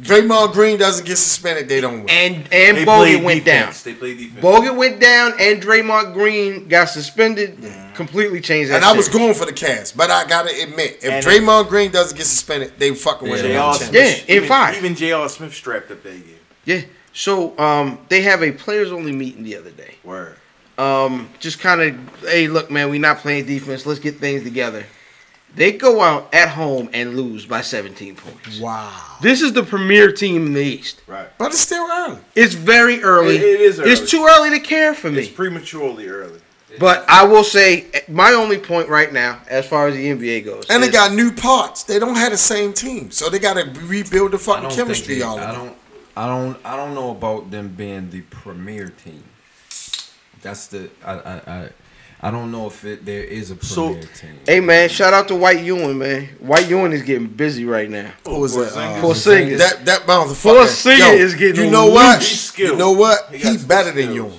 C: Draymond Green doesn't get suspended, they don't win.
F: and and
I: They
F: Bogey
I: played
F: went down,
I: defense. They played defense.
F: Bogut went down and Draymond Green got suspended, completely changed that.
C: And I was
F: series.
C: going for the Cavs, but I gotta admit, if
I: And-
C: Draymond Green doesn't get suspended, they fucking win.
I: Yeah.
C: another
I: They
C: championship.
F: Yeah, in
D: even,
F: five.
D: Even J.R. Smith strapped up that game.
F: Yeah. So um, they have a players only meeting the other day.
D: Word.
F: Um, just kind of, hey, look, man, we not playing defense. Let's get things together. They go out at home and lose by 17 points.
C: Wow,
F: This is the premier team in the East.
D: Right.
C: but it's still early.
F: It's very early.
D: It- it is early.
F: It's too early to care for me.
D: It's prematurely early.
F: But I will say, my only point right now, as far as the NBA goes,
C: And they
F: is-
C: got new parts. They don't have the same team, so they got to rebuild the
E: I
C: fucking
E: don't think
C: chemistry.
E: they-
C: all
E: I
C: over.
E: don't. I don't. I don't know about them being the premier team. That's the. I. I. I, I don't know if it, there is a
I: So-
E: premier team.
D: eh,
F: Hey man, shout out to White Ewing, man. White Ewing is getting busy right now.
C: What was that? Uh,
F: Porzingis.
C: that that motherfucker.
F: Porzingis is getting
C: You know what?
F: loose.
D: He's skilled.
C: You know what?
D: He
C: He,
D: got some
C: better than
D: skills.
C: Ewan.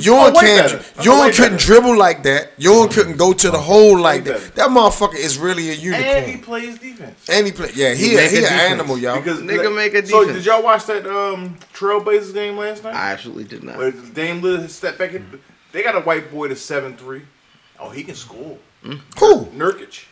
C: Ewan
D: way better.
C: can't.
D: Oh, way
C: Ewan couldn't
D: better.
C: dribble like that. Ewan couldn't go to the hole like
D: better.
C: that. That motherfucker is really a
D: And he
C: unicorn.
D: plays defense.
C: And he play. Yeah,
F: He
C: he
F: make
C: a,
F: a
C: he an
F: defense.
C: animal, y'all.
D: Because
F: Nigga make a
D: So
F: defense.
D: did y'all watch that um, Trailblazers game last night?
F: I absolutely did not.
D: Where Dame Lillard stepped back
C: Mm.
D: in. They got a white boy to seven three. Oh, he can score.
C: Cool.
D: Nurkic,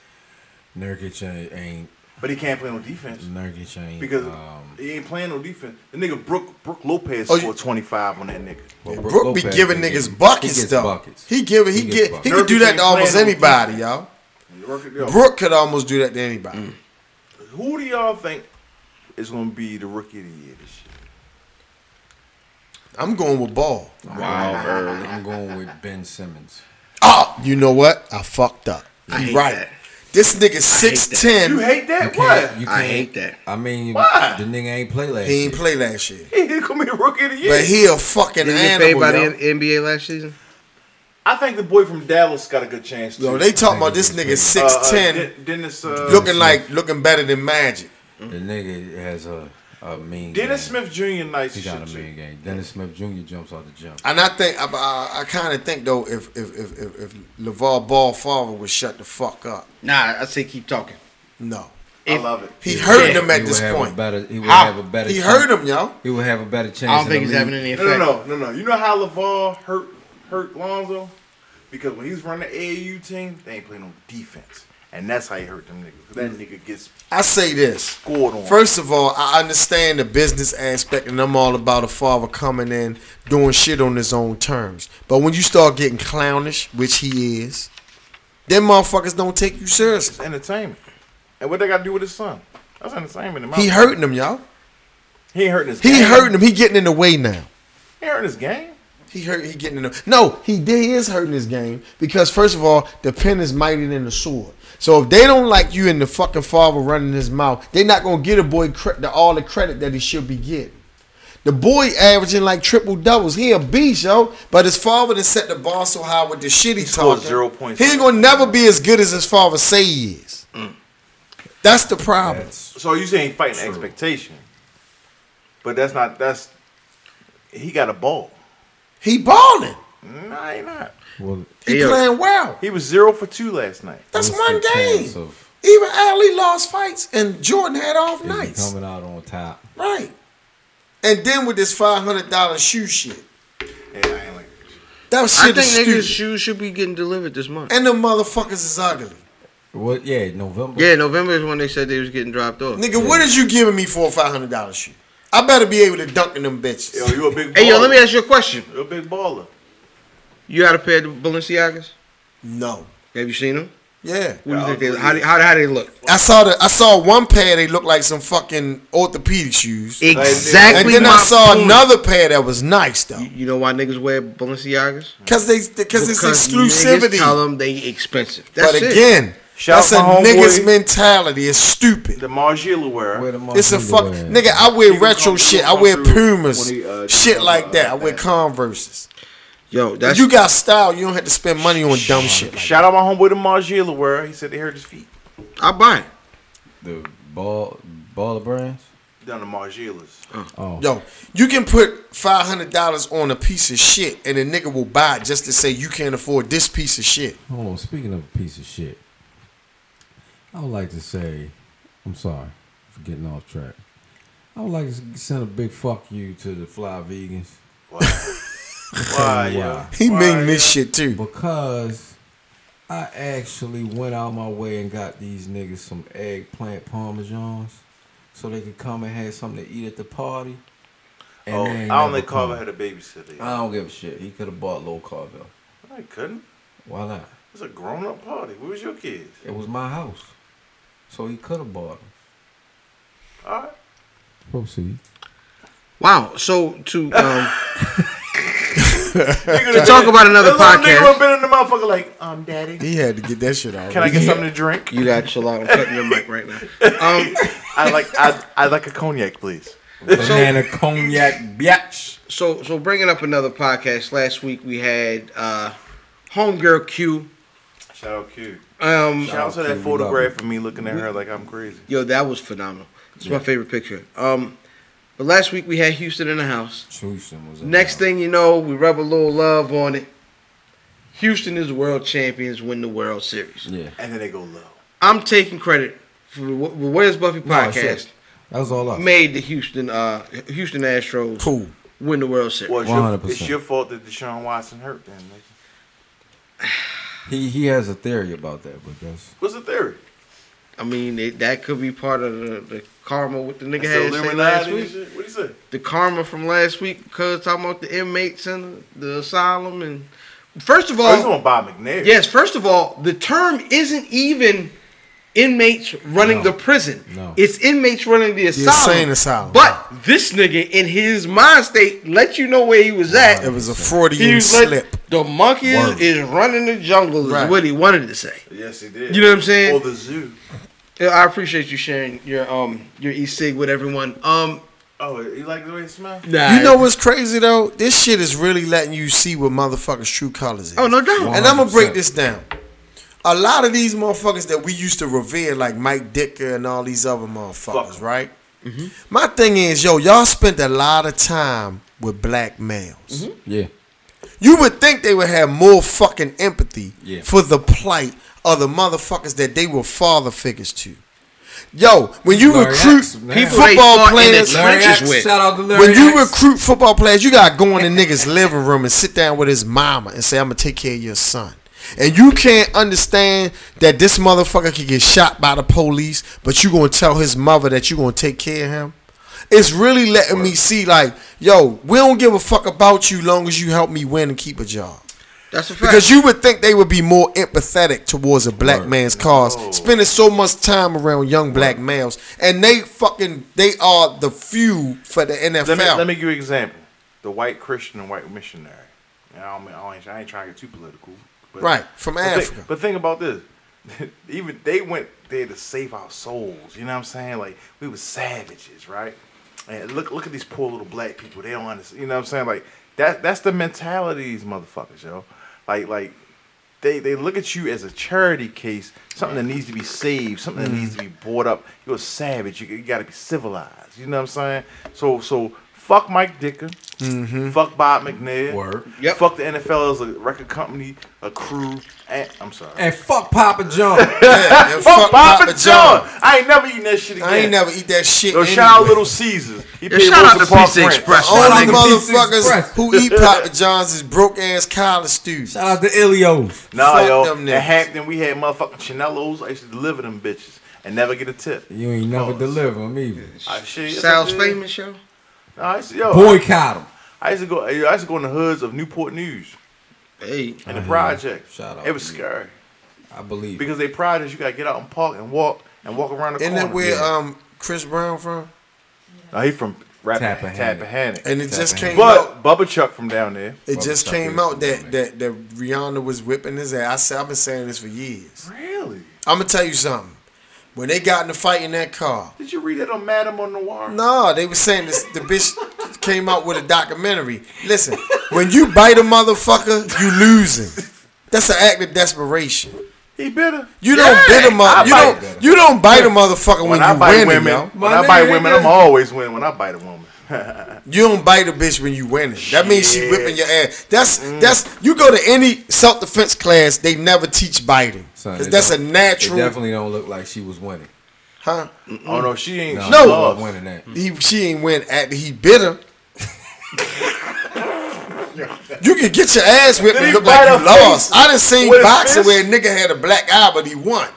E: Nurkic ain't- ain't.
D: but he can't play no defense
E: Nurkic ain't.
D: because
E: um,
D: he ain't playing no defense. The nigga Brook Brook Lopez
C: Oh, you-
D: scored twenty five on that nigga.
E: well, Brook
C: Brooke be
E: Lopez
C: giving
E: can
C: niggas
E: get-
C: buckets
E: he gets
C: though.
E: buckets.
C: He give he,
E: He gets
C: get he
E: buckets.
C: could do
D: Nurkic
C: that
D: ain't
C: to almost
D: playing no
C: anybody,
D: defense.
C: y'all.
D: Nurkic, yo,
C: Brooke could almost do that to anybody.
D: Who do y'all think is gonna be the rookie of the year this year?
C: I'm going with Ball.
E: I'm going, early. I'm going with Ben Simmons.
C: Oh, you know what? I fucked up.
F: I
C: You
F: hate
C: right.
F: that.
C: This nigga six
D: You
C: ten.
D: hate
E: You
D: that?
E: can't-
D: What?
E: you
F: I
E: can't-
F: hate that.
E: I mean,
D: Why?
E: the nigga ain't play last.
C: He ain't
E: year.
C: play last year,
D: He gonna be rookie of the year.
C: but he a fucking
F: Did you get paid
C: animal.
F: by the
C: yo.
F: N- NBA last season?
D: I think the boy from Dallas got a good chance.
C: Yo,
D: too.
C: they talking about this nigga
D: Uh,
C: six
D: uh,
C: ten,
D: De- Dennis. Uh,
C: looking like looking better than Magic.
E: The nigga has a a mean.
D: Dennis
E: game.
D: Smith Jr. Nice
E: He
D: shit.
E: got a
D: too.
E: mean game. Dennis Smith Jr. jumps out the jump.
C: And I think I, I, I kind of think though if if if if, if LeVar Ball father would shut the fuck up,
F: Nah, I say keep talking.
C: no,
D: I
F: If-
D: love it.
C: he heard
F: Yeah.
C: him at
E: He
C: this
E: would have a
C: point.
E: better- he would
F: How?
E: have a better.
C: He
E: chance-
C: heard him, yo.
E: He would have a better chance.
F: I don't
E: in
F: think
E: the
F: he's
E: league.
F: having any effect.
D: No, no, no, no, no. You know how LeVar hurt hurt Lonzo? Because when he was running the AAU team, they ain't playing no defense. And that's how he hurt them niggas. 'Cause That nigga gets
C: I say this.
D: scored on.
C: First of all, I understand the business aspect, and I'm all about a father coming in doing shit on his own terms. But when you start getting clownish, which he is, them motherfuckers don't take you seriously.
D: It's entertainment. And what they got to do with his son? That's entertainment. In my
C: He
D: mind.
C: hurting them, y'all.
D: He ain't hurting his
C: He
D: game.
C: hurting them. He getting in the way now.
D: He hurting his game.
C: He hurt. He getting in the. No, he did. He is hurting his game because first of all, the pen is mightier than the sword. So if they don't like you and the fucking father running his mouth, they not gonna get a boy cre- the, all the credit that he should be getting. The boy averaging like triple doubles. He a beast, yo. But his father done set the bar so high with the shit he,
D: scored
C: talking.
D: zero points. Mm.
C: He ain't gonna never be as good as his father say he is. That's the problem.
E: That's-
D: So you saying fighting
E: True.
D: expectation? But that's not. That's he got a ball.
C: He balling.
J: Nah, he not.
E: Well,
C: He
F: Hey, yo.
C: playing well.
J: He was zero for two last night.
C: That's
E: what's
C: one
E: the
C: game.
E: chance of
C: Even Ali lost fights, and Jordan had off
E: is he
C: nights.
E: coming out on top?
C: Right. And then with this five hundred dollar shoe shit,
D: Yeah, I ain't like
C: that
F: I
C: shit
F: think
C: is
F: niggas'
C: stupid.
F: shoes should be getting delivered this month.
C: and the motherfuckers is ugly.
E: What? Yeah, November.
F: Yeah, November is when they said they was getting dropped off.
C: Nigga, what is you giving me for a five hundred dollar shoe? I better be able to dunk in them bitches.
D: Yo, you a big baller.
F: Hey, yo, let me ask you a question.
D: You a big baller.
F: You got a pair of Balenciagas?
C: No.
F: Have you seen them?
C: Yeah.
F: What do you think they, how, they- how, how they look?
C: I saw the I saw one pair they looked like some fucking orthopedic shoes. and
F: Exactly.
C: then I
F: my
C: saw
F: point.
C: another pair that was nice though.
F: You you know why niggas wear Balenciagas?
C: Cause they because it's
F: niggas Tell
C: exclusivity.
F: them they expensive. That's
C: But
F: it.
C: again,
J: Shout
C: that's a
J: out my
C: nigga's
J: homeboy.
C: mentality. It's stupid.
D: The Margiela wear.
E: Where the
C: It's a
E: motherfucker
C: fuck
E: at?
C: nigga. I wear
D: He can
C: retro
D: come-
C: shit. I
D: he'll come
C: wear
D: through
C: Pumas,
D: when he, uh,
C: shit like that. I wear
D: that.
C: Converses.
F: yo, that's
C: you got style. You don't have to spend money on dumb shit. Like
D: Shout out my homeboy the Margiela wear. He said they hurt his feet.
F: I buy it.
E: the ball ball of brands.
D: Down
F: (laughs)
D: the Margielas.
E: Oh,
C: Yo, you can put five hundred dollars on a piece of shit, and a nigga will buy it just to say you can't afford this piece of shit.
E: hold on. Speaking of a piece of shit, I would like to say, I'm sorry for getting off track. I would like to send a big fuck you to the fly vegans.
D: Why,
E: Why?
D: yo?
C: He mean this shit too.
E: Because I actually went out my way and got these niggas some eggplant parmesans so they could come and have something to eat at the party. And
D: Oh,
E: they ain't
D: I only
E: never
D: Carver
E: come.
D: had a babysitter.
F: Uh,
E: I don't give a shit. He could have bought Low Carvel.
D: I couldn't.
E: Why not?
D: It's a grown up party. Where was your kids?
E: It was my house. So he could have bought them.
C: (laughs)
D: All right.
E: Proceed.
F: Wow. So to um,
D: to
F: talk about another
D: Nigga
F: podcast,
D: would've been in the motherfucker like, um, daddy.
C: He had to get that shit out.
D: Can I get something to drink?
F: you got chill out. I'm cutting your mic right now. Um,
D: I like, I, I like a cognac, please.
E: Banana cognac biatch.
F: so so bringing up another podcast. Last week we had uh, Homegirl Q.
D: Shout out Q.
F: Um,
D: Shout out to that photograph of me looking at her like I'm crazy.
F: yo, that was phenomenal. It's my favorite picture. Um, but last week we had Houston in the house.
E: Houston was in
F: Next
E: there.
F: thing you know, we rub a little love on it. Houston is world champions, win the World Series.
E: Yeah.
D: And then they go low.
F: I'm taking credit for the Wh- Where's Buffy
E: No, it's
F: podcast
E: it. That was all up.
F: made the Houston uh, Houston Astros
C: Cool.
F: win the World Series.
D: Well, it's, your,
E: 100%.
D: it's your fault that Deshaun Watson hurt then. nigga.
E: He he has a theory about that, but that's
D: What's the theory?
F: I mean, it, that could be part of the, the karma what the nigga
D: It's
F: had to say last
D: Illuminati and
F: week.
D: shit? What do you say?
F: The karma from last week because talking about the inmates and the asylum and first of all,
D: Oh, he's on Bob McNair.
F: Yes, first of all, the term isn't even inmates running
E: No.
F: the prison.
E: No.
F: It's inmates running the asylum.
C: insane asylum.
F: But this nigga in his mind state let you know where he was at.
C: It was a
F: He
C: Freudian
F: was like,
C: slip.
F: the monkey is,
E: Word.
F: is running the jungle
C: Right.
F: is what he wanted to say.
D: Yes, he did.
F: You know what I'm saying?
D: Or the zoo.
F: Yeah, I appreciate you sharing your um your e-cig with everyone. Um
D: Oh, you like the way it smells?
F: nah,
C: You know what's crazy though? This shit is really letting you see what motherfuckers' true colors is.
F: Oh no doubt.
E: Wow.
C: And I'm gonna break
E: 100%.
C: this down. A lot of these motherfuckers that we used to revere, like Mike Dicker and all these other motherfuckers,
D: Fuck 'em. Mm-hmm.
C: right? My thing is, yo, y'all spent a lot of time with black males.
D: Mm-hmm.
E: yeah.
C: You would think they would have more fucking empathy
E: Yeah.
C: for the plight of the motherfuckers that they were father figures to. Yo, when you
E: Larry
C: recruit
E: X, man.
F: People they
C: football
F: fought in the
C: players,
F: Larry Trenches
E: X,
F: with.
E: Shout out to Larry
C: when you
E: X.
C: recruit football players, you gotta go in the nigga's living room and sit down with his mama and say, "I'm gonna take care of your son." And you can't understand that this motherfucker could get shot by the police, but you gonna tell his mother that you gonna take care of him. It's really letting me see, like, yo, we don't give a fuck about you, long as you help me win and keep a job.
F: That's a fact.
C: Because you would think they would be more empathetic towards a black man's cause, spending so much time around young black males, and they fucking they are the few for the NFL.
D: Let me, let me give you an example. The white Christian and white missionary. And I, don't, mean- I, ain't, I ain't trying to get too political. But
C: Right, from
D: but think-
C: Africa.
D: but think about this. (laughs) Even they went there to save our souls. You know what I'm saying? Like we were savages, right? And look, look at these poor little black people. They don't understand. You know what I'm saying? Like that. That's the mentality of these motherfuckers, yo. Like, like they they look at you as a charity case, something that needs to be saved, something that needs to be brought up. You're a savage. You, you got to be civilized. You know what I'm saying? So, so Fuck Mike Dicker. Fuck Bob McNair.
E: Word.
F: Yep.
D: Fuck the NFL as a record company, a crew. And, I'm sorry.
E: And fuck Papa John.
C: Yeah, and
D: fuck, Papa John. I ain't never eating that shit again.
C: I ain't never eat that shit.
D: Yo,
C: anyway.
D: shout out Little Caesars. He
F: Yeah, shout out to
D: Wilson Park
F: Pizza
D: rent.
F: Express. my
C: Only
E: out to
F: nigga.
C: motherfuckers
E: Express.
C: who eat Papa John's is broke ass college students.
E: Shout out to Ilios.
D: Nah,
C: Fuck
D: yo.
C: them niggas.
D: At Hampton, we had motherfucking Chanellos. I used to deliver them bitches and never get a tip.
E: You ain't never deliver them either.
D: Oh, I, shit, yes, I
F: Sounds
D: did.
F: famous, yo.
D: Nah, I used to, yo,
E: Boycott them.
D: I used to go. I used to go in the hoods of Newport News
F: Hey,
D: and the project.
E: Shout out
D: It was
E: to you.
D: scary
E: I believe.
D: because they projects you gotta get out and park and walk and walk around the
C: Isn't
D: corner.
C: that where um Chris Brown from?
D: Nah, he from Rap-
E: Tappahannock.
D: Tappahannock.
C: And it just came out.
D: But Bubba Chuck from down there.
C: It just
E: Chuck
C: came
E: is
C: out
E: amazing.
C: that, that that Rihanna was whipping his ass. I said I've been saying this for years.
D: Really?
C: I'm gonna tell you something. When they got in the fight in that car,
D: Did you read that on Madame on Noir?
C: No, they were saying this. The bitch came out with a documentary. Listen, when you bite a motherfucker, you losing. That's an act of desperation.
D: He bitter.
C: You don't bite a
D: I
C: mother. You
D: bite
C: don't. You don't bite a motherfucker when,
D: When I
C: you
D: bite
C: winning,
D: women,
C: yo.
D: when
E: My
D: I bite
E: nigga,
D: women,
E: nigga.
D: I'm always winning. When I bite a woman,
C: You don't bite a bitch when you winning. That means she
D: Shit.
C: whipping your ass. That's that's. You go to any self defense class, they never teach biting.
E: Son,
C: 'Cause
E: they
C: that's a
E: don't- It
C: natural,
E: definitely don't look like she was winning.
C: huh?
D: oh no, she ain't.
E: No,
D: she
C: No.
E: she
D: lost.
E: was winning that.
C: He she ain't win after he bit her. you can get your ass whipped
D: Did he
C: and look
D: bite
C: like
D: her
C: you lost.
D: face
C: I done seen
D: with his
C: boxing
D: fist?
C: where a nigga had a black eye, but he won.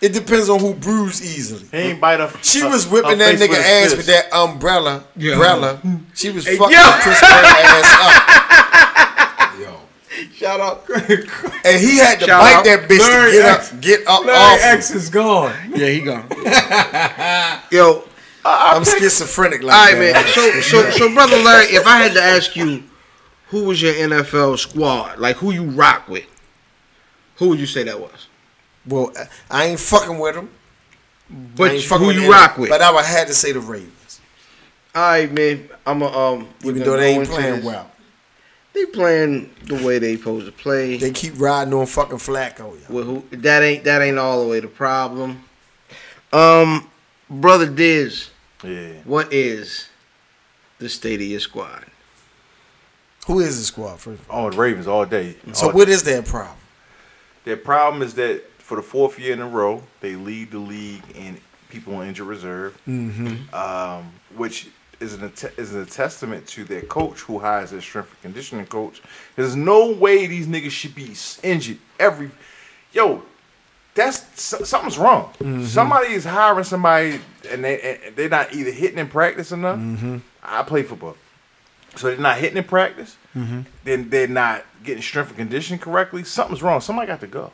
C: It depends on who bruised easily.
D: He ain't bite her.
C: She
D: her-
C: was
D: her
C: whipping that
D: face
C: nigga
D: his
C: ass
D: fist.
C: with that umbrella. Umbrella. She was fucking
D: yo.
C: Chris Brown ass
D: Hmm.
E: Yo.
F: shout
C: up,
F: out.
D: (laughs)
C: and he had to
F: Shout
C: bite
F: out.
C: that bitch
E: Larry
C: to get
E: X.
C: up, get up
E: Larry
C: off. him.
E: X is gone.
F: Yeah,
C: (laughs)
F: he gone. yo,
C: I'm schizophrenic like
F: All right,
C: that.
F: man. So, so, so, brother Larry, if I had to ask you, who was your NFL squad? Like, who you rock with? Who would you say that was?
C: Well, I ain't fucking with him. I
F: But
C: ain't fucking
F: who
C: with
F: you
C: him,
F: rock with?
C: But I would had to say the Ravens,
F: All right, man. I'm a um. we're
C: even though
F: gonna go
C: they ain't
F: into
C: playing
F: this.
C: well.
F: They playing the way they supposed to play.
C: They keep riding on fucking Flacco. Yo.
F: With who, that ain't that ain't all the way the problem. Um, brother Diz,
D: Yeah.
F: what is the state of your squad?
C: Who is the squad first?
D: Oh, the Ravens all day.
C: So
D: All-
C: what is their problem?
D: Their problem is that for the fourth year in a row, they lead the league in people on injured reserve, um, which is an att- is a testament to their coach who hires their strength and conditioning coach. There's no way these niggas should be s- injured every. Yo, that's so- something's wrong. Somebody is hiring somebody, and they and they're not either hitting in practice enough. I play football, so they're not hitting in practice. Then they're not getting strength and conditioning correctly. Something's wrong. Somebody got to go.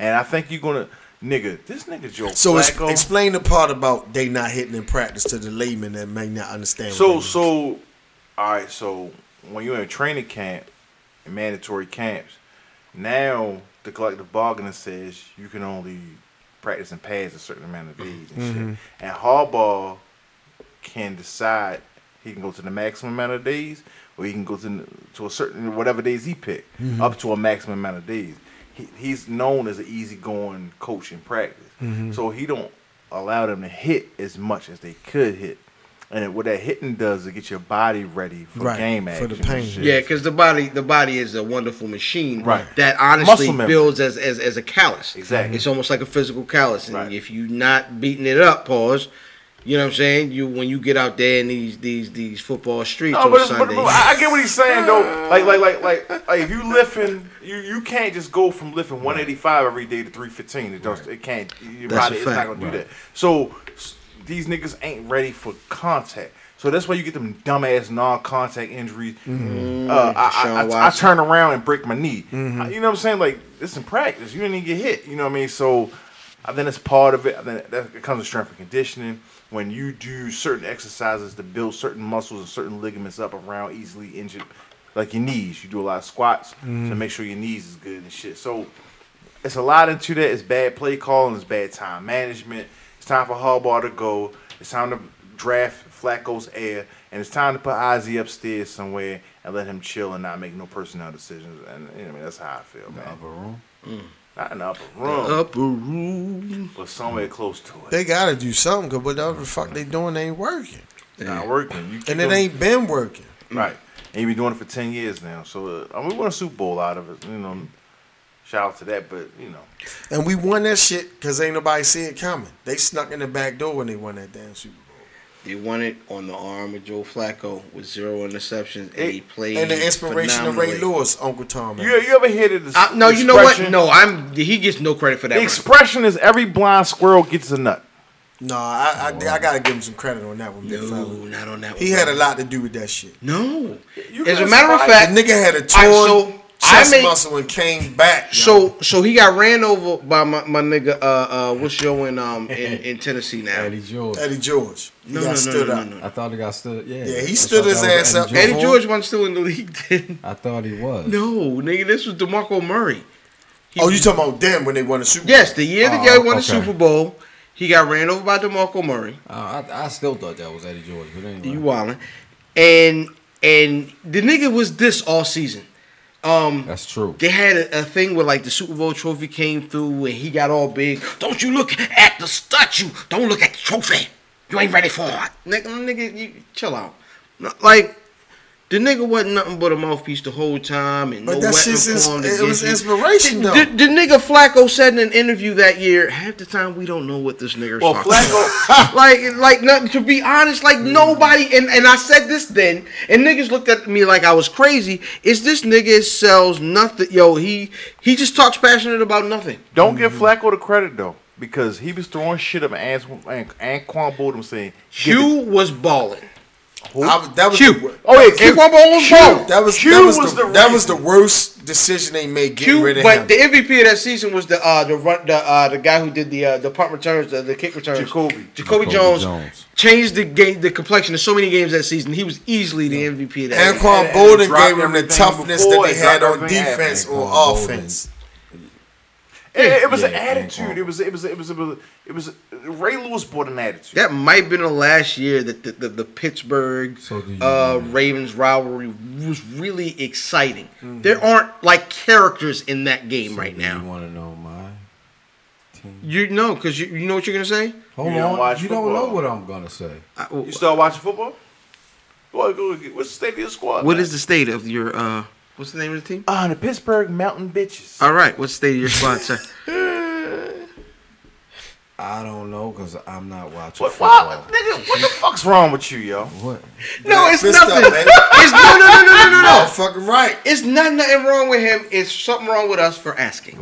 D: And I think you're gonna nigga. This nigga Joe
C: So it's,
D: Flacco.
C: explain the part about they not hitting in practice to the layman that may not understand. what
D: So
C: that means.
D: so, all right. So when you're in training camp, in mandatory camps, now the collective bargaining says you can only practice and pass a certain amount of days and shit. And Harbaugh can decide he can go to the maximum amount of days, or he can go to to a certain whatever days he pick,
C: Mm-hmm.
D: up to a maximum amount of days. He, he's known as an easygoing coach in practice,
C: Mm-hmm.
D: so he don't allow them to hit as much as they could hit. And what that hitting does is get your body ready for
C: Right,
D: game
C: for
D: action.
C: the
D: and
C: pain.
D: shit.
F: Yeah, because the body the body is a wonderful machine
D: Right.
F: that honestly
D: Muscle memory.
F: builds as, as as a callus.
D: Exactly.
F: It's almost like a physical callus. And
D: Right.
F: if you're not beating it up, pause. You know what I'm saying? You when you get out there in these these these football streets
D: No,
F: on
D: but, it's, but,
F: Sundays.
D: but I I get what he's saying though. Like like like like, like if you lifting, you you can't just go from lifting 185 every day to 315. It just it can't. Your
F: That's
D: body
F: a
D: is not
F: fact.
D: gonna do that. So s- these niggas ain't ready for contact. So that's why you get them dumbass non-contact injuries.
F: Mm-hmm.
D: Uh,
F: Sean
D: I, I, I, I
F: Watson.
D: turn around and break my knee. I- you know what I'm saying? Like it's in practice. You didn't even get hit. You know what I mean? So I think that's part of it. I think that it comes with strength and conditioning. When you do certain exercises to build certain muscles and certain ligaments up around easily injured, like your knees, you do a lot of squats to make sure your knees is good and shit. So it's a lot into that. It's bad play calling. It's bad time management. It's time for Harbaugh to go. It's time to draft Flacco's air, and it's time to put Ozzie upstairs somewhere and let him chill and not make no personnel decisions. And you know, I mean, that's how I feel, man. upper room. Not in the upper room,
F: Upper room.
D: but somewhere close to it.
C: they gotta do something because whatever the fuck they doing ain't working.
D: not working. You keep
C: And it
D: doing-
C: ain't been working.
D: Right. And you been doing it for 10 years now. So, uh, I mean, we won a Super Bowl out of it. You know, shout out to that. But, you know,
C: And we won that shit because ain't nobody see it coming. They snuck in the back door when they won that damn Super Bowl.
F: They won it on the arm of Joe Flacco with zero interceptions, and he played.
C: And the inspiration of Ray
F: phenomenally.
C: Lewis, Uncle Tom.
D: you, you ever hear the
F: I, Uh, no, you know what?
D: expression-
F: No, I'm. He gets no credit for that.
D: The
F: run.
D: expression is every blind squirrel gets a nut.
C: No, I, I, I gotta give him some credit on that one, big
F: No,
C: fella.
F: not on that.
C: He
F: one.
C: had a lot to do with that shit.
F: No.
D: You
F: As a
D: can
F: matter of
D: survive.
C: The
F: fact,
C: nigga had a
F: All right,
C: torn
F: so I
C: chest
F: made-
C: muscle and came back. yo.
F: So so he got ran over by my, my nigga uh uh what's your in um
C: (laughs)
F: in, in Tennessee now?
E: Eddie George.
C: Eddie George, he
F: No,
C: got
F: no, no, no,
C: stood
F: no,
C: up.
F: no, no.
E: I thought he got stood. Yeah.
C: Yeah, he
E: I
C: stood
E: thought
C: his
E: that
C: ass
E: was
C: up.
F: Eddie
C: Before-
F: George wasn't still in the league then. (laughs)
E: I thought he was.
F: No, nigga, this was DeMarco Murray. He-
C: Oh, you talking about them when they won the Super Bowl?
F: Yes, the year that
E: Oh,
F: they won the
E: okay.
F: Super Bowl, he got ran over by DeMarco Murray.
E: Uh, I, I still thought that was Eddie George, but anyway.
F: You wildin'. And and the nigga was this all season. Um
E: That's true.
F: They had a, a thing where like the Super Bowl trophy came through and he got all big. Don't you look at the statue. Don't look at the trophy. You ain't ready for it. Nigga, nigga you, chill out. No, Like, the nigga wasn't nothing but a mouthpiece the whole time. And
C: But
F: no
C: that
F: weapon
C: shit's ins-
F: formed
C: it was
F: against you.
C: inspiration,
F: The,
C: though.
F: the, the nigga Flacco said in an interview that year, half the time we don't know what this nigga's
D: Well,
F: talking
D: Flacco,
F: about. like, like no, to be honest, like nobody, and, and I said this then, and niggas looked at me like I was crazy. Is this nigga sells nothing? Yo, he he just talks passionate about nothing.
D: (laughs) don't give Flacco the credit, though, because he was throwing shit up and Anquan Boldham saying, "Give it
F: Hugh was balling.
C: I was- that was
F: Hugh.
C: the,
D: Oh yeah,
F: Keep
D: Q-
F: up on
D: Q-
F: ball.
C: that was,
D: Q
C: that was,
D: was
C: the,
D: the
C: that was the
D: reason.
C: worst decision they made getting
F: Q,
C: rid of
F: but
C: him.
F: the MVP of that season was the uh, the run, the uh, the guy who did the uh, the punt returns, the, the kick returns.
D: Jacoby.
E: Jacoby
F: Jacoby, Jones,
E: Jones.
F: changed the game, the complexion of so many games that season. He was easily the MVP of that.
C: Anquan
D: and
C: Bolden
D: dropped
C: gave him the
D: everything
C: toughness that
D: before
C: they
D: and
C: had
D: dropped
C: on
D: everything after.
C: defense or
E: Anquan Bolden.
C: offense.
D: It, it was an
E: Yeah,
D: attitude.
E: Anquan.
D: It was it was it was it was, it was Ray Lewis brought an attitude.
F: That might have been the last year that the, the, the Pittsburgh
E: So do you-
F: uh, Ravens rivalry was really exciting. There aren't like characters in that game right
E: You
F: now.
E: want to know my team?
F: You know, because you, you know what you're gonna say.
E: Hold
D: You don't
E: on.
D: watch
E: you don't
D: football.
E: know what I'm going to say.
F: I-
D: You start watching football? Boy, go get, what's the state of your squad?
F: what is the state of your uh? What's the name of the team?
D: Ah, the Pittsburgh Mountain Bitches.
F: All right, what's the state of
E: (laughs)
F: your sponsor?
E: I don't know because I'm not watching
D: what,
E: football.
D: what, nigga, what the fuck's wrong with you, yo?
E: What?
F: (laughs) no, it's
C: Fist up,
F: nothing.
C: man.
F: It's no, no, no, no, no, no,
C: Oh, (laughs)
F: no.
C: fucking right.
F: It's not nothing wrong with him. It's something wrong with us for asking.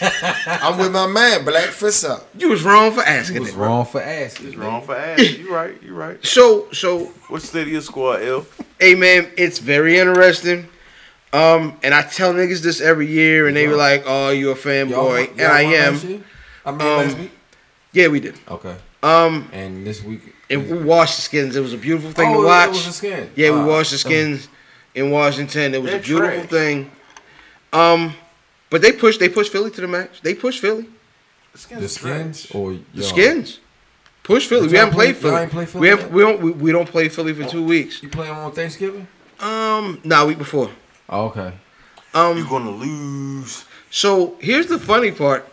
C: I'm with my man, Black Fist up.
F: You was wrong for
E: He
F: asking
E: was
F: it.
E: wrong for asking.
D: It's wrong
F: (laughs)
D: for ass. You right, you right.
F: So, so
D: What's the state of your squad, L?
F: hey man, it's very interesting. Um, and I tell niggas this every year, and they be like, "Oh, you
E: Y'all
F: a
E: wa-
F: fanboy?"
E: y'all
F: And I
E: won last
F: am.
E: year? I mean,
F: Um,
E: last week?
F: Yeah, we did.
E: Okay.
F: Um,
E: And this week.
F: and we washed the skins. It was a beautiful thing
E: Oh,
F: to
E: it-
F: watch.
E: It was a skin.
F: yeah, we
E: Uh,
F: washed the skins in Washington. It was a
D: They're
F: beautiful
D: trash.
F: thing. Um, but they pushed. They pushed Philly to the match. They pushed Philly.
D: The
E: The
D: skins.
E: skins or y'all?
F: The skins. Push Philly.
E: Did
F: We
E: y'all
F: haven't
E: play-
F: played Philly.
E: y'all ain't play Philly
F: we, haven't,
E: yet?
F: we don't. We, we don't play Philly for two weeks.
E: You play them on Thanksgiving?
F: Um, no, nah, week before.
E: Oh, okay.
F: Um,
D: You're gonna lose.
F: So here's the funny part: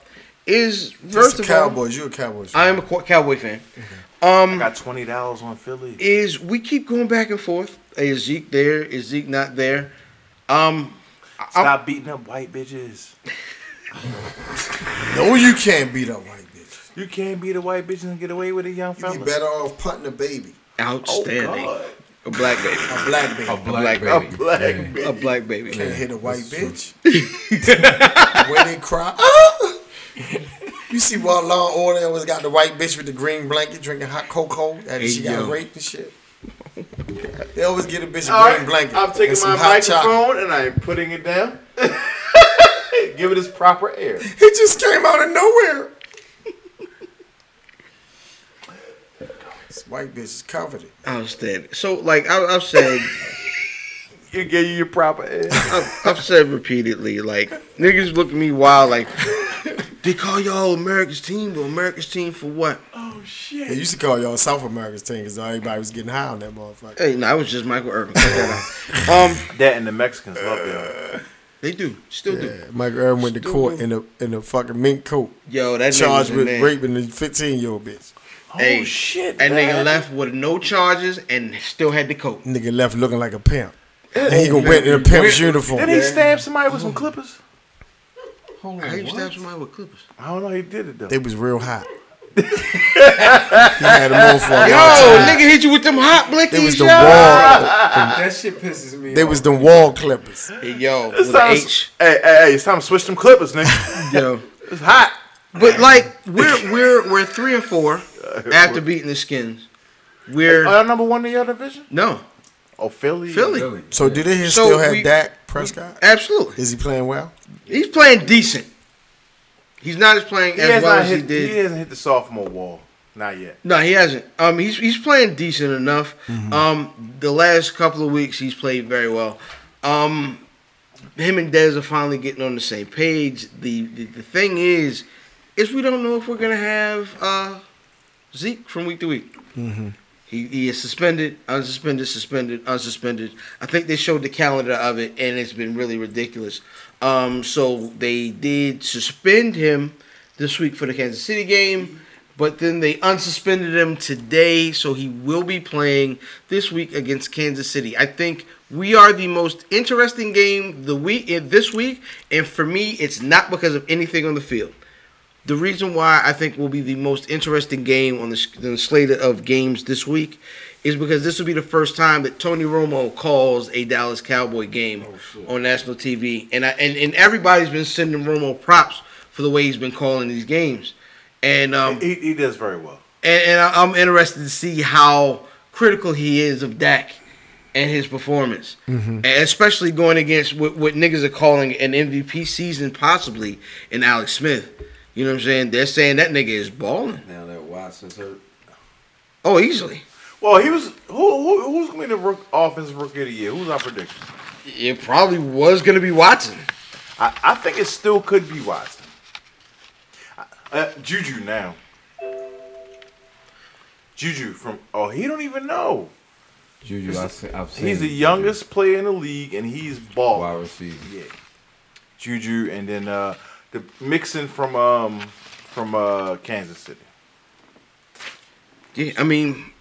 F: is
C: First
F: first
C: the
F: of all,
C: Cowboys, you a Cowboys fan.
F: I am a Cow- Cowboy fan. Mm-hmm. Um,
D: I got twenty dollars on Philly.
F: Is we keep going back and forth. Is Zeke there? Is Zeke not there? Um,
D: Stop beating up white bitches.
C: No, you can't beat up white bitches.
D: You can't beat a white bitch and get away with it,
C: You
D: young
C: be
D: fella.
C: better off punting a baby,
F: outstanding.
D: God.
F: a black baby. (laughs)
C: a black baby.
F: black
D: A black
E: Yeah.
D: bitch.
F: A black baby.
C: Can't hit a white
E: that's
C: bitch. (laughs) when they cry, "Ah!" you see why Law and Order always got the white bitch with the green blanket drinking hot cocoa and
F: Hey,
C: she
F: yo.
C: got raped and (laughs) shit. They always get a bitch a
D: All
C: green
D: right,
C: blanket.
D: I'm taking
C: and some
D: my
C: hot (laughs) chocolate.
D: microphone and I'm putting it down. (laughs) Give it its proper air.
C: He just came out of nowhere. this white bitch is coveted.
F: Outstanding. So like I, I've said,
D: It gave you your proper (laughs) air.
F: I've, I've said repeatedly, like niggas look at me wild, (laughs) like they call y'all America's team, but America's team for what?
D: oh
C: They
D: shit.
C: used to call y'all South America's team because everybody was getting high on that motherfucker. (laughs)
F: Hey, no, I was just Michael Irvin. Cut that out. Um,
D: That and the Mexicans love it.
F: they do, still do.
C: Yeah, Michael Irvin went to court in a in a fucking mink coat,
F: Yo, that
C: charged
F: nigga's a
C: with
F: man.
C: raping the fifteen year old bitch.
F: hey,
D: Oh, shit,
F: That
D: man.
F: nigga left with no charges and still had the coat.
C: Nigga left looking like a pimp. And he gonna went in a pimp's uniform.
D: Then he stabbed somebody with some clippers.
F: (laughs) How you stab somebody with clippers?
D: I don't know. He did it though.
C: It was real hot. he had him on for a
F: Yo,
C: long time.
F: nigga hit you with them hot
C: They was
F: blickies,
C: the
F: yo.
C: wall.
K: That shit pisses me
C: They
K: off.
C: was the wall clippers.
F: Hey, yo,
D: It's
F: with a
D: time,
F: H.
D: Hey, hey, hey, it's time to switch them clippers, (laughs) nigga.
F: Yo.
D: it's hot.
C: (laughs)
F: But like we're we're we're three and four after beating the skins. We're
C: Uh,
D: Are you number one in your division?
F: no
D: Oh, Philly.
F: Philly.
E: Really?
C: So do they
F: So
C: still have
F: we-
C: Dak Prescott?
F: Absolutely,
C: Is he playing well?
F: he's playing decent. He's not as playing
D: He
F: as
D: has
F: well
D: not
F: as
D: hit.
F: he
D: He,
F: did.
D: hasn't hit the sophomore wall. Not yet.
F: No, he hasn't. Um, he's he's playing decent enough. Um, the last couple of weeks he's played very well. Um, him and Dez are finally getting on the same page. The the, the thing is, is we don't know if we're gonna have uh, Zeke from week to week. He, he is suspended, unsuspended, suspended, unsuspended. I think they showed the calendar of it, and it's been really ridiculous. Um, so they did suspend him this week for the Kansas City game, but then they unsuspended him today, so he will be playing this week against Kansas City. I think we are the most interesting game the week eh, this week, and for me, it's not because of anything on the field. The reason why I think will be the most interesting game on the, s- the slate of games this week is because this will be the first time that Tony Romo calls a Dallas Cowboy game on national TV, and I and, and everybody's been sending Romo props for the way he's been calling these games, and um,
D: He, he does very well.
F: and, and I- I'm interested to see how critical he is of Dak and his performance,
D: Mm-hmm.
F: and especially going against what, what niggas are calling an MVP season, possibly in Alex Smith. You know what I'm saying? They're saying that nigga is balling.
E: Now that Watson's hurt.
F: Oh, easily.
D: Well, he was. Who, who who's gonna be the rook, offensive rookie of the year? Who's our prediction?
F: It probably was gonna be Watson.
D: I, I think it still could be Watson. I- Uh, Juju now. Juju from. Oh, he don't even know.
E: Juju, I see, I've seen
D: He's the
E: Juju.
D: youngest player in the league, and he's balling.
E: wide receiver.
D: Yeah. Juju and then uh the mixing from um from uh Kansas City.
F: Yeah, I mean,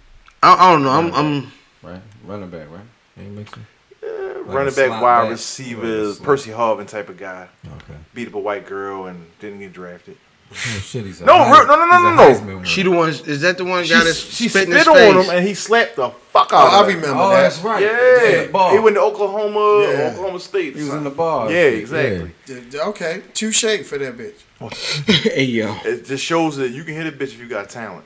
F: I, I don't know. I'm, I'm
E: Right, running back, right? Ain't mixing.
D: Running
E: a
D: back,
E: slot
D: wide
E: back. Like a
D: receivers,
E: slot.
D: Percy Harvin type of guy.
E: Okay.
D: Beat up a white girl and didn't get drafted.
E: Oh, shit, he's a
D: No,
E: Heis-
D: real- no, no, no,
E: he's a
D: no, no.
E: Heisman winner.
F: she the one. Is that the one
D: She,
F: guy that's
D: s- she
F: spit
D: spit
F: in his
D: on
F: face?
D: him and he slapped the fuck out
C: Oh,
D: of
C: I
D: him.
C: remember
E: Oh,
C: that.
E: that's right. He was in the
D: Yeah.
E: bar.
D: He went to Oklahoma
C: Yeah.
D: or Oklahoma State.
E: He was
D: son.
E: in the bar.
D: Yeah, exactly.
C: D- Okay, touche for that bitch.
F: (laughs) hey yo,
D: It just shows that you can hit a bitch if you got talent.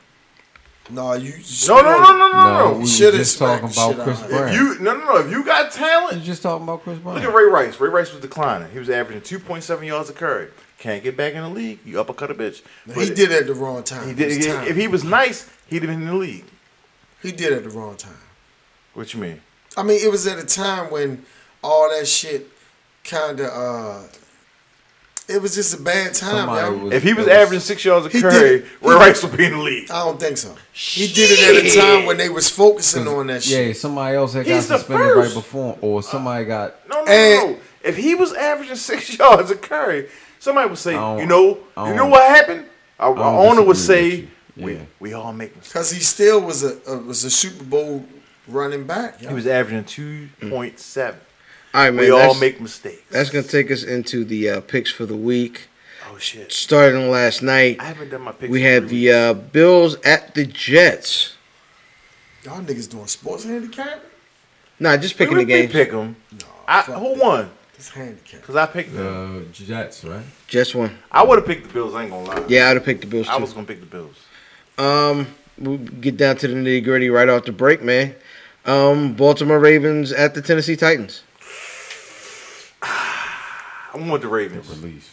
C: No, you.
D: No, no, no, no,
E: Yeah. No,
D: no,
E: we
D: no.
E: was
C: Shit is
E: just talking
C: smack
E: about
C: shit
E: Chris
C: out.
E: Brown.
D: If you no no no, if you got talent,
E: You just talking about Chris Brown.
D: Look at Ray Rice. Ray Rice was declining. He was averaging 2.7 yards a carry. Can't get back in the league. You uppercut a bitch. But
C: He did it at the wrong time.
D: He did.
C: It was time.
D: If he was nice, he'd have been in the league.
C: He did it at the wrong time.
D: What you mean?
C: I mean, it was at a time when all that shit kind of. uh It was just a bad time,
E: Somebody
C: yo.
E: was-
D: If he was
E: that was-
D: averaging six yards a
C: He Uh,
D: carry,
C: did-
D: Ray Rice would be in the league.
C: I don't think so. He did it at a time when they was focusing on that shit.
E: Yeah, somebody else had
D: He's the
E: got suspended right
D: first. Uh,
E: before, him, or somebody got.
D: No, no,
C: And-
D: no. If he was averaging six (laughs) yards a carry, somebody would say,
E: I don't-
D: you know,
E: I
D: you
E: don't-
D: know what happened? Our,
E: don't
D: our owner would
E: disagree
D: say,
E: with you.
D: we,
E: Yeah.
D: we all make mistakes.
C: Cause he still was a, a was a Super Bowl running back. yo.
D: He was averaging 2.7.
F: all right, man.
D: We all
F: that's-
D: make mistakes.
F: That's gonna take us into the uh, picks for the week.
D: Oh, shit.
F: Starting last night,
D: I haven't done my picks.
F: we
D: in
F: had
D: three
F: the uh, Bills at the Jets.
C: Y'all niggas doing sports handicap?
F: Nah, just
D: We
F: picking the
D: really
F: games.
D: Pick them. I,
C: fuck
D: who
C: that.
D: won?
C: It's handicap.
D: Cause I picked them.
E: Uh, Jets, right?
F: Just one.
D: I would have picked the Bills. I ain't gonna lie.
F: Yeah, I'd have picked the Bills
D: I was
F: too.
D: gonna pick the Bills.
F: Um, we'll get down to the nitty gritty right off the break, man. Um, Baltimore Ravens at the Tennessee Titans.
D: I want the Ravens.
E: Release.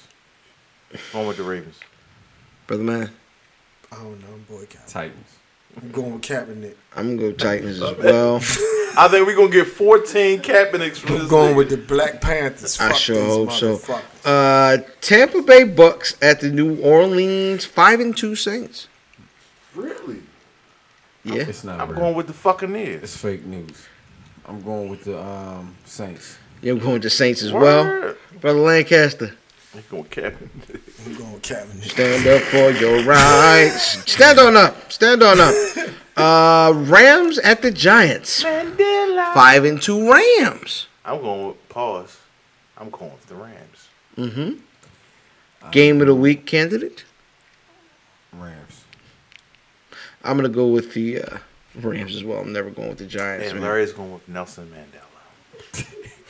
D: I want the Ravens.
F: Brother man,
C: I don't know, I'm boycotting.
E: Titans.
C: I'm going with Kaepernick.
F: I'm gonna go Titans
D: (laughs)
F: as well.
D: I think we're gonna get 14 Kaepernicks from
C: I'm
D: this.
C: going
D: nigga.
C: with the Black Panthers.
F: I
C: Fuck
F: sure
C: these
F: hope so.
C: motherfuckers.
F: Uh, Tampa Bay Bucks at the New Orleans five and two Saints.
D: really.
F: Yeah.
E: It's not.
D: I'm
E: real.
D: going with the Buccaneers.
E: It's fake news. I'm going with the um, Saints.
F: Yeah, we're going to Saints as well.
D: Word.
F: Brother Lancaster,
D: I'm going Kaepernick. (laughs)
C: I'm going with Kaepernick.
F: stand up for your rights. Stand on up. Stand on up. Uh, Rams at the Giants. Five and two Rams.
D: I'm going with pause. I'm going with the Rams.
F: Mm-hmm. Game of the week candidate.
E: Rams.
F: I'm gonna go with the uh, Rams as well. I'm never going with the Giants.
D: And
F: man.
D: Larry's going with Nelson Mandela.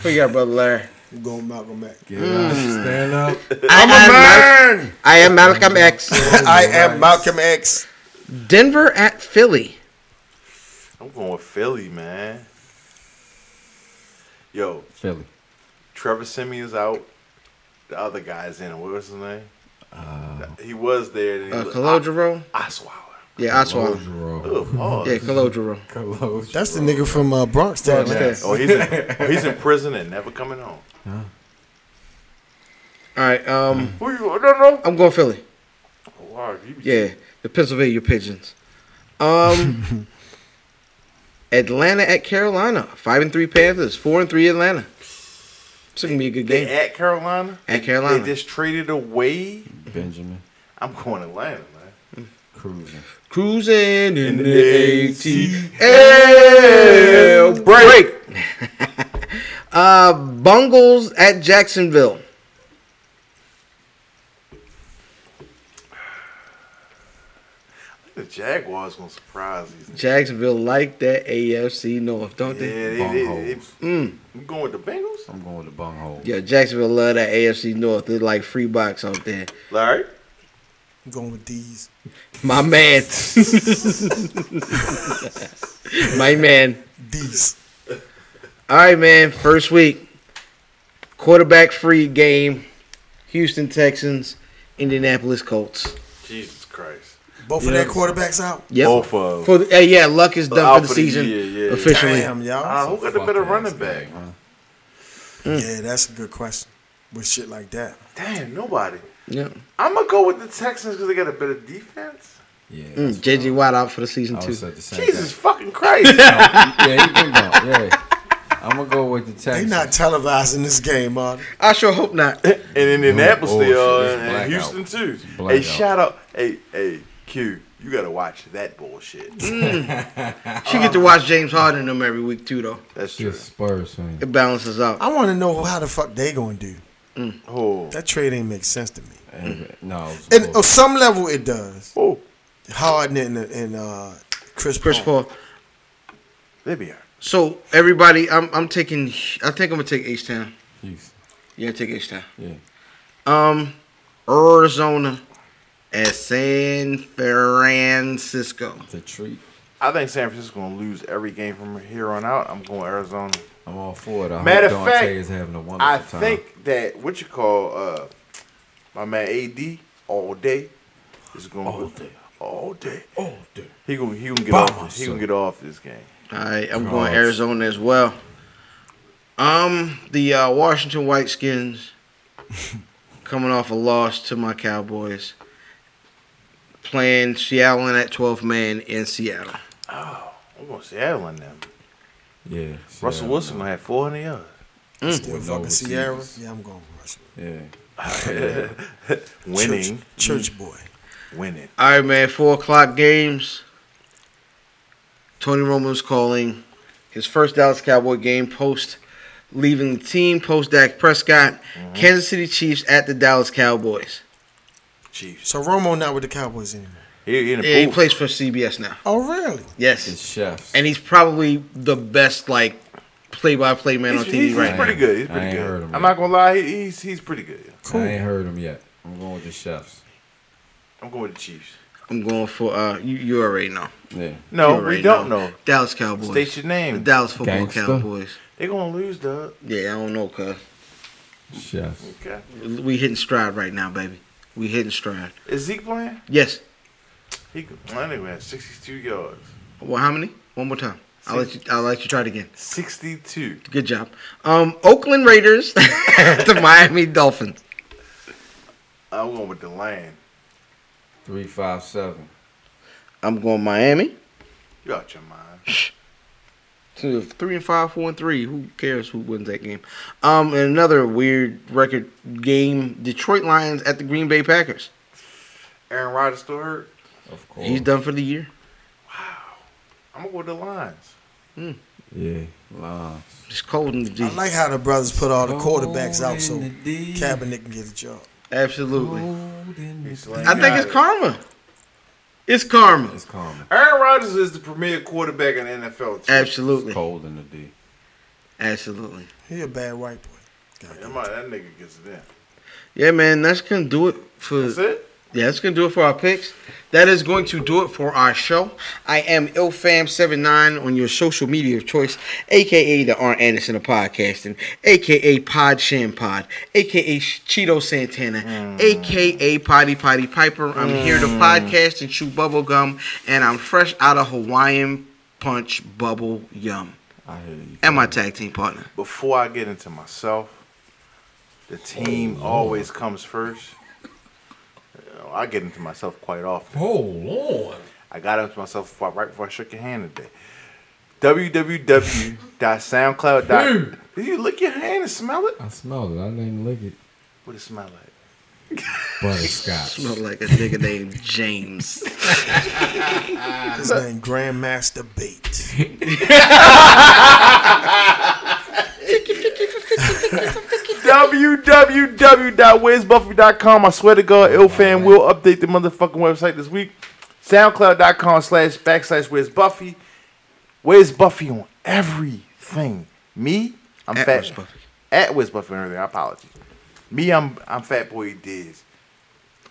F: Who you got, brother Larry?
C: I'm going Malcolm X.
E: Get up,
D: Mm.
E: stand up.
D: (laughs)
F: I'm a man. I am Malcolm X.
C: I am Malcolm X.
F: Denver at Philly.
D: I'm going with Philly, man. Yo,
E: Philly.
D: Trevor Simeon's out. The other guy's in. What was his name? he was there. Then he
F: Uh,
D: was-
F: Colodero.
D: Osweiler.
F: Yeah, Oswald.
E: Close,
D: Ugh, pause.
F: Yeah, Colodero.
E: close.
C: That's the nigga from uh, Bronx, Tale.
F: Okay.
D: Oh, he's (laughs) in, oh, he's in prison and never coming home.
F: All right. Um,
D: Who you? No, no.
F: I'm going Philly.
D: Oh, all right, you be-
F: Yeah, the Pennsylvania Pigeons. Um,
D: (laughs)
F: Atlanta at Carolina. Five and three Panthers. Four and three Atlanta. It's gonna be a good
D: They
F: game.
D: at Carolina.
F: At Carolina.
D: They just traded away.
E: Benjamin
D: I'm going Atlanta, man.
E: cruising.
F: Cruising in the
D: NAT.
F: ATL.
D: Break.
F: Uh, Bungles at Jacksonville.
D: The Jaguars gonna surprise these. niggas.
F: Jacksonville like that AFC North, don't
D: Yeah,
F: they? Mm.
D: they, they, they,
E: Bungholes.
D: you going with the Bengals?
E: I'm going with the bunghole.
F: Yeah, Jacksonville love that AFC North. They're like free box out there.
D: Larry.
C: I'm going with these.
F: My
D: (laughs)
F: man. My man.
C: These.
F: All right, man. First week. Quarterback free game. Houston Texans, Indianapolis Colts.
D: Jesus Christ.
C: Both of their quarterbacks out.
F: Yep.
D: Both of.
F: For the, uh, yeah, Luck is done
D: Out
F: for the
D: for the
F: season
D: year, yeah.
F: officially.
C: Damn, y'all.
D: Ah, who got the better running back?
C: Yeah, that's a good question. With shit like that.
D: Damn, nobody.
F: Yep.
D: I'm gonna go with the Texans because they got a better defense.
E: Yeah.
F: Mm,
E: that's-
F: JJ Watt out for the season
E: I
F: too.
E: would say the same
D: Jesus
E: thing.
F: (laughs)
D: fucking Christ.
E: Yeah, he been gone. Yeah. I'm gonna go with the
C: They
E: Texans.
C: not televising this game, Marty.
F: I sure hope not.
D: And Indianapolis
E: Oh,
D: they
E: shit,
D: are,
E: it's
D: and,
E: blackout.
D: and Houston too. Hey,
E: blackout.
D: shout out, hey, hey, Q, you gotta watch that bullshit.
E: Mm.
F: She get to watch James Harden and them every week too, though.
D: That's true.
E: Just Spurs man.
F: It balances out.
C: I want to know how the fuck they gonna do.
D: Oh,
C: That trade ain't make sense to me.
E: Hey, No. it's
C: And on
E: bull-
C: some level, it does.
D: oh,
C: Harden and, and uh, Chris,
F: Chris
C: Paul.
F: Paul.
D: they be all right.
F: So everybody, I'm I'm taking. I think I'm gonna take H Town.
E: Houston.
F: Yeah, take H Town.
E: Yeah.
F: Um, Arizona at San Francisco.
E: It's a treat.
D: I think San Francisco gonna lose every game from here on out. I'm going Arizona.
E: I'm all for it. I
D: Matter
E: Matter
D: of
E: hope
D: fact,
E: Dante is having a wonderful
D: I
E: time.
D: think that what you call uh, my man AD all day is gonna all day, all day.
E: Oh, dude.
D: He gonna he gonna get
E: By
D: off. He
E: myself.
D: gonna get off this game.
F: All right, I'm
E: God.
F: going Arizona as well. Um, the uh, Washington Whiteskins coming off a loss to my Cowboys, playing Seattle at 12 man in Seattle.
D: I'm going Seattle in them.
E: Oh. Yeah.
D: Russell
E: Seattle,
D: Wilson gonna have 400 yards.
C: Still
E: With no
C: fucking Sierra.
E: receivers.
C: Yeah, I'm going with Russell.
E: man.
D: Winning,
C: Church, church boy.
D: winning.
F: All right, man. Four o'clock games. Tony Romo's calling his first Dallas Cowboy game post leaving the team, post Dak Prescott. Kansas City Chiefs at the Dallas Cowboys.
D: Chiefs.
C: So Romo not with the Cowboys anymore.
D: He, he in the
F: Yeah, he
D: booth.
F: plays for CBS now.
C: Oh, really?
E: Yeah. It's
F: Yes,
E: chefs.
F: and he's probably the best like play-by-play man
D: He's,
F: on TV
D: he's- he's
F: right now.
D: pretty good. He's
E: I
D: pretty
E: ain't
D: good.
E: heard him
D: I'm
E: yet.
D: not gonna lie. He, he's he's pretty good.
E: I ain't heard him yet. I'm going with the chefs.
D: I'm going with the Chiefs.
F: I'm going for uh, you. You already know.
E: Yeah.
F: You
D: No,
F: already
D: we don't know.
F: Dallas Cowboys.
D: State your
F: the
D: name.
F: Dallas Football
E: Gangsta.
F: Cowboys.
D: They're gonna lose, Doug.
F: Yeah, I don't know, cuz
E: Chefs.
D: Okay.
F: we hitting stride right now, baby. We hitting stride.
D: Is Zeke playing?
F: Yes.
D: He could- I think we had 62 yards.
F: Well, how many? One more time. I'll let you. I'll let you try it again.
D: 62.
F: Good job. Um, Oakland Raiders (laughs) to Miami Dolphins.
D: I'm going with the land.
E: Three, five, seven.
F: I'm going Miami.
D: You out your mind.
F: Two, three and five, four and three. Who cares who wins that game? Um, and another weird record game: Detroit Lions at the Green Bay Packers.
D: Aaron Rodgers still hurt.
E: Of course.
F: He's done for the year.
D: I'm gonna go to the Lions.
E: Yeah. Wow.
F: It's cold in the D.
C: I like how the brothers put all the quarterbacks out so Kaepernick can get a job.
F: Absolutely.
D: It's like,
F: I think it's karma. It's karma.
E: It's calm.
D: Aaron Rodgers is the premier quarterback in the NFL. Chief.
E: It's
F: Absolutely.
E: cold in the D.
F: Absolutely.
C: He a bad white boy. God
D: That
C: damn.
D: might- that nigga gets it in.
F: Yeah, man, that's gonna do it for.
D: That's it.
F: Yeah, that's gonna do it for our picks. That is going to do it for our show. I am IlFam79 on your social media of choice, aka the R. Anderson of podcasting, aka Pod Sham Pod, aka Cheeto Santana, aka Potty Potty Piper. I'm here to podcast and chew bubble gum, and I'm fresh out of Hawaiian Punch Bubble Yum.
E: I hear you.
F: And my tag team partner.
D: Before I get into myself, the team always comes first. You know, I get into myself quite often.
L: Hold on.
D: I got into myself before, right before I shook your hand today. www.soundcloud. Did you lick your hand and smell it?
E: I smelled it. I didn't even lick it.
D: What it smell like?
E: Butterscotch.
F: Smell like a nigga named James.
C: His name Grandmaster Bait.
D: www.wizbuffy.com. I swear to God, Ilfan will update the motherfucking website this week. Soundcloud.com slash backslash Wiz Buffy. Where's Buffy on everything? Me, I'm
F: At
D: fat.
F: Wiz Buffy.
D: At Wiz Buffy and everything. I apologize. Me, I'm I'm Fat Boy Diz.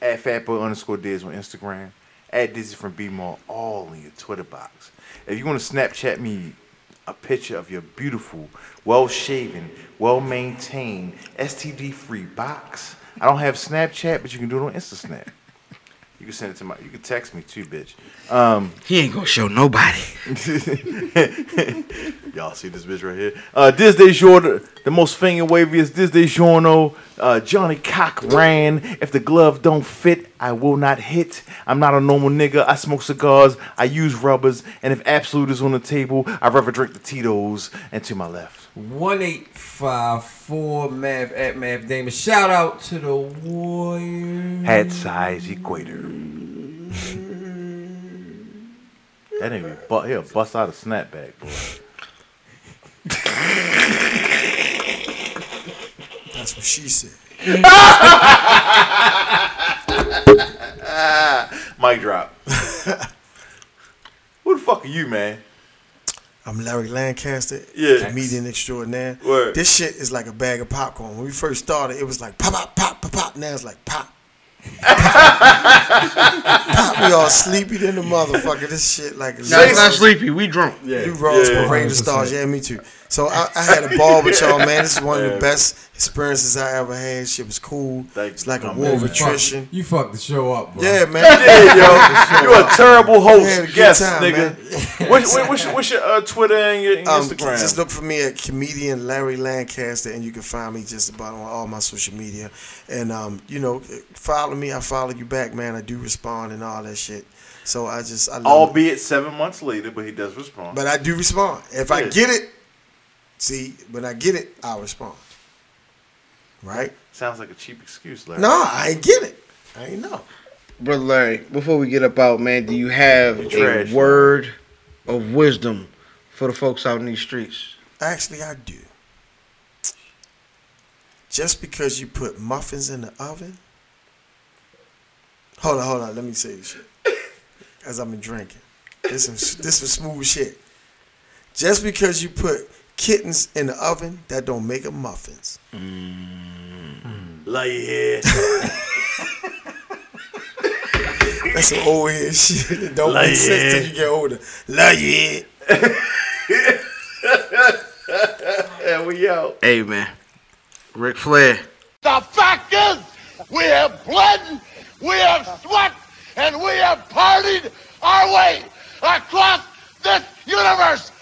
D: At Fat Boy underscore Diz on Instagram. At Dizzy from B Mall, all in your Twitter box. If you want to Snapchat me a picture of your beautiful, well shaven, well maintained, STD free box, I don't have Snapchat, but you can do it on InstaSnap. You can send it to my. You can text me too, bitch. Um,
F: He ain't gonna show nobody.
D: (laughs) Y'all see this bitch right here? Uh, this day short, the most finger waviest. This day Giorno, uh, Johnny Cock ran. If the glove don't fit, I will not hit. I'm not a normal nigga. I smoke cigars. I use rubbers. And if absolute is on the table, I'd rather drink the Tito's. And to my left,
E: 1854 Math at Math Damon. Shout out to the Warriors.
D: hat size equator. (laughs) that nigga, bu- he'll bust out a snapback, boy.
C: That's what she said.
D: Mic drop. (laughs) Who the fuck are you, man?
C: I'm Larry Lancaster,
D: Yeah.
C: comedian extraordinaire.
D: Word.
C: This shit is like a bag of popcorn. When we first started, it was like pop, pop, pop, pop, pop. Now it's like pop. pop. We all sleepy than the motherfucker. This shit like
F: Now, it's not sleepy. We drunk.
C: You Ross yeah, Ranger Stars, yeah, me too. So I, I had a ball with y'all, man. This is one of the best experiences I ever had. Shit was cool.
D: Thank
C: It's
D: you,
C: like a
D: my
C: war
D: man.
C: of
E: You fuck-
C: attrition.
E: You fucked the show up, bro.
C: Yeah, man.
D: Yeah, (laughs) yo, you're a terrible
C: had a
D: host,
C: good
D: guest,
C: time,
D: nigga. (laughs) What's, what- what's your, what's your uh, Twitter and your and
C: Um,
D: Instagram?
C: just look for me at comedian Larry Lancaster, and you can find me just about on all my social media. And um, you know, follow me. I follow you back, man. I do respond and all that shit. So I just I love it.
D: Albeit seven months later, but he does respond.
C: but I do respond. If I
D: Yeah.
C: get it, see, when I get it, I respond. Right?
D: Sounds like a cheap excuse, Larry.
C: No, I ain't get it. I ain't know.
F: Brother Larry, before we get up out, man, do you have
D: You
F: a
D: trash.
F: word of wisdom for the folks out in these streets?
C: Actually, I do. Just because you put muffins in the oven. Hold on, hold on. Let me say this shit. As I've been drinking. This is this was smooth shit. Just because you put kittens in the oven, that don't make them muffins.
D: Lie here,
C: (laughs) That's some old head (laughs) shit. It don't
D: Like,
C: make sense till you get older. Love you. yeah.
D: and we out.
F: Hey, man. Ric Flair.
M: The fact is, we have bled, we have sweat, and we have partied our way across this universe.